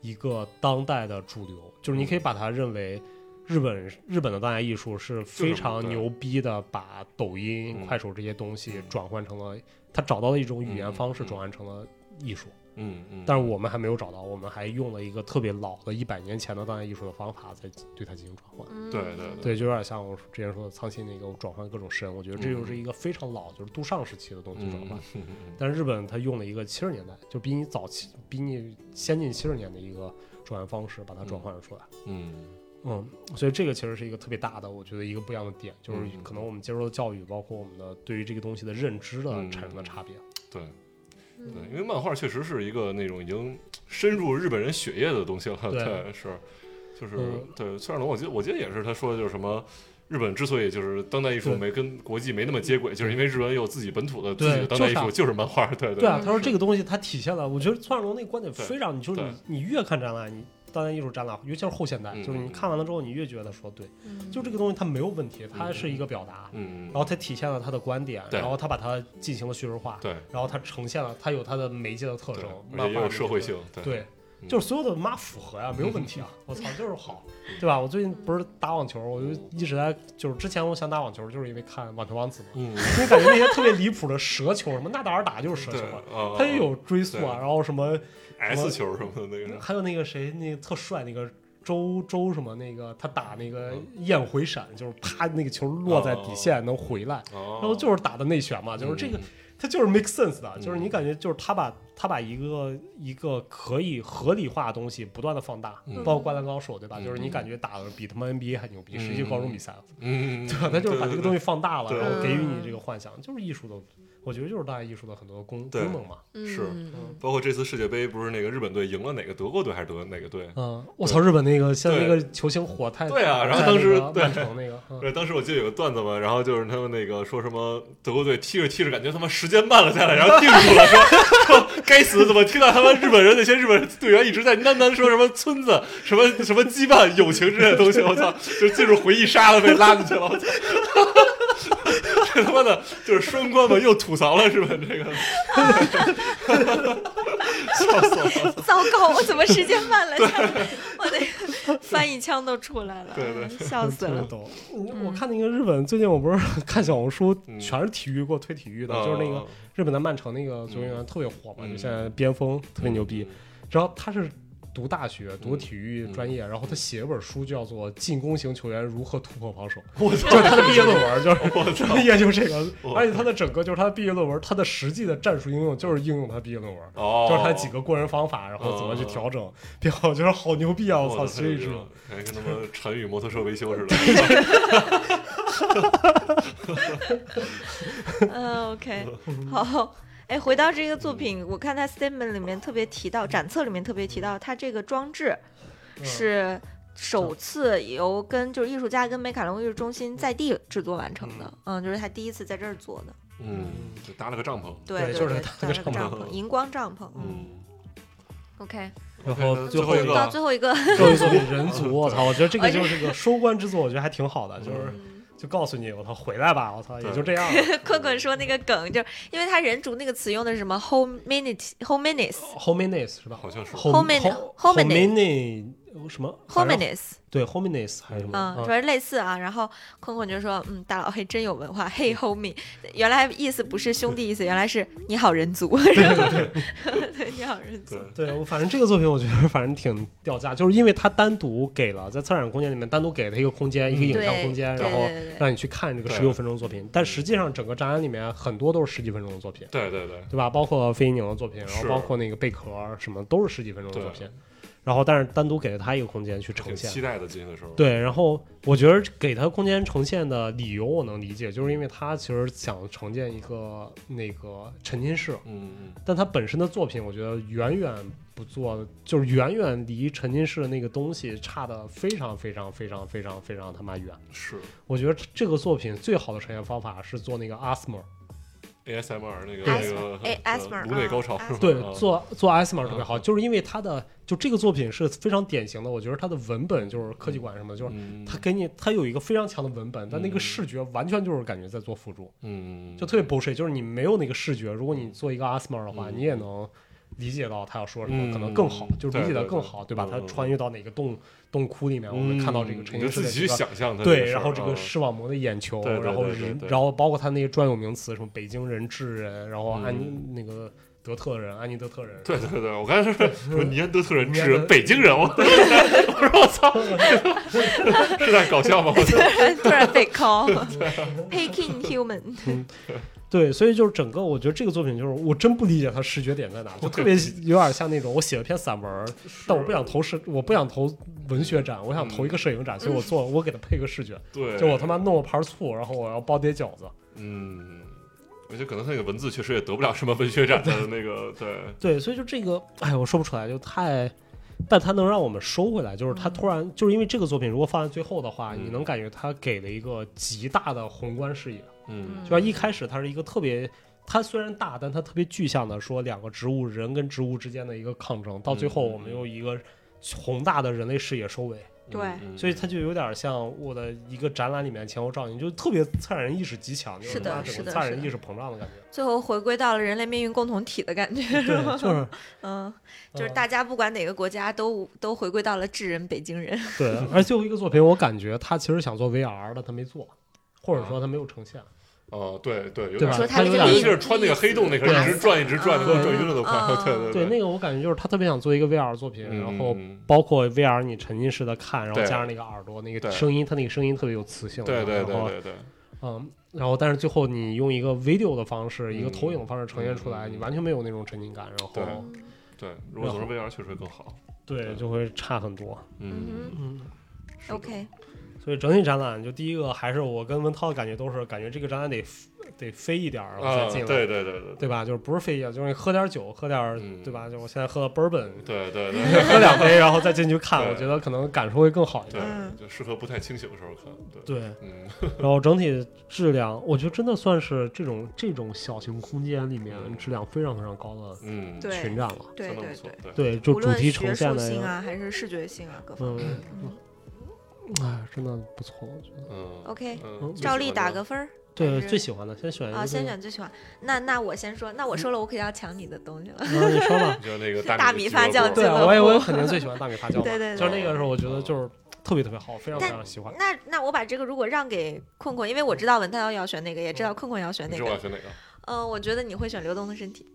S2: 一个当代的主流，就是你可以
S4: 嗯
S2: 把它认为。日本日本的当代艺术是非常牛逼的，把抖音、
S4: 嗯
S2: 快手这些东西
S4: 嗯
S2: 转换成了，他找到了一种语言方式，
S4: 嗯嗯嗯
S2: 转换成了艺术。
S4: 嗯嗯，
S2: 但是我们还没有找到，我们还用了一个特别老的、一百年前的当代艺术的方法，在对它进行转换。
S3: 嗯
S4: 对对
S2: 对，就有点像我之前说的苍信那个转换各种神，我觉得这就是一个非常老，就是杜尚时期的东西转换。
S4: 嗯嗯嗯
S2: 但是日本它用了一个七十年代，就比你早期、比你先进七十年的一个转换方式，把它转换了出来。
S4: 嗯
S2: 嗯，所以这个其实是一个特别大的，我觉得一个不一样的点，就是
S4: 嗯
S2: 可能我们接受的教育，包括我们的对于这个东西的认知的
S4: 嗯
S2: 产生的差别。
S4: 对
S3: 嗯
S4: 对，因为漫画确实是一个那种已经深入日本人血液的东西了，
S2: 对
S4: 对是，就是
S2: 嗯
S4: 对崔尔龙，我记得我记得也是他说的就是什么。日本之所以就是当代艺术
S2: 对
S4: 没跟国际没那么接轨，就是因为日本有自己本土的自
S2: 对
S4: 己的当代艺
S2: 就是
S4: 术，
S2: 啊
S4: 就是漫画，对
S2: 对啊，他
S4: 对
S2: 说这个东西它体现了，我觉得崔尔龙那个观点
S4: 对
S2: 非常，你就是
S4: 对
S2: 你你越看展览，你当代艺术展览，尤其是后现代，
S4: 嗯
S2: 就是你看完了之后，你越觉得说对，
S3: 嗯
S2: 就这个东西它没有问题，它是一个表达，
S4: 嗯，
S2: 然后它体现了他的观点，
S4: 对
S2: 然后他把它进行了叙事化，
S4: 对
S2: 然后它呈现了它有它的媒介的特
S4: 对
S2: 征，，
S4: 而且也
S2: 漫画
S4: 有
S2: 的
S4: 社
S2: 那
S4: 会
S2: 个
S4: 性，对
S2: 对，
S4: 嗯
S2: 就是所有的妈符合呀、没有问
S4: [LAUGHS]
S2: 题啊！我操，就是好，对吧？我最近不是打网球，我就一直在，就是之前我想打网球，就是因为看《网球王子》嘛，
S4: [LAUGHS] 嗯，
S2: 因为感觉那些特别离谱的蛇球什么，纳达尔打就是蛇
S4: 对
S2: 球啊，，[LAUGHS]
S4: 啊
S2: 他也有追溯啊，
S4: 对
S2: 然后什么，嗯
S4: S 球什么的那个是，
S2: 还有那个谁，那个特帅那个周周什么那个，他打那个
S4: 嗯
S2: 燕回闪，就是啪那个球落在底
S4: 哦
S2: 线能回来，
S4: 然
S2: 然后就是打的内旋
S4: 嗯
S2: 嘛，就是这个它就是 make sense 的，就是你感觉就是他把他把一个一个可以合理化的东西不断的放大，
S4: 嗯
S2: 包括灌篮高手对吧？
S4: 嗯
S2: 就是你感觉打的比他妈 NBA 还牛逼，
S4: 嗯
S2: 实际高中比赛了，
S4: 嗯，
S2: 对吧？啊他就是把这个东
S4: 西
S2: 西放大了，
S4: 对
S2: 然后给予你
S3: 嗯
S2: 这个幻想，就是艺术的，我觉得就是当代艺术的很多功
S4: 对
S2: 功能嘛。
S3: 嗯
S4: 是
S2: [LAUGHS]
S3: 嗯嗯
S4: 包括这次世界杯不是那个日本队赢了哪个德国队还是德哪个队？
S2: 嗯，我操，日本那个现在那
S4: 对
S2: 个球星火太
S4: 对啊然后
S2: 在
S4: 当
S2: 那
S4: 时
S2: 个
S4: 对
S2: 曼城那个，嗯
S4: 对，当时我记得有个段子嘛，然后就是他们那个说什么德国队踢着踢着，感觉他妈时间慢了下来，然后定住了，说说该死，怎么听到他们日本人那些日本队员一直在喃喃说什么村子、什么什么羁绊、友情之类的东西，我操，就进入回忆杀了，被拉进去了，我操，这他妈的就是双关嘛，又吐槽了日本
S2: [LAUGHS]
S4: 这个，笑死我了，
S3: 糟糕，我怎么时间慢了下来？ [LAUGHS] 我的翻译腔都出来了，
S4: 对对
S3: [LAUGHS] 笑
S2: [LAUGHS] 特
S3: 死
S2: 别
S3: 了。嗯
S2: 逗。我看那个日本最近我不是看小红书，
S4: 嗯
S2: 全是体育给我推体育的，就是那
S4: 哦
S2: 个日本的曼城那个足球员特别火嘛，
S4: 嗯
S2: 就现在边锋特别牛逼。，然后他是读大学，
S4: 嗯
S2: 读体育专业，然后他写一本书就叫做《进攻型球员如何突破防守》，
S4: [LAUGHS] 我
S2: 就
S4: 操，
S2: 是他的毕业论文，就是。
S4: 我操
S2: 他，研究这个，
S4: 哇
S2: 而且他的整个就是他的毕业论文，他的实际的战术应用就是应用他毕业论文，
S4: 哦，嗯
S2: 就是他几个过人方法，然后怎么去调整。别好，我觉得好牛逼啊！我操，所以
S4: 是
S2: 说，
S4: 感觉跟他妈禅语摩托车维修似的。
S3: 嗯，OK，好。
S2: [LAUGHS]
S3: 哎，回到这个作品，我看他 statement 里面特别提到，展册里面特别提到，他这个装置
S2: 嗯
S3: 是首次由跟就是艺术家跟美凯龙艺术中心在地制作完成的，嗯，就是他第一次在这儿做的，
S4: 嗯，就搭了个帐篷。
S2: 对
S3: 对，
S2: 就是
S3: 对
S2: 他
S3: 搭
S2: 那
S3: 了
S2: 个
S3: 个
S4: 帐
S3: 帐
S4: 篷
S3: 篷，荧光帐篷，嗯
S4: 嗯，
S3: ，OK，
S2: 然后
S4: 最
S2: 后
S4: 后
S2: 一
S4: 一
S2: 个
S3: 到
S4: 个
S3: 最后一个， [LAUGHS]
S2: 教育作品《人族》，我操，我觉得这个就是个收官之作，我觉得还挺好的，就是
S3: 嗯
S2: 就告诉你，我操，回来吧，我操，
S4: 对
S2: 也就这
S4: [LAUGHS]
S2: 样了。
S3: 困困说那个梗，就是因为他人族那个词用的是什么 home minute home minutes
S2: Homines 是吧
S4: 好像是
S3: Homin-
S2: Homine 什么反
S3: home
S2: 正
S3: minutes，
S2: 对 Homines 还是什
S3: 嗯，
S2: 么
S3: 反？正类似啊。然后困困就说，嗯，大佬嘿真有文化，嘿 homie，原 [LAUGHS] 来意思不是兄弟意思，原来是你好人族，对，你好人族
S4: 对，
S2: 对我反正这个作品我觉得反正挺掉价，就是因为它单独给了在策展空间里面单独给了一个空间，一个影像
S3: 嗯对
S2: 空间，
S3: 对
S2: 然后
S3: 对对对
S2: 让你去看这个
S4: 对
S2: 十六分钟的作品，但实际上整个展览里面很多都是十几分钟的作品。
S4: 对对对，
S2: 对吧？包括费宁的作品，然后
S4: 是
S2: 包括那个贝壳儿什么，都是十几分钟的
S4: 对
S2: 作品。然后，但是单独给了他一个空间去呈
S4: 挺
S2: 现
S4: 期。待的进的时候，
S2: 对，然后我觉得给他空间呈现的理由我能理解，就是因为他其实想呈现一个那个沉浸式，
S4: 嗯嗯，
S2: 但他本身的作品我觉得远远不做，就是远远离沉浸式的那个东西差的非常非常非常非常非常他妈远。
S4: 是
S2: 我觉得这个作品最好的呈现方法是做那个 ASMR，
S4: ASMR 那个
S3: 对
S4: 那个
S3: 哎
S4: 呃
S3: ASMR
S4: 颅内高潮
S3: 啊
S4: 是吧？
S2: 对，
S4: [LAUGHS] 啊
S2: 做做 S m r 特别好，就是因为他的就这个作品是非常典型的，我觉得他的文本就是科技馆什么的，就是
S4: 嗯
S2: 他给你他有一个非常强的文本，但那个
S4: 嗯
S2: 视觉完全就是感觉在做辅助，
S4: 嗯
S2: 就特别 bullshit，就是你没有那个视觉，如果你做一个 S m r 的话，
S4: 嗯
S2: 你也能理解到他要说什么，
S4: 嗯
S2: 可能更好，就是理解的更好，
S4: 对
S2: 对吧？
S4: 对
S2: 他
S4: 对
S2: 穿越到哪个洞洞窟里面，我们看到这个陈
S4: 嗯你
S2: 云
S4: 就
S2: 世
S4: 自
S2: 的
S4: 己去
S2: 这个。
S4: 想象它
S2: 对，
S4: 个事
S2: 然
S4: 儿
S2: 后这个
S4: 啊
S2: 视网膜的眼球，
S4: 对对
S2: 然后
S4: 对对
S2: 人，
S4: 对
S2: 然后包括他那个专有名词，什么北京人、智人，然后安、
S4: 嗯
S2: 那个德特人、安妮德特人，
S4: 对对对，我刚
S2: [LAUGHS]
S4: 才说说尼安德特人
S2: 尼
S4: 智
S2: 安德
S4: 人北京人，我
S2: [LAUGHS]
S4: 我说我操， [LAUGHS] 是在搞
S2: [LAUGHS]
S4: 笑吗？我操，
S3: 突然被 call picking human， [LAUGHS]
S2: 对，所以就是整个，我觉得这个作品就是我真不理解它视觉点在哪，就特别有点像那种我写了篇散文儿，但我不想投视，我不想投文学展，我想投一个摄影展，所以我做我给它配个视觉，
S4: 嗯对，
S2: 就我他妈弄了盘醋，然后我要包碟饺子。
S4: 嗯，我觉得可能他那个文字确实也得不了什么文学展的那个，对，
S2: 对，所以就这个，哎，我说不出来，就太。但它能让我们收回来，就是它突然，就是因为这个作品，如果放在最后的话，
S4: 嗯
S2: 你能感觉它给了一个极大的宏观视野。
S4: 嗯
S3: 嗯
S2: 就像一开始它是一个特别，它虽然大，但它特别具象的说两个植物人跟植物之间的一个抗争，到最后
S4: 嗯
S2: 我们用一个宏大的人类视野收尾，
S3: 对
S4: 嗯
S2: 所以它就有点像我的一个展览里面前后照应，就特别策展人意识极强，就是
S3: 的
S2: 把
S3: 是
S2: 整个
S3: 的
S2: 策展
S3: 是
S2: 人
S3: 的
S2: 意识膨胀的感
S3: [LAUGHS]
S2: 觉。
S3: 最后回归到了人类命运共同体的感觉，
S2: 对，就是
S3: 嗯， [LAUGHS] 就是大家不管哪个国家都都回归到了智人北京人，
S2: 对。而最后一个作品，我感觉他其实想做 VR 的，他没做，或者说他没有呈现。
S4: 哦，对对，
S2: 对
S4: 有点
S2: 吧
S3: 说
S4: 儿。
S3: 他
S2: 它
S3: 那
S2: 有
S3: 个
S2: 点
S4: 尤
S3: 例
S4: 其是穿那个黑洞那个，一直转一直转，给我转晕了都快。对
S2: 对，
S4: 对，
S2: 那个我感觉就是他特别想做一个 VR 作品，
S4: 嗯
S2: 然后包括 VR 你沉浸式的看，然后
S4: 对
S2: 加上那个耳朵那个
S4: 对
S2: 声音，它那个声音特别有磁性。
S4: 对对
S2: 然后
S4: 对对对，
S2: 嗯，然后但是最后你用一个 video 的方式，一个
S4: 嗯
S2: 投影的方式呈现出来，
S4: 嗯
S2: 你完全没有那种沉浸感，然
S4: 对
S2: 后
S4: 对，如果总是 VR 确实更好。
S2: 对就会差很多。
S4: 嗯
S2: 嗯，
S4: 是的
S3: OK，
S2: 所以整体展览就第一个还是我跟文涛的感觉都是，感觉这个展览得得飞一点儿，然后
S4: 啊，
S2: 再进
S4: 对
S2: 来。
S4: 对对对对
S2: 对吧？就是不是飞一，就是你喝点酒，喝点儿
S4: 嗯
S2: 对吧？就我现在喝 bourbon， [LAUGHS]
S4: 对对对
S2: 喝两杯，然后再进去看，
S4: 对
S2: 我觉得可能感受会更好一点。
S3: 嗯
S4: 对，就适合不太清醒的时候看。对，
S2: 对，
S4: 嗯，
S2: 然后整体质量，我觉得真的算是这种这种小型空间里面质量非常非常高的
S4: 嗯，
S3: 对
S2: 群展了。
S3: 对
S4: 相当
S3: 对
S4: 不错
S3: 对，。
S4: 对，
S2: 对，就
S3: 无
S2: 主
S3: 论
S2: 题
S3: 学
S2: 呈现
S3: 术
S2: 的
S3: 性
S2: 呀，
S3: 啊还是视觉性啊各方
S2: 嗯
S3: 面。，嗯
S2: 哎，真的不错，我觉得。
S4: 嗯
S3: OK，
S4: 嗯
S3: 照例打个分儿
S2: 对，
S3: 还是
S2: 最喜欢的先选一个。
S3: 啊，先。选最喜欢。那那我先说，
S4: 嗯
S3: 那我说了，我肯定要抢你的东西了。
S2: [LAUGHS] 嗯，你说
S3: [LAUGHS]
S2: 吧。
S4: 就那个
S3: 大米发酵
S2: 对，啊
S3: 俱乐部
S2: 我也我也肯定最喜欢大米
S3: [LAUGHS]
S2: 发酵嘛。
S3: 对对对
S2: 就是那个时候，我觉得就是特别特别好，非常非
S3: 但
S2: 常喜欢。
S3: 那那我把这个如果让给困困，因为我知道文涛要选哪个，也知道困困要选
S4: 嗯你
S3: 哪
S4: 知道我
S3: 个
S4: 要。选哪个？
S3: 嗯、我觉得你会选流动的身体，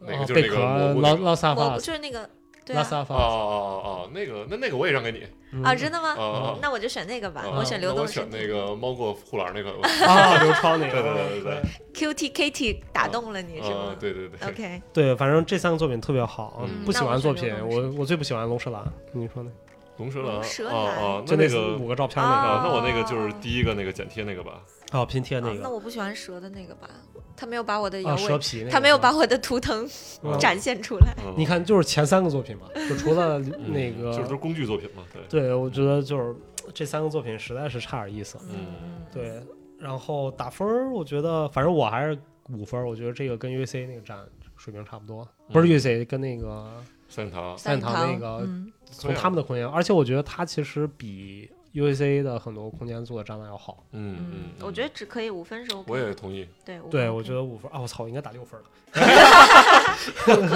S4: 哪
S2: 啊
S4: 个就是
S2: 贝
S4: 那
S2: 壳
S4: 个蘑菇那
S2: 拉
S4: 个
S2: 拉萨
S3: 我
S2: 法
S3: 就是那个，对
S2: 拉
S3: 啊，
S2: 萨
S4: 哦
S2: 法嗯
S4: 哦哦，那个那那个我也让给你。
S3: 啊，真的吗？
S4: 哦
S3: 那我就选那个吧，
S4: 哦
S3: 我选流
S4: 那
S3: 动
S4: 我
S3: 的身
S4: 选
S3: 体。
S4: 那个猫过护栏那个。
S2: 啊，刘超那个。
S4: 对对对对对，
S3: QT Kitty 打动了你、是
S4: 啊
S3: 吗，？
S4: 对对对。
S3: OK，
S2: 对，反正这三个作品特别好。
S4: 嗯
S2: 不喜欢的作品
S3: 那，我是
S2: 我我最不喜欢龙舌兰。你说呢？
S4: 龙舌兰，
S3: 龙舌
S4: 哦
S3: 兰
S4: 哦，
S2: 就
S4: 那
S2: 四
S4: 个
S2: 五个照片那
S4: 啊，那我那个
S3: 哦
S4: 就是第一个那个剪贴那个吧，
S2: 个，哦，拼贴
S3: 啊
S2: 那
S3: 那
S2: 个，
S3: 我不喜欢蛇的那个吧，他没有把我的摇
S2: 啊，蛇
S3: 尾，
S2: 皮那个，
S3: 他没有把我的图腾
S2: 嗯
S3: 展现出来。
S4: 嗯
S2: 你看，就是前三个作品嘛，就除了那
S4: 嗯就是都
S2: 个
S4: 是，工具作品嘛，对，
S2: 对，我觉得就是这三个作品实在是差点意思。
S4: 嗯，
S2: 对，然后打分儿，我觉得反正我还是五分儿，我觉得这个跟 UC 那个展水平差不多，
S4: 嗯
S2: 不是 UC 跟那个
S4: 三堂，
S2: 三
S3: 堂
S2: 堂那个
S3: 嗯
S4: 啊
S2: 从他们的空间，而且我觉得它其实比 UAC 的很多空间做的展览要好。
S4: 嗯嗯，
S5: 我觉
S4: 得
S5: 得只可以五分是 OK。
S4: 我也同意，
S5: 对，五
S3: 哦
S5: 分
S2: 对，我
S5: OK
S2: 觉得五分啊，我操，应该打六分了。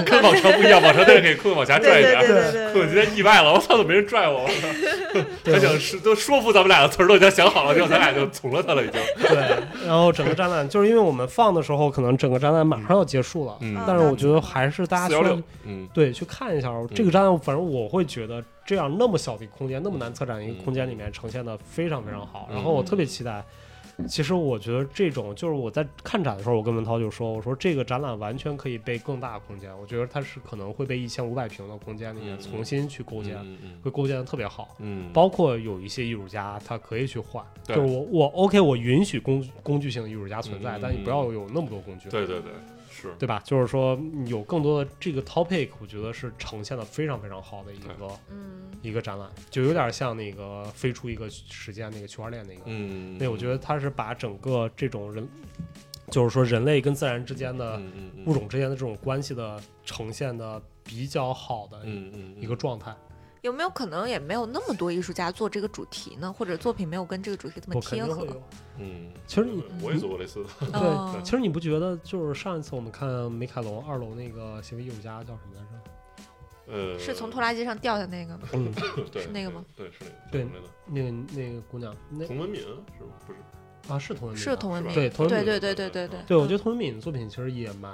S4: 跟往常不一样，往常大家给困往下拽一点
S5: 对
S4: 儿。
S5: 对对
S4: 困，
S5: 对
S4: 我今天意外了，我操，怎么没人拽我？他想是都说服咱们俩的词儿都已经想好了，结果咱俩就从了他了，已经。
S2: 对，然后整个展览就是因为我们放的时候，可能整个展览马上要结束了，
S4: 嗯
S5: 嗯
S2: 但是我觉得还是大
S4: 四
S2: 家
S4: 幺
S2: 去
S4: 六，嗯
S2: 对去看一下这个展览，反正我会觉得这样那么小的空间，那么难策展一个空间里面呈现的非常非常好，
S4: 嗯
S2: 然后我特别期待。其实我觉得这种就是我在看展的时候，我跟文涛就说，我说这个展览完全可以被更大的空间，我觉得它是可能会被一千五百平的空间里面
S4: 嗯
S2: 重新去构建，
S4: 嗯嗯
S2: 会构建的特别好。
S4: 嗯，
S2: 包括有一些艺术家，他可以去换，就
S4: 对
S2: 是我我 OK，我允许工工具性的艺术家存在，
S4: 嗯
S2: 但你不要有那么多工具，
S4: 对对对，是
S2: 对吧？就是说嗯有更多的这个 topic，我觉得是呈现的非常非常好的一个
S3: 嗯，
S2: 一个展览，就有点像那个飞出一个时间那个区块链那个，
S4: 嗯，
S2: 那我觉得它是把整个这种人，就是说人类跟自然之间的
S4: 嗯嗯嗯
S2: 物种之间的这种关系的呈现的比较好的
S4: 嗯嗯
S2: 一个状态。
S3: 有没有可能也没有那么多艺术家做这个主题呢？或者作品没有跟这个主题这么
S2: 我肯
S3: 贴
S2: 定
S3: 合
S2: 会？有，
S4: 嗯，
S2: 其实你
S4: 我也做过类似的，
S3: 哦
S2: 对，其实你不觉得就是上一次我们看梅凯龙二楼那个行为艺术家叫什么来着？
S4: 呃，
S3: 是从拖拉机上掉下那个吗？
S2: 嗯，
S4: 对
S3: 是那个吗？
S4: 对，是那个，
S2: 对
S4: 叫什么来着
S2: 那个那个姑娘，那
S4: 童文敏是吗？不是，
S2: 啊是童文敏
S3: 是
S2: 吧
S3: 童文
S4: 是吧
S3: 敏，
S2: 对童文
S3: 对
S2: 敏
S3: 对对对对对。
S2: 对，我觉得童文敏的作品其实也蛮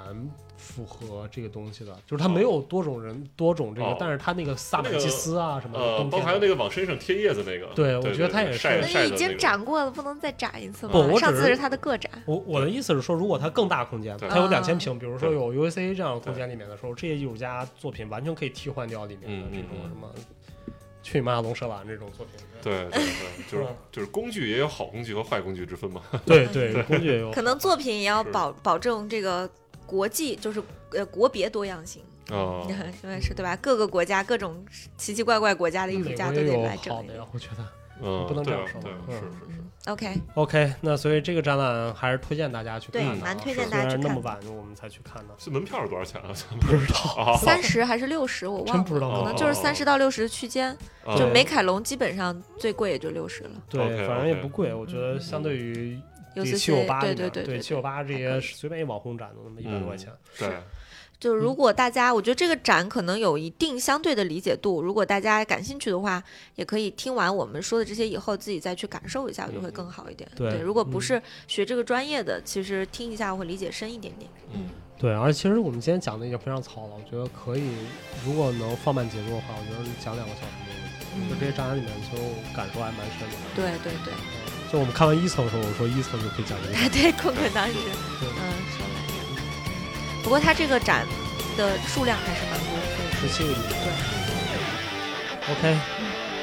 S2: 符合这个东西的，就是他没有多种人多种这个
S4: 哦，
S2: 但是他那个萨满祭司啊什么的，
S4: 呃，
S2: 冬
S4: 包
S2: 天
S4: 括还有那个往身上贴叶子那个，
S2: 对
S4: 对，
S2: 我觉得他也是
S4: 晒
S3: 那
S4: 晒
S3: 已
S4: 的
S3: 经
S4: 个
S3: 展过了，不能再展一次吗？
S2: 不我只
S3: 上次
S2: 是
S3: 是他的个展，
S2: 我我的意思是说，如果它更大空间，
S4: 对
S2: 它有
S3: 啊
S2: 两千平，比如说
S4: 对
S2: 有 UAC 这样的空间里面的时候，这些艺术家作品完全可以替换掉里面的
S4: 嗯
S2: 这
S4: 嗯
S2: 种
S4: 嗯
S2: 什么去马龙舍兰这种作品。
S4: [LAUGHS] 对
S2: [LAUGHS]
S4: 对对，就是
S2: 吧
S4: 就是工具也有好工具和坏工具之分
S2: [LAUGHS]
S4: 嘛。
S2: 对对，工具也有
S3: 可能作品也要
S4: 是
S3: 保保证这个国际，就是呃国别多样性，
S4: 啊，
S3: [LAUGHS] 对是对吧？各个国家各种奇奇怪怪国家的艺术
S2: 美
S3: 家
S2: 国
S3: 都
S2: 也
S3: 得
S2: 有
S3: 来
S2: 好
S3: 整
S2: 的
S3: 理
S2: 呀。，我觉得。
S4: 嗯，
S2: 不能这
S4: 对
S2: 样
S4: 啊
S2: 说
S4: 对啊，
S2: 嗯
S4: 是是是，
S3: 嗯 OK，
S2: OK，那所以这个展览还是推荐大家去看
S3: 对
S4: 嗯
S2: 的啊，
S3: 蛮推
S4: 荐
S2: 虽
S3: 大家
S2: 然
S3: 去
S2: 那么
S3: 看的
S2: 晚我们才去看的，
S4: 是门票是多少钱啊？
S2: 不知道，
S4: 啊，
S3: 三十还是六十，我忘
S2: 真
S3: 了，
S2: 不知道
S3: 可能
S4: 哦
S3: 就是
S4: 哦
S3: 三十到六十区间。
S4: 啊
S3: 就
S2: 对
S3: 美凯龙基本上最贵也就六十了，
S2: [LAUGHS] 对
S4: OK，
S2: 反正也
S4: OK
S2: 不贵，我觉得相对于
S3: 嗯尤
S2: 比
S3: 其
S2: 七
S3: 是
S2: 九八
S3: 对
S2: 里
S3: 对
S2: 面，
S3: 对
S2: 对
S3: 对，
S2: 七九八这
S3: 还可
S2: 些
S3: 以
S2: 随便一网红展都那么一百多块钱，
S4: 对，
S3: 就是如果大家，我觉得这个展可能有一定相对的理解度，如果大家感兴趣的话，也可以听完我们说的这些以后，自己再去感受一下，我觉得会更好一点。
S2: 对
S3: 如果不
S2: 嗯
S3: 是学这个专业的，其实听一下会理解深一点点。
S4: 嗯
S2: 对，而其实我们今天讲的已经非常糙了，我觉得可以，如果能放慢节奏的话，我觉得讲两个小时没有问题。就这些展览里面，其实我感受还蛮深的。
S3: 嗯对对对，
S2: 嗯，就我们看完一层的时候，我说一层就可以讲这个展
S3: 对 [LAUGHS]
S2: 览。
S3: 对，坤坤当时
S2: 对
S3: 嗯说来着，不过他这个展的数量还是蛮多的，
S2: 十七个亿。
S3: 对。
S2: OK，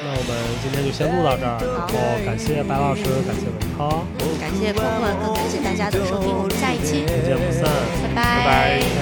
S2: 那我们今天就先录到这儿，
S3: 嗯
S2: 然后感谢白老师，感谢文涛，
S3: 感谢坤坤，更感谢大家的收听，我们下一期
S2: 不见不散。
S3: 拜拜